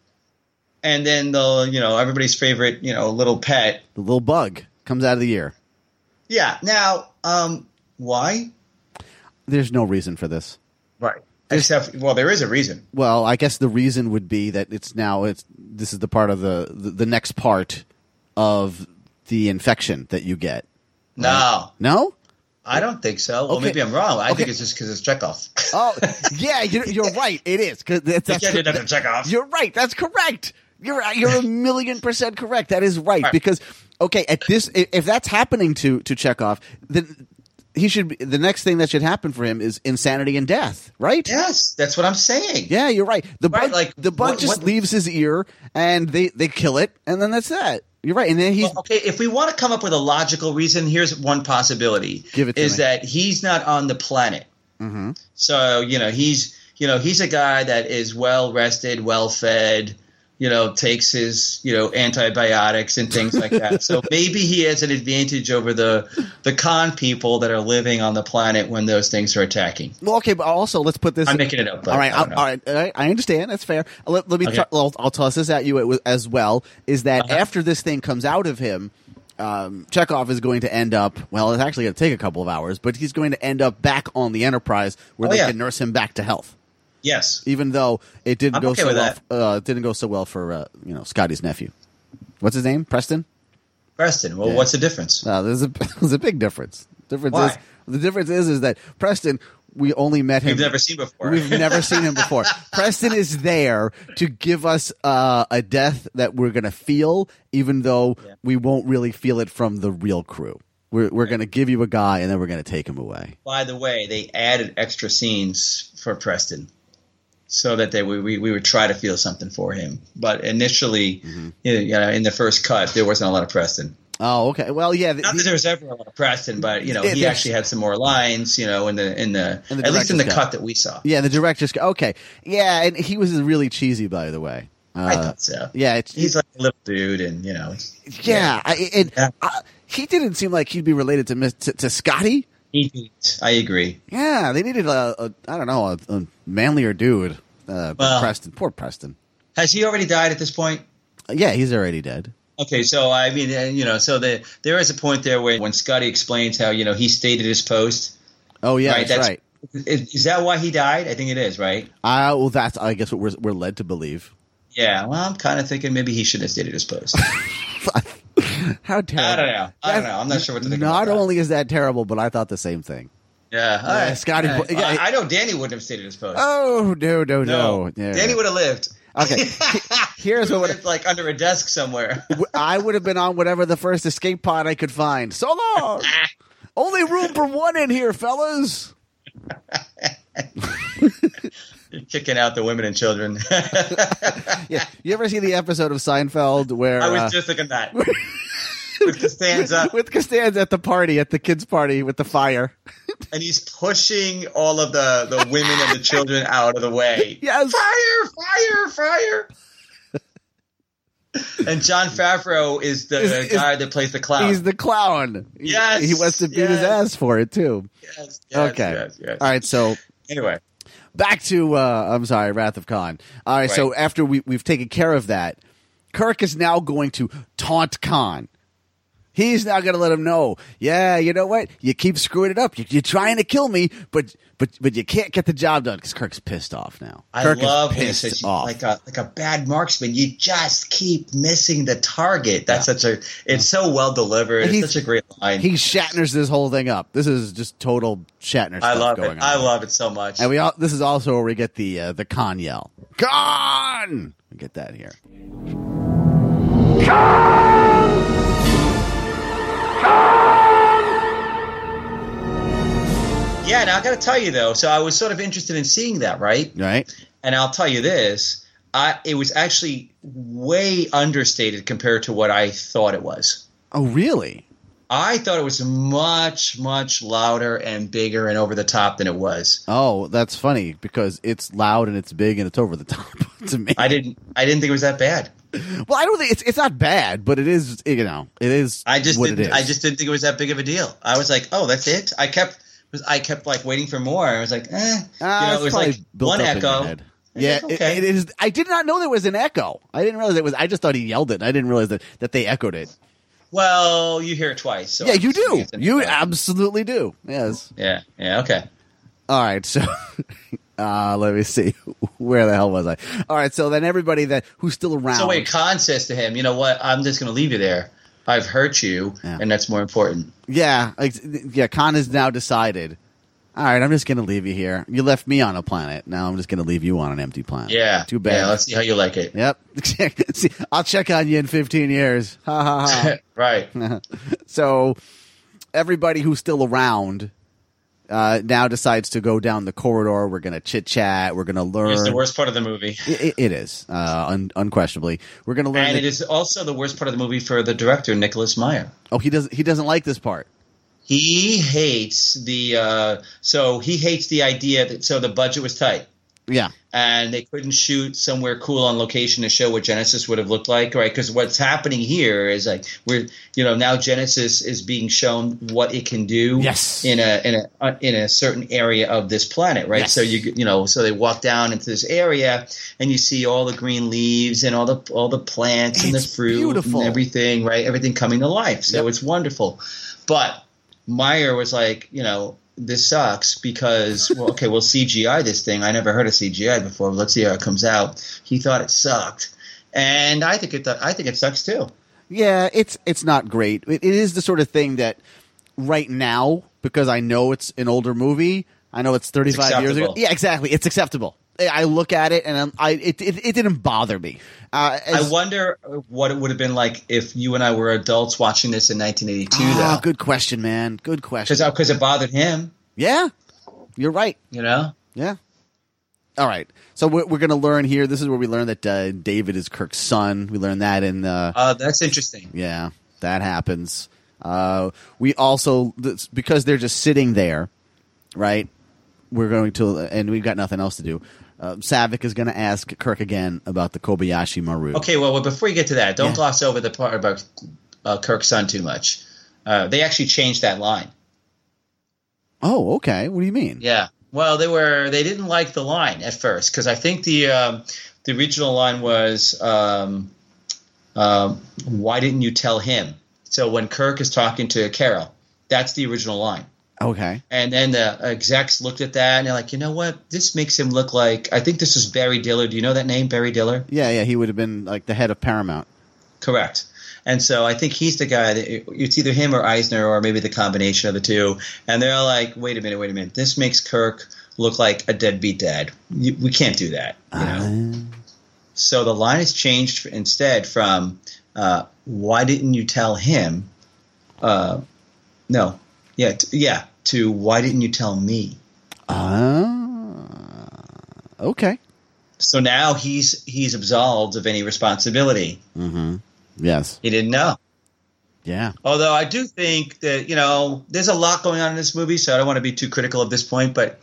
S3: and then the you know everybody's favorite you know little pet.
S1: the little bug comes out of the ear.
S3: Yeah. Now, um, why?
S1: There's no reason for this.
S3: Right. Except, well, there is a reason.
S1: Well, I guess the reason would be that it's now it's this is the part of the the, the next part of the infection that you get.
S3: No,
S1: No.
S3: I don't think so. Well,
S1: Okay.
S3: maybe I'm wrong. I
S1: Okay.
S3: think it's just because it's Chekhov.
S1: Oh, yeah, you're, you're right. It is. 'cause that's,
S3: Yeah, yeah, that's Chekhov.
S1: You're right. That's correct. You're you're a million percent correct. That is right,
S3: Right.
S1: because okay, at this i- if that's happening to to Chekhov, then he should be- the next thing that should happen for him is insanity and death, right?
S3: Yes, that's what I'm saying.
S1: Yeah, you're right. The
S3: Right,
S1: bug
S3: like,
S1: the bug
S3: what-
S1: just
S3: what-
S1: leaves his ear and they they kill it and then that's that. You're right. And then he's
S3: Well, okay, if we want to come up with a logical reason, here's one possibility:
S1: Give it to
S3: is
S1: me.
S3: that he's not on the planet.
S1: hmm
S3: So you know he's you know he's a guy that is well rested, well fed. You know, takes his you know antibiotics and things like that. so maybe he has an advantage over the the con people that are living on the planet when those things are attacking.
S1: Well, okay, but also let's put this.
S3: I'm making it up, but
S1: all right,
S3: I don't
S1: I-
S3: know.
S1: all right, all right. I understand. That's fair. Let, let me.
S3: Okay. Uh-huh.
S1: try- I'll, I'll toss this at you as well. Is that after this thing comes out of him, um, Chekhov is going to end up. Well, it's actually going to take a couple of hours, but he's going to end up back on the Enterprise where
S3: Oh,
S1: they
S3: yeah.
S1: can nurse him back to health.
S3: Yes.
S1: Even though it didn't
S3: I'm
S1: go
S3: okay
S1: so
S3: with
S1: well,
S3: that.
S1: uh, it didn't go so well for uh, you know Scotty's nephew. What's his name? Preston.
S3: Preston, well,
S1: Yeah.
S3: what's the difference?
S1: No, Uh, there's a there's a big difference. Difference
S3: Why?
S1: is the difference is is that Preston. We only met him.
S3: We've never seen before.
S1: We've never seen him before. Preston is there to give us uh, a death that we're going to feel, even though we won't really feel it from the real crew. We're, we're going to give you a guy and then we're going to take him away.
S3: By the way, they added extra scenes for Preston so that they we, we, we would try to feel something for him. But initially,
S1: Mm-hmm.
S3: you know, in the first cut, there wasn't a lot of Preston.
S1: Oh, okay. Well, yeah.
S3: Not that there was ever a lot of Preston, but you know,
S1: Yeah,
S3: he
S1: there's-
S3: actually had some more lines. You know, in the in the,
S1: In the
S3: at least in the
S1: director's cut.
S3: cut that we saw.
S1: yeah, the director's. Okay. Yeah, and he was really cheesy, by the way. Uh,
S3: I thought so.
S1: Yeah, it's,
S3: He's like a little dude, and you know,
S1: yeah. I, and I, he didn't seem like he'd be related to, Miss- to, to Scotty.
S3: he, I agree.
S1: Yeah, they needed a, a I don't know, a, a manlier dude. Uh,
S3: Well-
S1: Preston, poor Preston. Uh,
S3: Has he already died at this point?
S1: Yeah, he's already dead.
S3: Okay, so I mean, uh, you know, so the, there is a point there where when Scotty explains how you know he stated his post.
S1: Oh yeah, that's
S3: that's-
S1: right.
S3: Is, is that why he died? I think it is, right?
S1: Ah, well, that's I guess what we're we're led to believe.
S3: Yeah. Well, I'm kind of thinking maybe he should have stated his post.
S1: How terrible!
S3: I don't know. I don't
S1: That's-
S3: know. I'm not sure what to think.
S1: Not
S3: about that.
S1: only is that terrible, but I thought the same thing.
S3: Yeah. all
S1: Yeah,
S3: right.
S1: Scotty-
S3: All right.
S1: yeah,
S3: I, I know Danny wouldn't have stated his post.
S1: Oh no, no, no! Yeah.
S3: Danny would have lived.
S1: Okay, here's what would
S3: Lived, like under a desk somewhere.
S1: I would have been on whatever the first escape pod I could find. So long. Only room for one in here, fellas.
S3: Kicking out the women and children.
S1: Yeah, you ever see the episode of Seinfeld where
S3: I
S1: uh,
S3: was just looking at that. With Costanza,
S1: with Costanza at the party at the kids' party with the fire?
S3: and he's pushing all of the, the women and the children out of the way.
S1: Yes.
S3: Fire, fire, fire. and John Favreau is the
S1: Is- is-
S3: guy that plays the clown.
S1: He's the clown. He-
S3: Yes,
S1: he wants to beat his
S3: yes.
S1: ass for it too.
S3: yes, yes,
S1: Okay.
S3: yes, yes.
S1: All right. So
S3: Anyway,
S1: back to uh, I'm sorry, Wrath of Khan. All right, So
S3: Right.
S1: after we we've taken care of that, Kirk is now going to taunt Khan. He's not going to let him know. Yeah, you know what? You keep screwing it up. You, you're trying to kill me, but but but you can't get the job done because Kirk's pissed off now.
S3: I
S1: Kirk
S3: love
S1: is
S3: when he
S1: pissed
S3: says,
S1: off.
S3: like a like a bad marksman. You just keep missing the target. That's such a it's so well delivered.
S1: He's-
S3: It's such a great line.
S1: he Shatner's this whole thing up. This is just total Shatner.
S3: I
S1: stuff
S3: love it.
S1: going on.
S3: I love it so much.
S1: And we all, this is also where we get the uh, the con yell. Con. We get that here.
S3: Yeah, now I got to tell you though. So I was sort of interested in seeing that, right?
S1: Right.
S3: And I'll tell you this: I it was actually way understated compared to what I thought it was.
S1: Oh, really?
S3: I thought it was much, much louder and bigger and over the top than it was.
S1: Oh, that's funny because it's loud and it's big and it's over the top. it's amazing.
S3: I didn't. I didn't think it was that bad.
S1: Well, I don't think it's it's not bad, but it is you know it is.
S3: I just
S1: what it is.
S3: didn't. I just didn't think it was that big of a deal. I was like, oh, that's it. I kept. was- I kept like waiting for more. I was like, eh.
S1: Ah,
S3: you know,
S1: it's
S3: it was
S1: probably
S3: like
S1: built
S3: one
S1: up in your
S3: echo.
S1: head. Yeah,
S3: It's
S1: it-
S3: okay.
S1: it is. I did not know there was an echo. I didn't realize it was. I just thought he yelled it. I didn't realize that, that they echoed it.
S3: Well, you hear it twice. So
S1: yeah, you
S3: it's-
S1: do.
S3: it's uh, an
S1: You
S3: echo.
S1: absolutely do. Yes.
S3: Yeah. Yeah. Okay.
S1: All right. So, uh, let me see. Where the hell was I? All right. So then everybody that who's still around.
S3: So wait, Khan says to him, "You know what? I'm just going to leave you there. I've hurt you, and that's more important."
S1: Yeah, ex- yeah. Khan has now decided. All right, I'm just going to leave you here. You left me on a planet. Now I'm just going to leave you on an empty planet.
S3: Yeah.
S1: Too bad.
S3: Yeah, let's see how you like it.
S1: Yep. See, I'll check on you in 15 years. Ha ha
S3: right.
S1: ha. so everybody who's still around uh, now decides to go down the corridor. We're going to chit chat. We're going to learn.
S3: It's the worst part of the movie.
S1: I- I- it is uh, un- unquestionably. We're going to learn.
S3: And
S1: that-
S3: it is also the worst part of the movie for the director Nicholas Meyer.
S1: oh, he doesn't. He doesn't like this part.
S3: He hates the uh, so he hates the idea that so the budget was tight
S1: Yeah.
S3: and they couldn't shoot somewhere cool on location to show what Genesis would have looked like, right? Because what's happening here is like we're you know now Genesis is being shown what it can do
S1: Yes.
S3: in a in a uh, in a certain area of this planet, right?
S1: Yes.
S3: So you you know so they walk down into this area and you see all the green leaves and all the all the plants and the
S1: It's
S3: fruit
S1: beautiful.
S3: and everything, right? Everything coming to life. So it's wonderful, but Meyer was like, you know, this sucks because, well, okay, we'll CGI this thing. I never heard of CGI before. But let's see how it comes out. He thought it sucked, and I think it. I think it sucks too.
S1: Yeah, it's it's not great. It, it is the sort of thing that right now, because I know it's an older movie, I know it's thirty five years ago.
S3: acceptable.
S1: Yeah, exactly. It's acceptable. I- I look at it and I'm, I it, it it didn't bother me. Uh,
S3: I
S1: as-
S3: wonder what it would have been like if you and I were adults watching this in 1982,
S1: Ah,
S3: though,
S1: good question, man. Good question.
S3: because it bothered him.
S1: yeah, you're right.
S3: You know,
S1: Yeah. All right. So we're, we're going to learn here. This is where we learn that uh, David is Kirk's son. We learn that in uh,
S3: uh, that's interesting.
S1: Yeah, that happens. Uh, we also this- because they're just sitting there, right? We're going to, and we've got nothing else to do. Uh, Savick is going to ask Kirk again about the Kobayashi Maru.
S3: Okay, well, well, before you get to that, don't
S1: Yeah.
S3: gloss over the part about uh, Kirk's son too much. Uh, they actually changed that line.
S1: Oh, okay. What do you mean?
S3: Yeah. Well, they were they didn't like the line at first because I think the um, the original line was um, um, why didn't you tell him? So when Kirk is talking to Carol, that's the original line.
S1: Okay.
S3: And then the execs looked at that and they're like, you know what? This makes him look like I think this is Barry Diller. Do you know that name, Barry Diller?
S1: Yeah, yeah. He would have been like the head of Paramount.
S3: Correct. And so I think he's the guy that it's either him or Eisner or maybe the combination of the two. And they're like, wait a minute, wait a minute. This makes Kirk look like a deadbeat dad. You, we can't do that. You know? So the line is changed instead from uh, why didn't you tell him? Uh, no. Yeah. T- yeah. To why didn't you tell me?
S1: Ah. okay.
S3: So now he's he's absolved of any responsibility.
S1: Mm-hmm. Yes.
S3: He didn't know.
S1: Yeah.
S3: Although I do think that, you know, there's a lot going on in this movie, so I don't want to be too critical of this point, but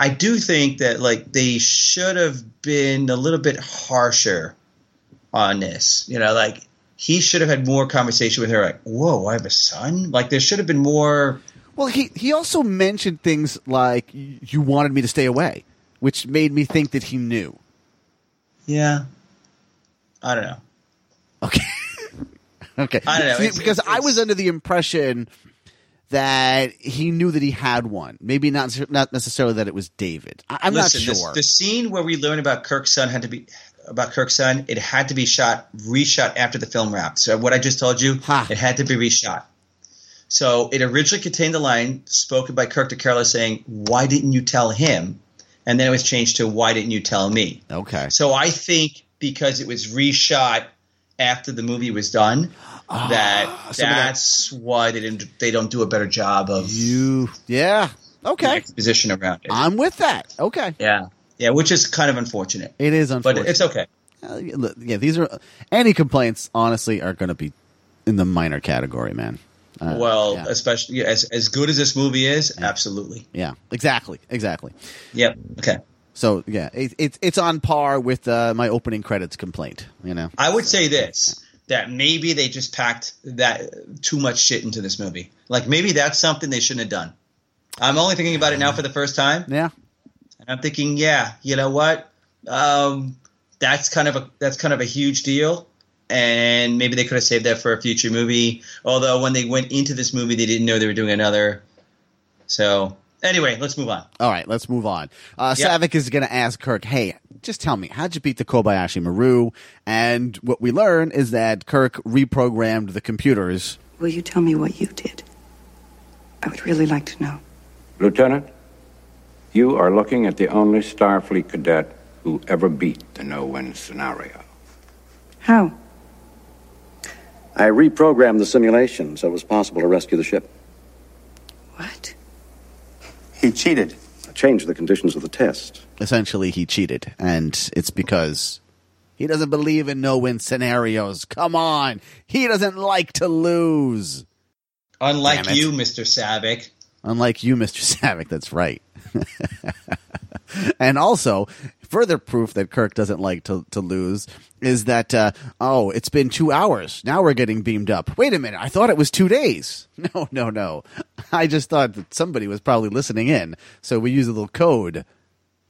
S3: I do think that, like, they should have been a little bit harsher on this. You know, like, he should have had more conversation with her, like, whoa, I have a son? Like, there should have been more.
S1: Well, he he also mentioned things like y- you wanted me to stay away, which made me think that he knew.
S3: Yeah. I don't know.
S1: Okay.
S3: I don't know.
S1: See,
S3: It's-
S1: because
S3: it's-
S1: I was under the impression that he knew that he had one. Maybe not not necessarily that it was David. I, am
S3: Listen,
S1: not
S3: this-
S1: sure.
S3: the scene where we learn about Kirk's son had to be about Kirk's son, it had to be shot, reshot after the film wrapped. So what I just told you, it had to be reshot. So it originally contained the line spoken by Kirk to Carla saying, "Why didn't you tell him?" And then it was changed to, "Why didn't you tell me?"
S1: okay.
S3: So I think because it was reshot after the movie was done, that
S1: Ah, some of that-
S3: that's why they didn't they don't do a better job of
S1: you yeah. Okay.
S3: Exposition around it.
S1: I'm with that. Okay.
S3: Yeah. Yeah, which is kind of unfortunate.
S1: It is unfortunate.
S3: But it's okay.
S1: Uh, look, yeah, these are any complaints. Honestly, are going to be in the minor category, man. Uh,
S3: well, especially yeah, as as good as this movie is, absolutely.
S1: yeah, exactly, exactly.
S3: Yep. Okay.
S1: So yeah, it, it's it's on par with uh, my opening credits complaint. You know,
S3: I would say this that maybe they just packed that too much shit into this movie. Like maybe that's something they shouldn't have done. I'm only thinking about it now for the first time.
S1: Yeah.
S3: And I'm thinking, yeah, you know what? Um, that's kind of a that's kind of a huge deal. And maybe they could have saved that for a future movie. Although when they went into this movie, they didn't know they were doing another. So anyway, let's move on.
S1: All right, let's move on. Uh, Savick is going to ask Kirk, hey, just tell me, how'd you beat the Kobayashi Maru? And what we learn is that Kirk reprogrammed the computers.
S14: Will you tell me what you did? I would really like to know.
S6: Lieutenant, you are looking at the only Starfleet cadet who ever beat the no win scenario.
S14: How?
S12: I reprogrammed the simulation so it was possible to rescue the ship.
S14: What?
S12: He cheated. I changed the conditions of the test.
S1: Essentially, he cheated, and it's because he doesn't believe in no win scenarios. Come on. He doesn't like to lose.
S3: Unlike
S1: Damn it.
S3: you, Mr. Savick.
S1: Unlike you, Mr. Savick, that's right. and also, further proof that Kirk doesn't like to, to lose is that, uh, oh, it's been two hours. Now we're getting beamed up. Wait a minute. I thought it was two days. No, no, no. I just thought that somebody was probably listening in. So we use a little code.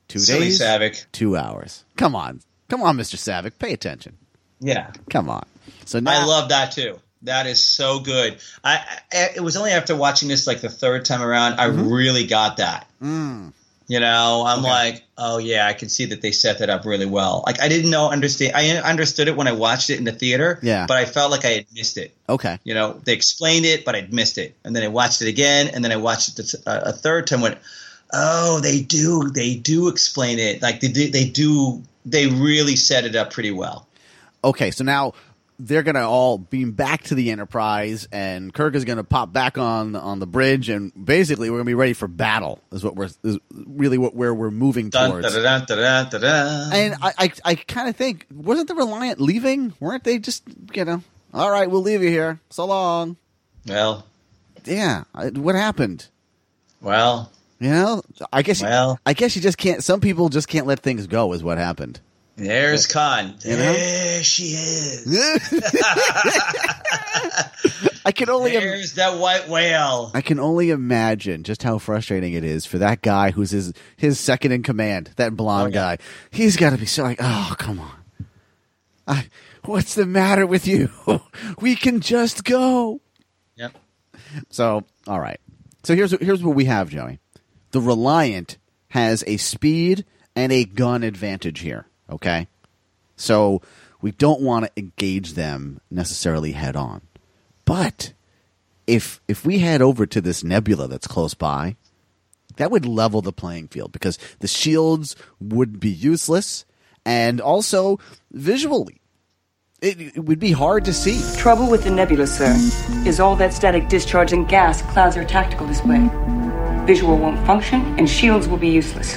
S1: Two
S3: Silly
S1: days.
S3: Savick.
S1: Two hours. Come on. Come on, Mr. Savick. Pay attention.
S3: Yeah.
S1: Come on. So
S3: I
S1: now.
S3: love that too. That is so good. I, I it was only after watching this like the third time around I really got that.
S1: Mm-hmm. Mm.
S3: You know, I'm like, oh yeah, I can see that they set that up really well. Like I didn't know understand. I understood it when I watched it in the theater.
S1: Yeah.
S3: But I felt like I had missed it.
S1: Okay.
S3: You know, they explained it, but I'd missed it, and then I watched it again, and then I watched it the- a a third time. Went, oh, they do, they do explain it. Like they do, they do, they really set it up pretty well.
S1: okay, so now they're gonna all beam back to the Enterprise, and Kirk is gonna pop back on on the bridge, and basically we're gonna be ready for battle. Is what we're is really what where we're moving
S3: Dun,
S1: towards.
S3: da-da-dun, da-da-dun, da-da.
S1: And I I, I kind of think wasn't the Reliant leaving? Weren't they just you know? All right, we'll leave you here. So long.
S3: Well,
S1: Yeah, I- what happened?
S3: well,
S1: You know, I guess
S3: Well.
S1: I guess you just can't. Some people just can't let things go. Is what happened.
S3: there's Khan.
S1: You know?
S3: There she is.
S1: I can only im-
S3: There's that white whale.
S1: I can only imagine just how frustrating it is for that guy who's his his second in command, that blonde guy. He's got to be so like, oh come on, I, what's the matter with you? we can just go.
S3: Yep.
S1: So all right, so here's here's what we have, Joey. The Reliant has a speed and a gun advantage here. Okay, so we don't want to engage them necessarily head on, but if if we head over to this nebula that's close by, that would level the playing field because the shields would be useless, and also visually, it, it would be hard to see.
S14: Trouble with the nebula, sir, is all that static discharge and gas clouds our tactical display. Visual won't function, and shields will be useless.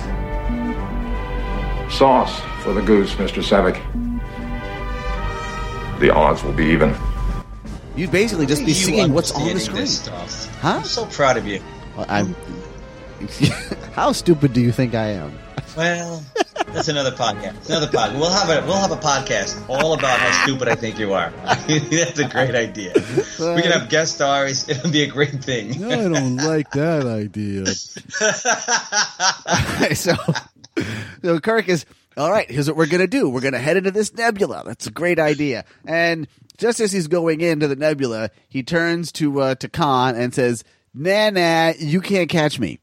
S8: Sauce for the goose, Mr. Savick. The odds will be even.
S1: You'd basically just be
S3: You
S1: seeing what's on the
S3: understanding
S1: screen.
S3: this stuff.
S1: Huh?
S3: I'm so proud of you.
S1: Well, I'm. How stupid do you think I am?
S3: Well, that's another podcast. Another pod. We'll have a we'll have a podcast all about how stupid I think you are. that's a great idea. We can have guest stars. It'll be a great thing.
S16: No, I don't like that idea.
S1: so, so Kirk is all right. Here's what we're gonna do. We're gonna head into this nebula. That's a great idea. And just as he's going into the nebula, he turns to uh, to Khan and says, "Nah, nah, you can't catch me."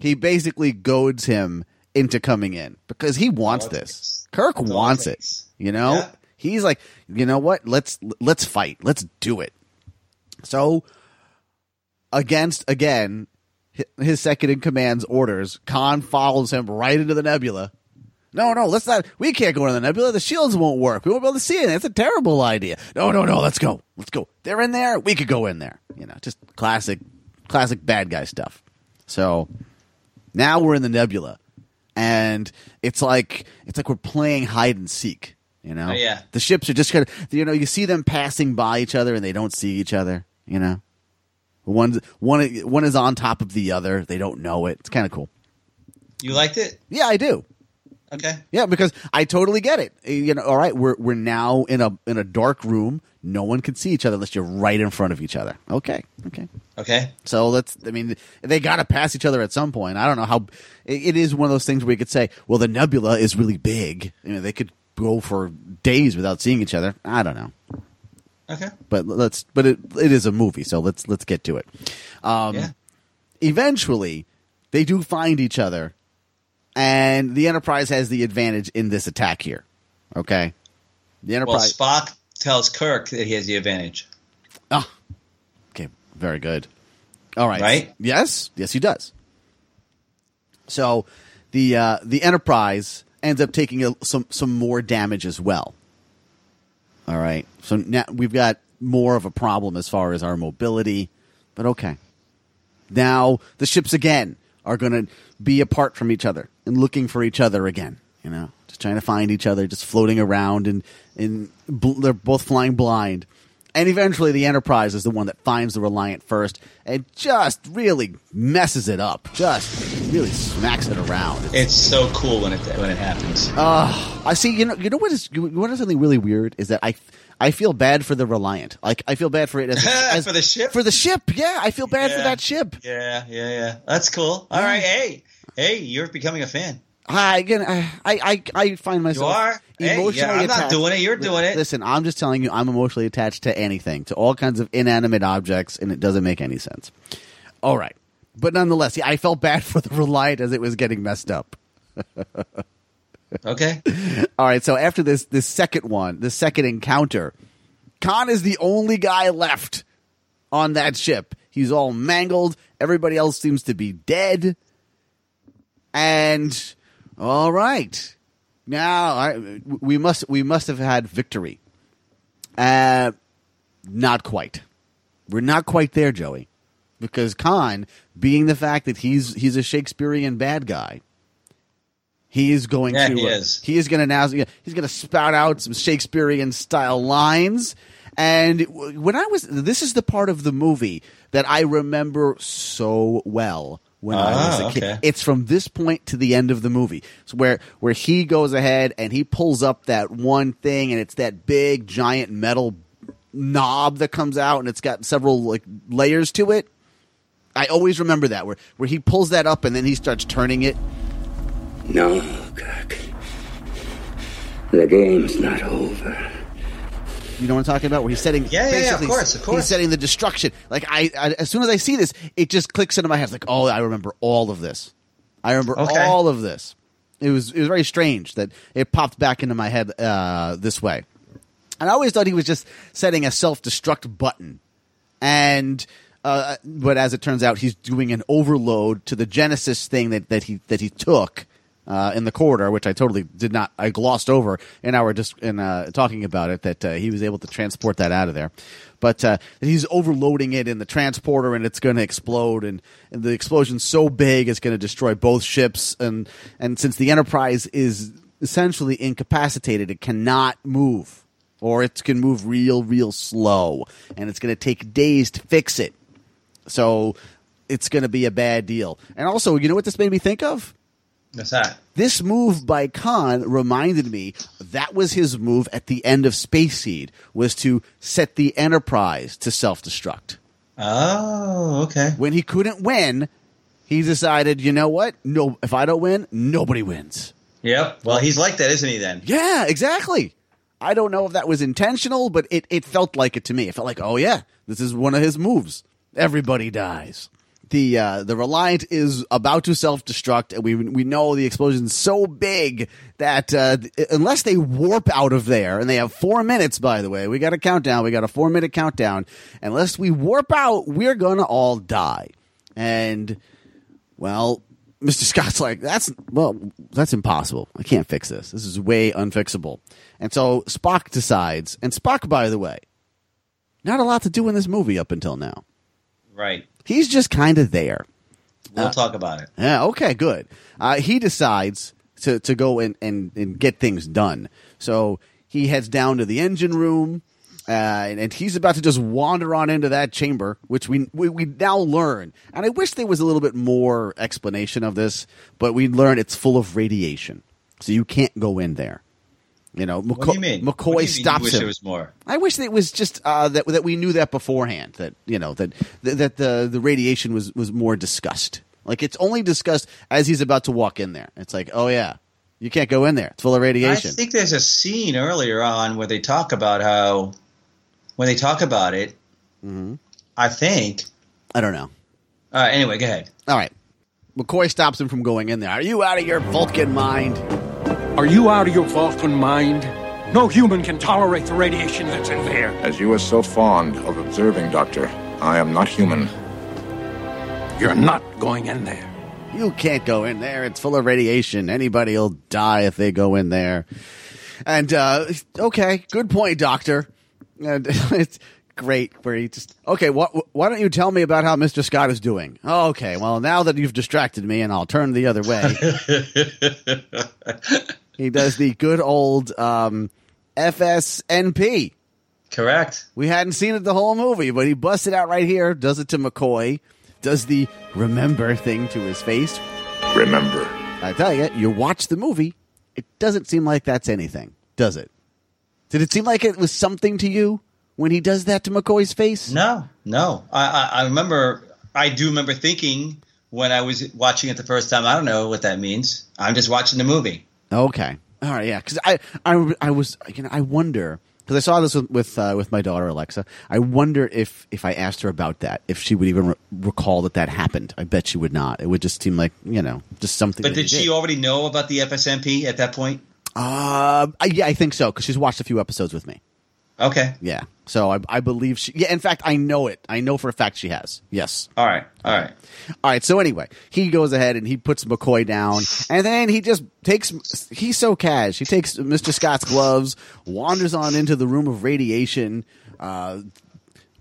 S1: He basically goads him into coming in because he wants this. Kirk wants it. You know, he's like, you know what? Let's let's fight. Let's do it. So against again hi- his second in command's orders, Khan follows him right into the nebula. No, no, let's not. We can't go into the nebula. The shields won't work. We won't be able to see it. That's a terrible idea. No, no, no. Let's go. Let's go. They're in there. We could go in there. You know, just classic, classic bad guy stuff. So Now we're in the nebula, and it's like it's like we're playing hide and seek. You know,
S3: Oh, yeah.
S1: the ships are just kind of you know you see them passing by each other and they don't see each other. You know, one one one is on top of the other. They don't know it. It's kind of cool.
S3: You liked it?
S1: Yeah, I do.
S3: Okay.
S1: Yeah, because I totally get it. Eh, You know, all right, we're we're now in a in a dark room. No one can see each other unless you're right in front of each other. Okay, okay.
S3: Okay.
S1: So let's. I mean, they got to pass each other at some point. I don't know how. It, it is one of those things where you could say, "Well, the nebula is really big." You know, they could go for days without seeing each other. I don't know,
S3: Okay.
S1: but let's. But it it is a movie, so let's let's get to it. Um,
S3: Yeah.
S1: Eventually, they do find each other, and the Enterprise has the advantage in this attack here. Okay, the
S3: Well,
S1: Enterprise.
S3: Spock tells Kirk that he has the advantage.
S1: Ah. Okay, very good. All right.
S3: Right?
S1: Yes, yes, he does. So the uh, the Enterprise ends up taking a, some some more damage as well. All right. So now we've got more of a problem as far as our mobility, but okay. Now the ships again are going to be apart from each other and looking for each other again. You know, just trying to find each other, just floating around, and and bl- they're both flying blind. And eventually, the Enterprise is the one that finds the Reliant first, and just really messes it up. Just really smacks it around.
S3: It's so cool when it when it happens.
S1: Uh, I see. You know. You know what is? You you know something really weird is that I, I feel bad for the Reliant. Like I feel bad for it as, as
S3: for the ship.
S1: for the ship. Yeah, I feel bad for
S3: Yeah.
S1: that ship.
S3: Yeah, yeah, yeah. That's cool. All right, hey, hey, you're becoming a fan.
S1: I again, I I I find myself
S3: are? Hey,
S1: emotionally
S3: yeah, I'm not
S1: attached.
S3: doing it, you're doing it.
S1: Listen, I'm just telling you, I'm emotionally attached to anything, to all kinds of inanimate objects, and it doesn't make any sense. All right, but nonetheless, yeah, I felt bad for the Reliant as it was getting messed up.
S3: Okay.
S1: All right, so after this this second one, this second encounter, Khan is the only guy left on that ship. He's all mangled. Everybody else seems to be dead. And all right, now I, we must we must have had victory. Uh, not quite. We're not quite there, Joey, because Khan, being the fact that he's he's a Shakespearean bad guy, he is going
S3: Yeah,
S1: to
S3: he
S1: uh,
S3: is.
S1: he is going to now he's going to spout out some Shakespearean style lines. And w- when I was this is the part of the movie that I remember so well when I
S3: Ah,
S1: was a kid.
S3: okay.
S1: It's from this point to the end of the movie, so where where he goes ahead and he pulls up that one thing, and it's that big giant metal knob that comes out, and it's got several like layers to it. I always remember that where where he pulls that up and then he starts turning it.
S5: No, Kirk. The game's not over.
S1: You know what I'm talking about? Where he's setting
S5: Yeah, yeah, yeah, of
S1: basically,
S5: course, of
S1: He's
S5: course.
S1: setting the destruction. Like I, I, as soon as I see this, it just clicks into my head. It's like, oh, I remember all of this. I remember
S5: Okay.
S1: all of this. It was it was very strange that it popped back into my head uh, this way. And I always thought he was just setting a self destruct button. And uh, but as it turns out, he's doing an overload to the Genesis thing that, that he that he took uh, in the corridor, which I totally did not. I glossed over in our just in uh, talking about it that uh, he was able to transport that out of there. But uh, he's overloading it in the transporter, and it's going to explode. And, and the explosion's so big, it's going to destroy both ships. And and since the Enterprise is essentially incapacitated, it cannot move or it's going to move real, real slow, and it's going to take days to fix it. So it's going to be a bad deal. And also, you know what this made me think of?
S3: That's that.
S1: This move by Khan reminded me that was his move at the end of Space Seed was to set the Enterprise to self-destruct.
S3: Oh, okay.
S1: When he couldn't win, he decided, you know what? No, if I don't win, nobody wins.
S3: Yep. Well, he's like that, isn't he? Then.
S1: Yeah, exactly. I don't know if that was intentional, but it, it felt like it to me. It felt like, oh yeah, this is one of his moves. Everybody dies. The uh, the Reliant is about to self destruct, and we we know the explosion's so big that uh, th- unless they warp out of there, and they have four minutes. By the way, we got a countdown. We got a four minute countdown. Unless we warp out, we're gonna all die. And well, Mr. Scott's like, that's well, that's impossible. I can't fix this. This is way unfixable. And so Spock decides, and Spock, by the way, not a lot to do in this movie up until now.
S3: Right.
S1: He's just kind of there.
S3: We'll talk about it.
S1: Yeah, okay, good. Uh, he decides to, to go and, and, and get things done. So he heads down to the engine room, uh, and, and he's about to just wander on into that chamber, which we, we, we now learn. And I wish there was a little bit more explanation of this, but we learn it's full of radiation. So you can't go in there. You know, McCoy,
S3: What do you mean?
S1: McCoy
S3: What do you mean you
S1: stops
S3: wish
S1: him.
S3: there was more?
S1: I wish that it was just uh, that that we knew that beforehand. That you know that that, that the the radiation was was more discussed. Like it's only discussed as he's about to walk in there. It's like, oh yeah, you can't go in there. It's full of radiation.
S3: I think there's a scene earlier on where they talk about how when they talk about it.
S1: Mm-hmm.
S3: I think.
S1: I don't know.
S3: Uh, anyway, go ahead.
S1: All right, McCoy stops him from going in there. Are you out of your Vulcan mind?
S17: Are you out of your Vulcan mind? No human can tolerate the radiation that's in there.
S8: As you are so fond of observing, Doctor, I am not human.
S17: You're not going in there.
S1: You can't go in there. It's full of radiation. Anybody'll die if they go in there. And uh, okay, good point, Doctor. And it's great where he just okay. Wh- wh- why don't you tell me about how Mister Scott is doing? Oh, okay, well now that you've distracted me, and I'll turn the other way. he does the good old um, FSNP.
S3: Correct.
S1: We hadn't seen it the whole movie, but he busts it out right here. Does it to McCoy. Does the remember thing to his face.
S8: Remember.
S1: I tell you, you watch the movie. It doesn't seem like that's anything, does it? Did it seem like it was something to you when he does that to McCoy's face?
S3: No. No, I, I, I remember. I do remember thinking when I was watching it the first time. I don't know what that means. I'm just watching the movie.
S1: Okay. All right. Yeah. Because I, I, I was, you know, I wonder because I saw this with with, uh, with my daughter Alexa. I wonder if if I asked her about that, if she would even re- recall that that happened. I bet she would not. It would just seem like you know, just something.
S3: But
S1: that he
S3: did she already know about the FSMP at that point?
S1: Uh, I- yeah, I think so because she's watched a few episodes with me.
S3: Okay.
S1: Yeah. So I, I believe she. Yeah. In fact, I know it. I know for a fact she has. Yes.
S3: All right. All right.
S1: All right. So anyway, he goes ahead and he puts McCoy down, and then he just takes. He's so cash. He takes Mr. Scott's gloves, wanders on into the room of radiation, uh,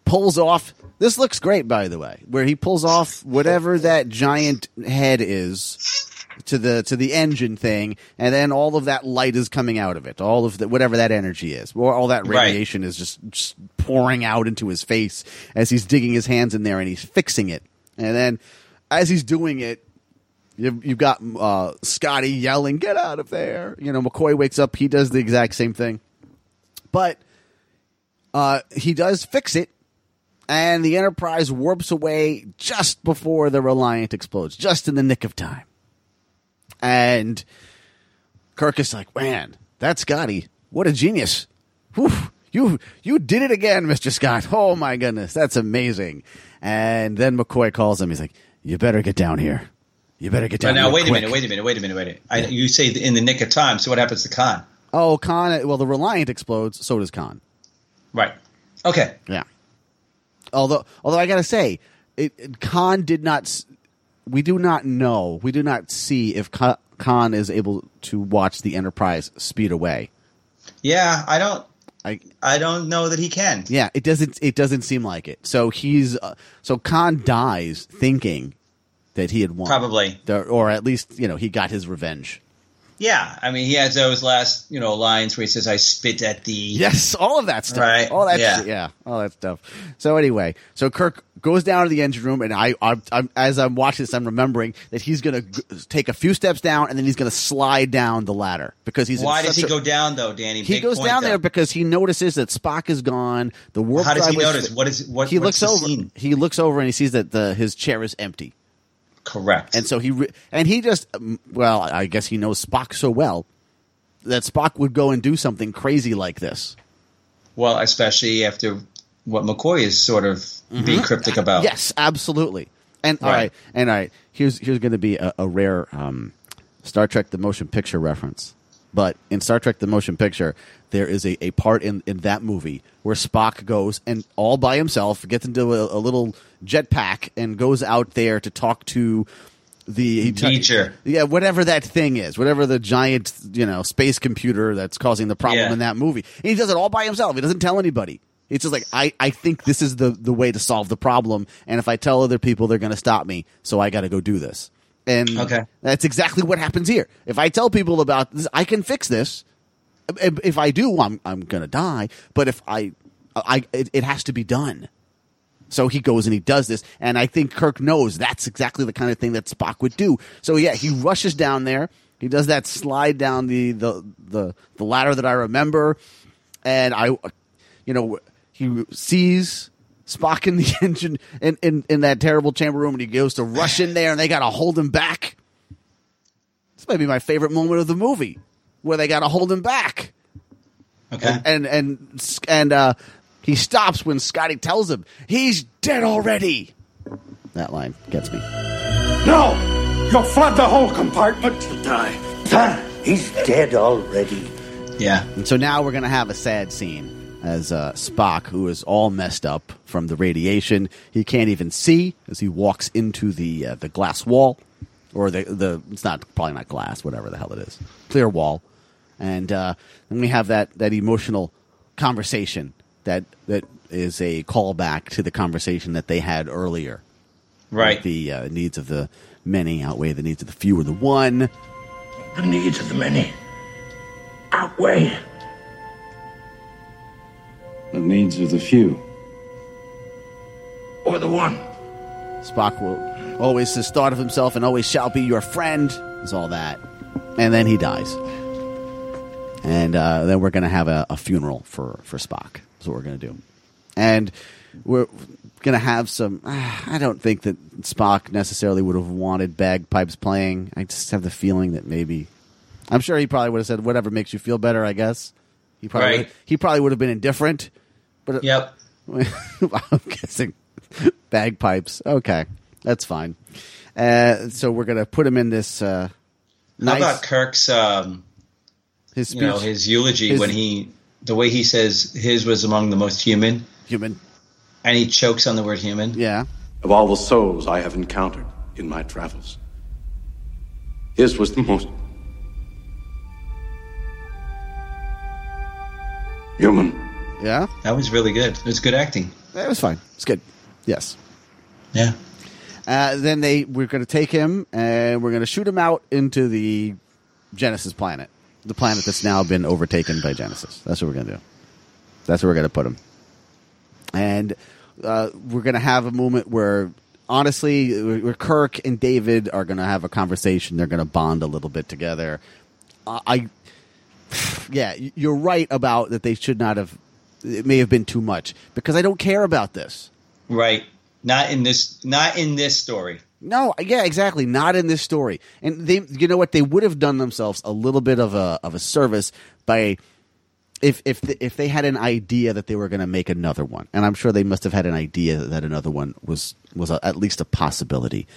S1: pulls off. This looks great, by the way, where he pulls off whatever that giant head is to the to the engine thing, and then all of that light is coming out of it. All of the, whatever that energy is, or all that
S18: Right.
S1: radiation is just, just pouring out into his face as he's digging his hands in there and he's fixing it. And then as he's doing it, you've, you've got uh, Scotty yelling, "Get out of there!" You know, McCoy wakes up. He does the exact same thing, but uh, he does fix it, and the Enterprise warps away just before the Reliant explodes, just in the nick of time. And Kirk is like, "Man, that Scotty, what a genius! Whew, you you did it again, Mister Scott. Oh my goodness, that's amazing!" And then McCoy calls him. He's like, "You better get down here. You better get
S3: But
S1: down."
S3: now,
S1: here
S3: wait a
S1: quick."
S3: minute. Wait a minute. Wait a minute. Wait a minute. I, you say in the nick of time. So what happens to Khan?
S1: Oh, Khan. Well, the Reliant explodes. So does Khan.
S3: Right. Okay.
S1: Yeah. Although, although I gotta say, it, it, Khan did not. s- We do not know. We do not see if Ka- Khan is able to watch the Enterprise speed away.
S3: Yeah. I don't.
S1: I
S3: I don't know that he can.
S1: Yeah, it doesn't. It doesn't seem like it. So he's. Uh, so Khan dies thinking that he had won,
S3: Probably.
S1: The- or at least you know he got his revenge.
S3: Yeah, I mean, he has those last, you know, lines where he says, "I spit at the."
S1: Yes, all of that stuff.
S3: Right.
S1: All that.
S3: Yeah.
S1: shit, yeah. All that stuff. So anyway, so Kirk goes down to the engine room, and I, I I'm, as I'm watching this, I'm remembering that he's gonna g- take a few steps down, and then he's gonna slide down the ladder because he's. in
S3: Why does
S1: such
S3: he
S1: a-
S3: go down though, Danny?
S1: He
S3: Big
S1: goes
S3: point,
S1: down there
S3: though.
S1: because he notices that Spock is gone. The warp
S3: How does
S1: drive
S3: he
S1: was-
S3: notice? What is what?
S1: he
S3: what's
S1: looks
S3: the
S1: over.
S3: Scene?
S1: He looks over and he sees that the his chair is empty.
S3: Correct.
S1: And so he re- and he just um, well, I guess he knows Spock so well that Spock would go and do something crazy like this.
S3: Well, especially after what McCoy is sort of being cryptic about.
S1: Mm-hmm. Yes, absolutely. And all
S3: Right.
S1: right, and all right. Here's here's going to be a, a rare um, Star Trek: The Motion Picture reference. But in Star Trek: The Motion Picture, there is a, a part in, in that movie where Spock goes and all by himself gets into a, a little jetpack and goes out there to talk to the he t-
S3: Beecher.
S1: yeah, whatever that thing is, whatever the giant you know space computer that's causing the problem
S3: Yeah.
S1: in that movie. And he does it all by himself. He doesn't tell anybody. It's just like I, I think this is the the way to solve the problem, and if I tell other people, they're going to stop me. So I got to go do this. And
S3: Okay.
S1: that's exactly what happens here. If I tell people about this, I can fix this. If if I do, I'm I'm gonna die. But if I, I it, it has to be done. So he goes and he does this, and I think Kirk knows that's exactly the kind of thing that Spock would do. So yeah, he rushes down there. He does that slide down the the the, the ladder that I remember, and I, you know, he sees Spock in the engine in in, in that terrible chamber room, and he goes to rush in there, and they gotta hold him back. This might be my favorite moment of the movie, where they gotta hold him back
S3: Okay.
S1: and and and uh, he stops when Scotty tells him he's dead already. That line gets me.
S13: No! You'll flood the whole compartment to die.
S1: He's dead already.
S3: Yeah.
S1: And so now we're gonna have a sad scene as uh, Spock, who is all messed up from the radiation, he can't even see as he walks into the uh, the glass wall, or the the it's not probably not glass, whatever the hell it is, clear wall, and uh, then we have that that emotional conversation that that is a callback to the conversation that they had earlier
S3: Right.
S1: the uh, needs of the many outweigh the needs of the few or the one.
S15: The needs of the many outweigh.
S6: The needs of the few.
S15: Or the one.
S1: Spock will always has thought of himself and always shall be your friend. Is all that, and then he dies. And uh, then we're going to have a, a funeral for for Spock. Is what we're going to do, and we're going to have some. uh, I don't think that Spock necessarily would have wanted bagpipes playing. I just have the feeling that maybe, I'm sure he probably would have said whatever makes you feel better. I guess he probably
S3: Right.
S1: would've- he probably would have been indifferent. But
S3: yep,
S1: I'm guessing bagpipes. Okay, that's fine. Uh, so we're gonna put him in this uh,
S3: How
S1: nice
S3: about Kirk's um,
S1: his
S3: you know
S1: speech-
S3: his eulogy
S1: his-
S3: when he the way he says his was among the most human
S1: human
S3: and he chokes on the word human
S1: yeah
S18: Of all the souls I have encountered in my travels, his was the most
S3: human
S1: yeah
S3: that was really good it was good acting
S1: that was fine it's good yes
S3: yeah
S1: uh, then they we're gonna take him and we're gonna shoot him out into the Genesis planet, the planet that's now been overtaken by Genesis. That's what we're gonna do. That's where we're gonna put him. and uh, we're going to have a moment where honestly uh, where kirk and david are going to have a conversation they're going to bond a little bit together uh, i yeah y- you're right about that they should not have it may have been too much because i don't care about this
S3: right not in this not in this story
S1: no, yeah, exactly. Not in this story. And they, you know what? They would have done themselves a little bit of a of a service by if if the, if they had an idea that they were going to make another one. And I'm sure they must have had an idea that another one was was a, at least a possibility.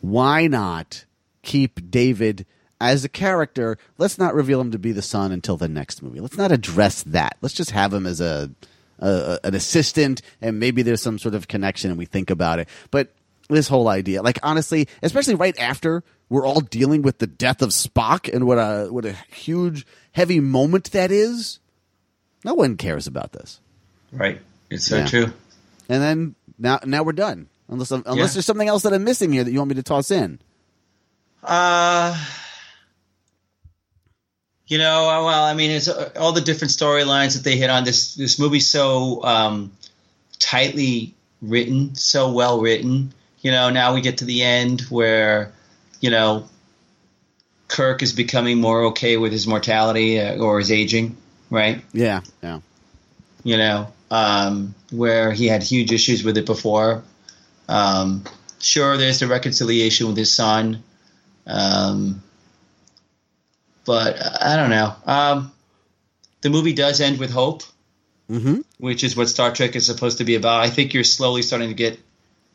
S1: Why not keep David as a character? Let's not reveal him to be the son until the next movie. Let's not address that. Let's just have him as a, a- a an assistant, and maybe there's some sort of connection, and we think about it. But this whole idea, like honestly, especially right after we're all dealing with the death of Spock and what a what a huge heavy moment that is. No one cares about this.
S3: right it's so
S1: Yeah.
S3: true
S1: And then now now we're done. Unless unless
S3: Yeah.
S1: there's something else that I'm missing here that you want me to toss in.
S3: uh you know uh, well i mean it's uh, all the different storylines that they hit on this this movie's so um tightly written so well written you know now we get to the end where you know kirk is becoming more okay with his mortality uh, or his aging right
S1: Yeah. Yeah.
S3: you know, um, where he had huge issues with it before. Um, sure, there's the reconciliation with his son, um, but I don't know. Um, the movie does end with hope,
S1: Mm-hmm.
S3: which is what Star Trek is supposed to be about. I think you're slowly starting to get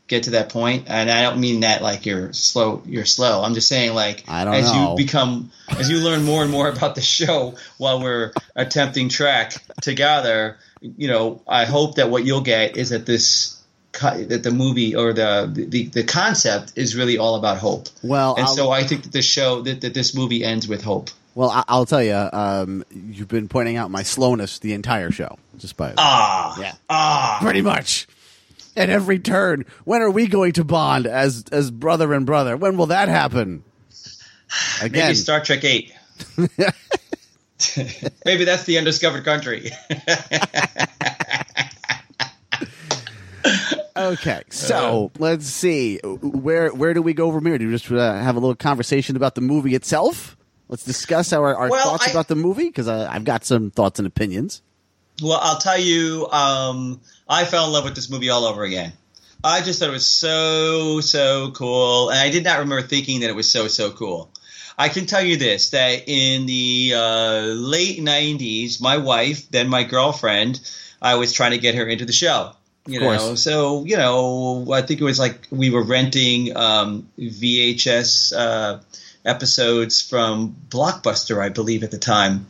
S3: get to that point, and I don't mean that like you're slow. You're slow. I'm just saying like
S1: I don't
S3: as
S1: know.
S3: you become as you learn more and more about the show while we're attempting track together. You know, I hope that what you'll get is that this co- that the movie or the the, the concept is really all about hope.
S1: Well,
S3: and
S1: I'll-
S3: so I think that the show that, that this movie ends with hope.
S1: Well, I- I'll tell you, um, you've been pointing out my slowness the entire show, just by
S3: Ah,
S1: yeah,
S3: ah,
S1: pretty much. At every turn, when are we going to bond as as brother and brother? When will that happen? Again,
S3: Maybe Star Trek Eight. Maybe that's the undiscovered country.
S1: okay.
S3: Uh.
S1: So let's see where where do we go from here? Do we just uh, have a little conversation about the movie itself? Let's discuss our, our
S3: Well,
S1: thoughts
S3: I-
S1: about the movie because I've got some thoughts and opinions.
S3: Well, I'll tell you, um, I fell in love with this movie all over again. I just thought it was so, so cool. And I did not remember thinking that it was so, so cool. I can tell you this that in the uh, late 90s, my wife, then my girlfriend, I was trying to get her into the show. You
S1: Of course.
S3: know, so you know, I think it was like we were renting um, VHS uh, episodes from Blockbuster, I believe, at the time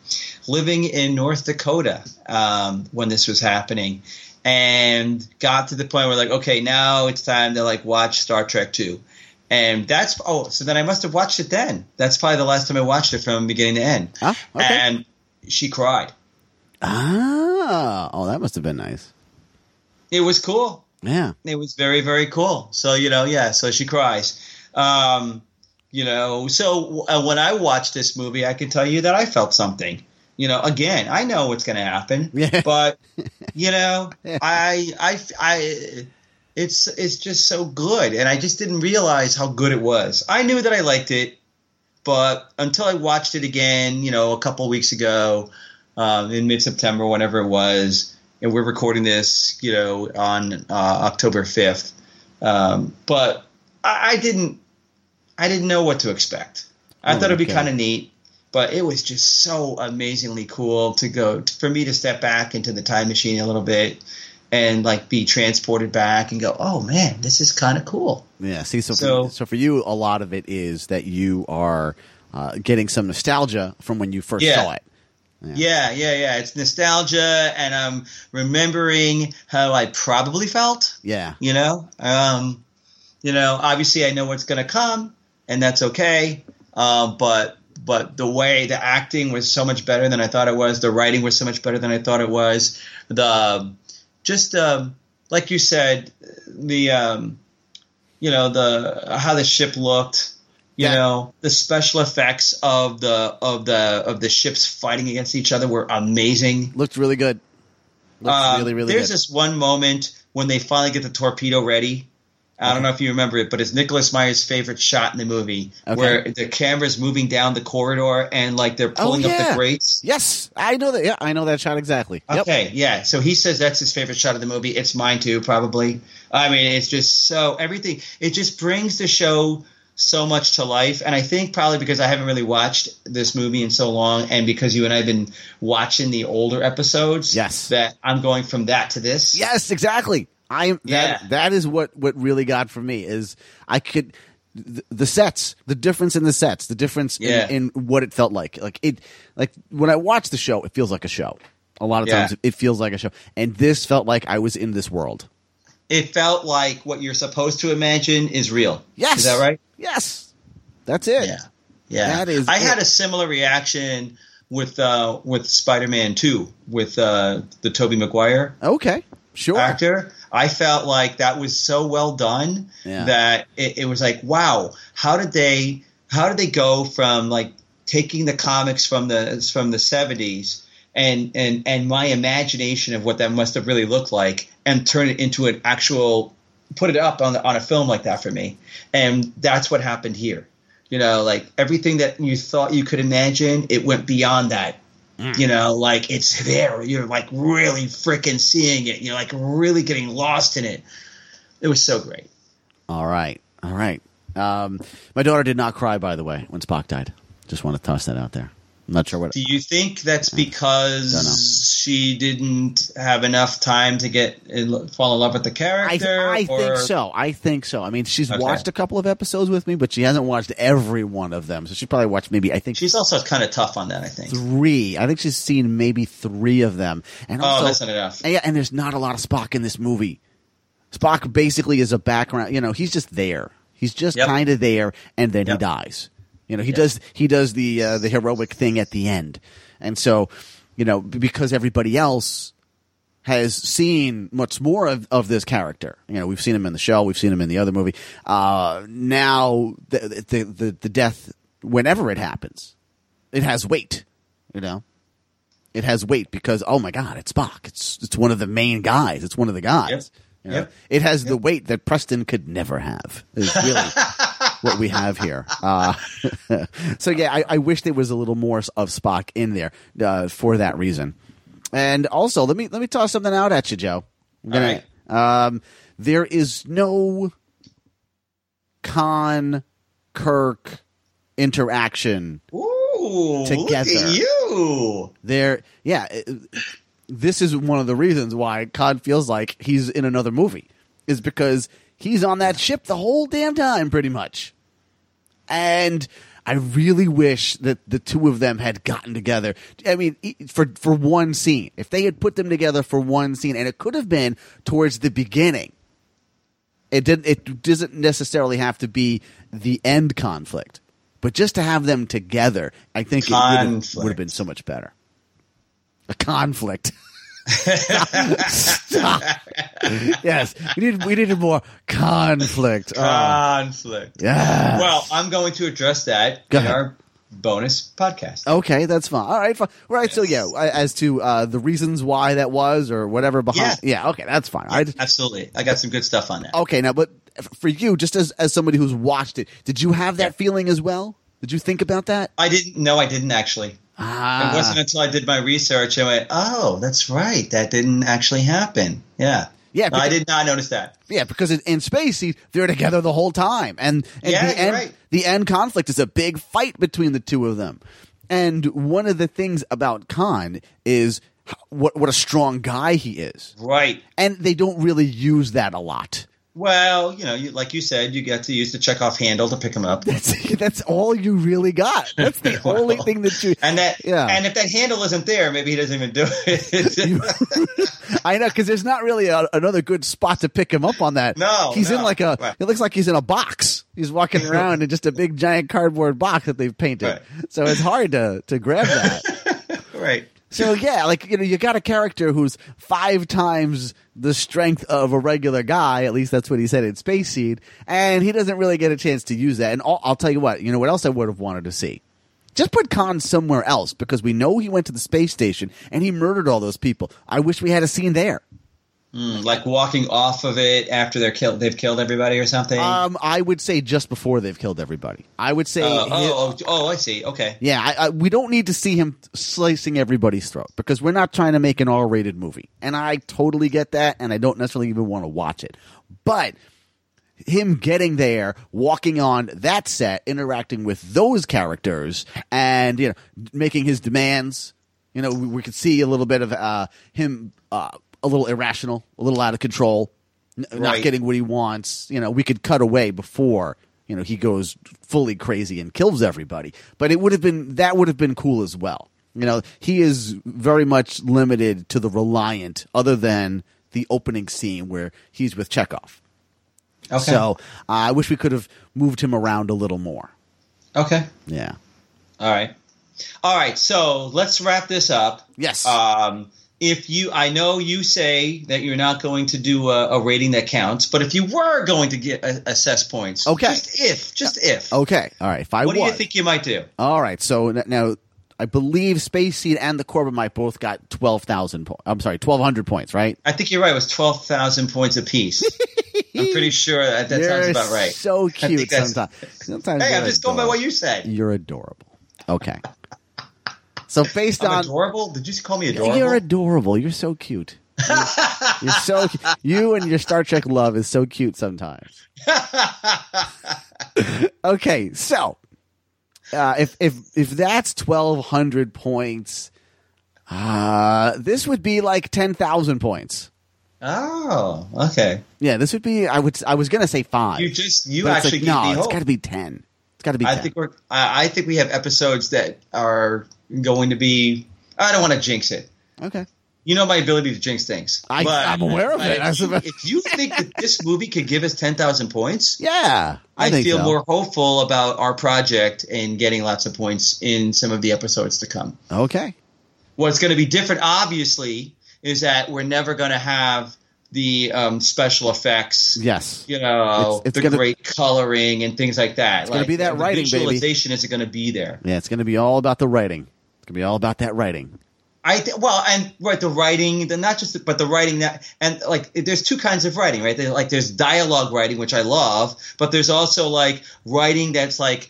S3: living in North Dakota um, when this was happening, and got to the point where like, okay, now it's time to like watch Star Trek two, and that's oh, so then I must have watched it then. That's probably the last time I watched it from beginning to end,
S1: Huh? Oh, Okay.
S3: and she cried.
S1: ah, oh, that must have been nice.
S3: It was cool.
S1: Yeah.
S3: It was very very cool. So you know, yeah. So she cries. Um, you know, so uh, when I watched this movie, I can tell you that I felt something. You know, again, I know what's going to happen, but you know, I, I, I, it's it's just so good, and I just didn't realize how good it was. I knew that I liked it, but until I watched it again, you know, a couple weeks ago, um, in mid September, whenever it was, and we're recording this, you know, on uh, October fifth. Um, but I, I didn't, I didn't know what to expect. I
S1: Oh,
S3: thought it'd be
S1: okay.
S3: kind of neat, but it was just so amazingly cool to go for me to step back into the time machine a little bit and like be transported back and go, oh man, this is kind of cool.
S1: Yeah. See, so
S3: So-
S1: for, so for you, a lot of it is that you are uh, getting some nostalgia from when you first
S3: Yeah.
S1: saw it.
S3: Yeah, yeah, yeah. It's nostalgia, and I'm remembering how I probably felt.
S1: Yeah.
S3: You know, um, you know. Obviously, I know what's going to come, and that's okay. Um, but but the way the acting was so much better than I thought it was. The writing was so much better than I thought it was. The just um, like you said, the um, you know the how the ship looked you know the special effects of the of the of the ships fighting against each other were amazing
S1: Looked really good. Looked
S3: Uh,
S1: really, really
S3: there's
S1: good.
S3: this one moment when they finally get the torpedo ready i don't know if you remember it but it's Nicholas Meyer's favorite shot in the movie
S1: Okay.
S3: where the camera's moving down the corridor and like they're pulling up
S1: Oh, yeah.
S3: the grates
S1: Yes, I know that. Yeah, I know that shot exactly. Yep.
S3: Okay, yeah. So he says that's his favorite shot of the movie. It's mine too, probably. I mean, it's just so everything. It just brings the show so much to life, and I think probably because I haven't really watched this movie in so long, and because you and I've been watching the older episodes. Yes. That I'm going from that to this.
S1: Yes, exactly. I'm
S3: Yeah.
S1: that that is what what really got for me is I could the, the sets, the difference in the sets, the difference
S3: Yeah.
S1: in, in what it felt like. Like it like when I watch the show, it feels like a show. A lot of
S3: Yeah.
S1: times it feels like a show. And this felt like I was in this world.
S3: It felt like what you're supposed to imagine is real.
S1: Yes.
S3: Is that right?
S1: Yes. That's it.
S3: Yeah. Yeah,
S1: That is
S3: I
S1: it.
S3: had a similar reaction with uh, with Spider Man Two with uh, the Toby Maguire.
S1: Okay, sure.
S3: Actor, I felt like that was so well done
S1: Yeah.
S3: that it, it was like, wow, how did they how did they go from like taking the comics from the from the seventies and and and my imagination of what that must have really looked like and turn it into an actual put it up on the, on a film like that for me, and that's what happened here. You know, like everything that you thought you could imagine, it went beyond that. You know, like it's there. You're like really freaking seeing it. You're like really getting lost in it. It was so great.
S1: All right. All right. Um, my daughter did not cry by the way when Spock died. Just want to toss that out there. I'm not sure what
S3: Do you think that's because she didn't have enough time to get in, fall in love with the character?
S1: I, I
S3: or-
S1: think so. I think so. I mean, she's
S3: Okay.
S1: watched a couple of episodes with me, but she hasn't watched every one of them. So she probably watched maybe I think
S3: She's also kind of tough on that. I think.
S1: three. I think she's seen maybe three of them. And
S3: Oh,
S1: also,
S3: that's not enough.
S1: And, yeah, and there's not a lot of Spock in this movie. Spock basically is a background. You know, he's just there. He's just
S3: Yep.
S1: kind of there, and then he dies. You know, he does he does the uh, the heroic thing at the end, and so you know b- because everybody else has seen much more of, of this character. You know, we've seen him in the shell, we've seen him in the other movie. Uh, now the, the the the death, whenever it happens, it has weight. You know, it has weight because oh my god, it's Spock. It's it's one of the main guys. It's one of the guys. You know?
S3: Yep.
S1: It has the weight that Preston could never have. Is really what we have here. Uh, so yeah, I, I wish there was a little more of Spock in there uh, for that reason. And also, let me let me toss something out at you, Joe. I'm gonna- um, there is no Con Kirk interaction
S3: Ooh,
S1: together.
S3: Look at you.
S1: There, yeah. it- this is one of the reasons why Cod feels like he's in another movie, is because he's on that ship the whole damn time, pretty much. And I really wish that the two of them had gotten together. I mean, e- for for one scene, if they had put them together for one scene, and it could have been towards the beginning. It didn't. It doesn't necessarily have to be the end conflict, but just to have them together, I think it would have- would have been so much better. A conflict. Stop. yes, we needed we needed more conflict. Uh,
S3: Conflict.
S1: Yes.
S3: Well, I'm going to address that
S1: Go
S3: in
S1: ahead. Oh.
S3: our bonus podcast.
S1: okay, that's fine. All right, fine. All right. So yeah, I- as to uh, the reasons why that was or whatever behind. Yeah. okay, that's fine. I just-
S3: Absolutely. I got some good stuff on that.
S1: okay now, but f- for you, just as as somebody who's watched it, did you have that feeling as well? Did you think about that?
S3: I didn't. No, I didn't actually.
S1: Ah.
S3: It wasn't until I did my research and went, "Oh, that's right. That didn't actually happen." Yeah.
S1: Yeah,
S3: No, I
S1: because-
S3: did not notice that.
S1: Yeah, because in, in space he, they're together the whole time, and, and
S3: Yeah,
S1: the
S3: you're
S1: end
S3: right.
S1: the end conflict is a big fight between the two of them. And one of the things about Khan is h- what what a strong guy he is,
S3: Right.
S1: and they don't really use that a lot.
S3: Well, you know, you, like you said, you got to use the Chekhov handle to pick him up.
S1: That's that's all you really got. That's the only thing that you
S3: and that
S1: yeah.
S3: and if that handle isn't there, maybe he doesn't even do it.
S1: I know because there's not really a, another good spot to pick him up on that.
S3: No,
S1: he's in
S3: no.
S1: like a.
S3: Right.
S1: It looks like he's in a box. He's walking around in just a big giant cardboard box that they've painted. So it's hard to to grab that.
S3: right.
S1: so yeah, like you know, you got a character who's five times the strength of a regular guy. At least that's what he said in Space Seed, and he doesn't really get a chance to use that. And I'll, I'll tell you what, you know what else I would have wanted to see. Just put Khan somewhere else because we know he went to the space station and he murdered all those people. I wish we had a scene there.
S3: Mm, like walking off of it after they're killed, they've killed everybody or something.
S1: Um, I would say just before they've killed everybody. I would say,
S3: oh,
S1: he-
S3: oh, oh, oh, I see. Okay.
S1: yeah, I, I, we don't need to see him slicing everybody's throat because we're not trying to make an R-rated movie, and I totally get that, and I don't necessarily even want to watch it. But him getting there, walking on that set, interacting with those characters, and you know, making his demands. You know, we, we could see a little bit of uh, him uh, a little irrational, a little out of control, n- not
S3: Right.
S1: getting what he wants. You know, we could cut away before you know he goes fully crazy and kills everybody. But it would have been that would have been cool as well. You know, he is very much limited to the reliant, other than the opening scene where he's with Chekhov.
S3: Okay.
S1: So uh, I wish we could have moved him around a little more.
S3: Okay.
S1: Yeah.
S3: All right. All right. So let's wrap this up.
S1: Yes.
S3: Um, if you, I know you say that you're not going to do a, a rating that counts, but if you were going to get a, assess points,
S1: Okay.
S3: just if, just if,
S1: Okay. All right. If I
S3: what do you
S1: was-
S3: think you might do?
S1: All right. So n- now I believe Space Seed and the Corbomite both got 12,000 points. I'm sorry, 1,200 points, right?
S3: I think you're right. It was twelve thousand points apiece. I'm pretty sure that, that sounds
S1: You're
S3: about right.
S1: So
S3: I
S1: cute
S3: think that's-
S1: sometimes. Sometimes
S3: Hey,
S1: you're
S3: I'm just going by
S1: adorable.
S3: what you said.
S1: You're adorable. Okay. So based
S3: I'm
S1: on
S3: adorable. Did you just call me adorable?
S1: You're adorable. You're so cute. You're, you're so cu- you and your Star Trek love is so cute sometimes. okay, so uh, if if if that's twelve hundred points, uh, this would be like ten thousand points.
S3: oh, okay.
S1: Yeah, this would be. I would. I was gonna say five.
S3: You just you
S1: But it's
S3: actually
S1: like,
S3: gave
S1: no.
S3: me
S1: It's
S3: hope.
S1: got to be ten. It's got to be.
S3: I
S1: 10.
S3: think we're. I I think we have episodes that are going to be. I don't want to jinx it,
S1: okay.
S3: You know my ability to jinx things.
S1: I, I'm aware of
S3: but
S1: it. I was
S3: If you,
S1: about-
S3: if you think that this movie could give us ten thousand points,
S1: yeah, I
S3: I,
S1: think
S3: feel
S1: so.
S3: more hopeful about our project and getting lots of points in some of the episodes to come.
S1: Okay.
S3: What's going to be different, obviously, is that we're never going to have the um, special effects.
S1: Yes.
S3: You know,
S1: It's- it's
S3: the
S1: gonna-
S3: great coloring and things like that. It's
S1: gonna be that writing,
S3: the
S1: baby.
S3: visualization isn't going to be there.
S1: Yeah, it's going to be all about the writing. It's going to be all about that writing.
S3: I th- well, and right, the writing, the not just, the, but the writing that, and like, there's two kinds of writing, right? There's, like, there's dialogue writing, which I love, but there's also like writing that's like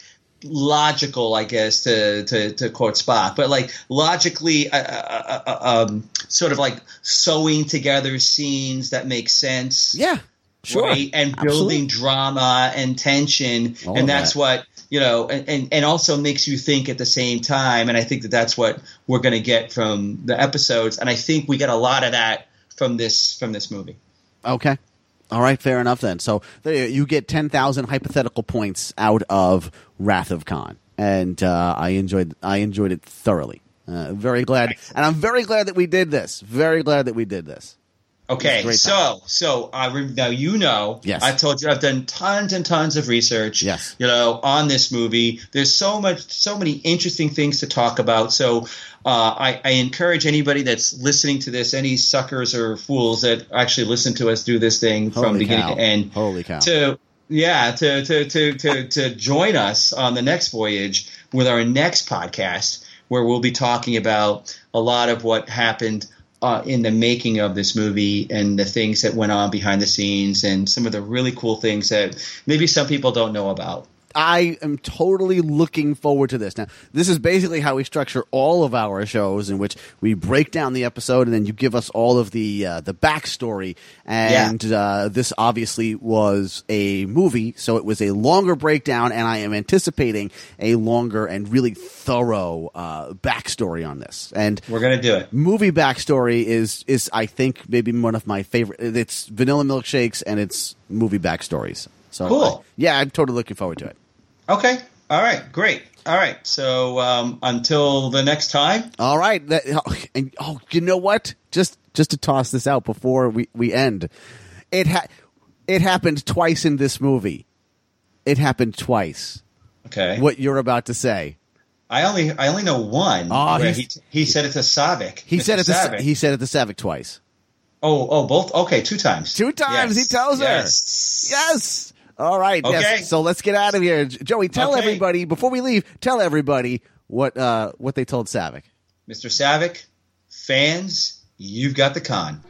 S3: logical, I guess, to to, to quote Spock, but like logically, uh, uh, uh, uh, um, sort of like sewing together scenes that make sense.
S1: Yeah, sure.
S3: right? and building drama and tension
S1: All of
S3: and that's
S1: that.
S3: what you know and, and and also makes you think at the same time and i think that that's what we're going to get from the episodes and i think we get a lot of that from this from this movie
S1: Okay. All right, fair enough then. So there you, you get 10,000 hypothetical points out of Wrath of Khan. And uh, I enjoyed I enjoyed it thoroughly. Uh, very glad. And I'm very glad that we did this. Very glad that we did this. It was a
S3: okay
S1: great
S3: so so i re- now you know
S1: Yes.
S3: i told you i've done tons and tons of research
S1: Yes.
S3: you know on this movie there's so much so many interesting things to talk about so uh, I, I encourage anybody that's listening to this any suckers or fools that actually listen to us do this thing from
S1: Holy
S3: beginning
S1: cow.
S3: to end
S1: Holy cow.
S3: to yeah to to to to to join us on the next voyage with our next podcast where we'll be talking about a lot of what happened uh, in the making of this movie and the things that went on behind the scenes and some of the really cool things that maybe some people don't know about.
S1: I am totally looking forward to this. Now, this is basically how we structure all of our shows, in which we break down the episode, and then you give us all of the uh, the backstory. And uh, this obviously was a movie, so it was a longer breakdown, and I am anticipating a longer and really thorough uh, backstory on this. And
S3: We're gonna do it.
S1: movie backstory is is I think maybe one of my favorite. It's Vanilla Milkshakes, and it's movie backstories. So
S3: Cool.
S1: uh, yeah, I'm totally looking forward to it.
S3: Okay. All right. Great. All right. So um, until the next time.
S1: All right. That, oh, and oh, you know what? Just just to toss this out before we we end, it ha- it happened twice in this movie. It happened twice.
S3: Okay.
S1: What you're about to say.
S3: I only I only know one.
S1: Oh,
S3: where he,
S1: he's-
S3: he said it to Savick.
S1: He
S3: Mr.
S1: said it. To, Sa-
S3: Savick.
S1: he said it to Savick twice.
S3: Oh, oh, both. Okay, two times.
S1: Two times.
S3: Yes.
S1: He tells
S3: Yes.
S1: her. Yes. All right. yes.
S3: Okay.
S1: So let's get out of here, J- Joey. Tell
S3: Okay.
S1: everybody before we leave. Tell everybody what uh, what they told Savick.
S3: Mr. Savick, fans, you've got the con.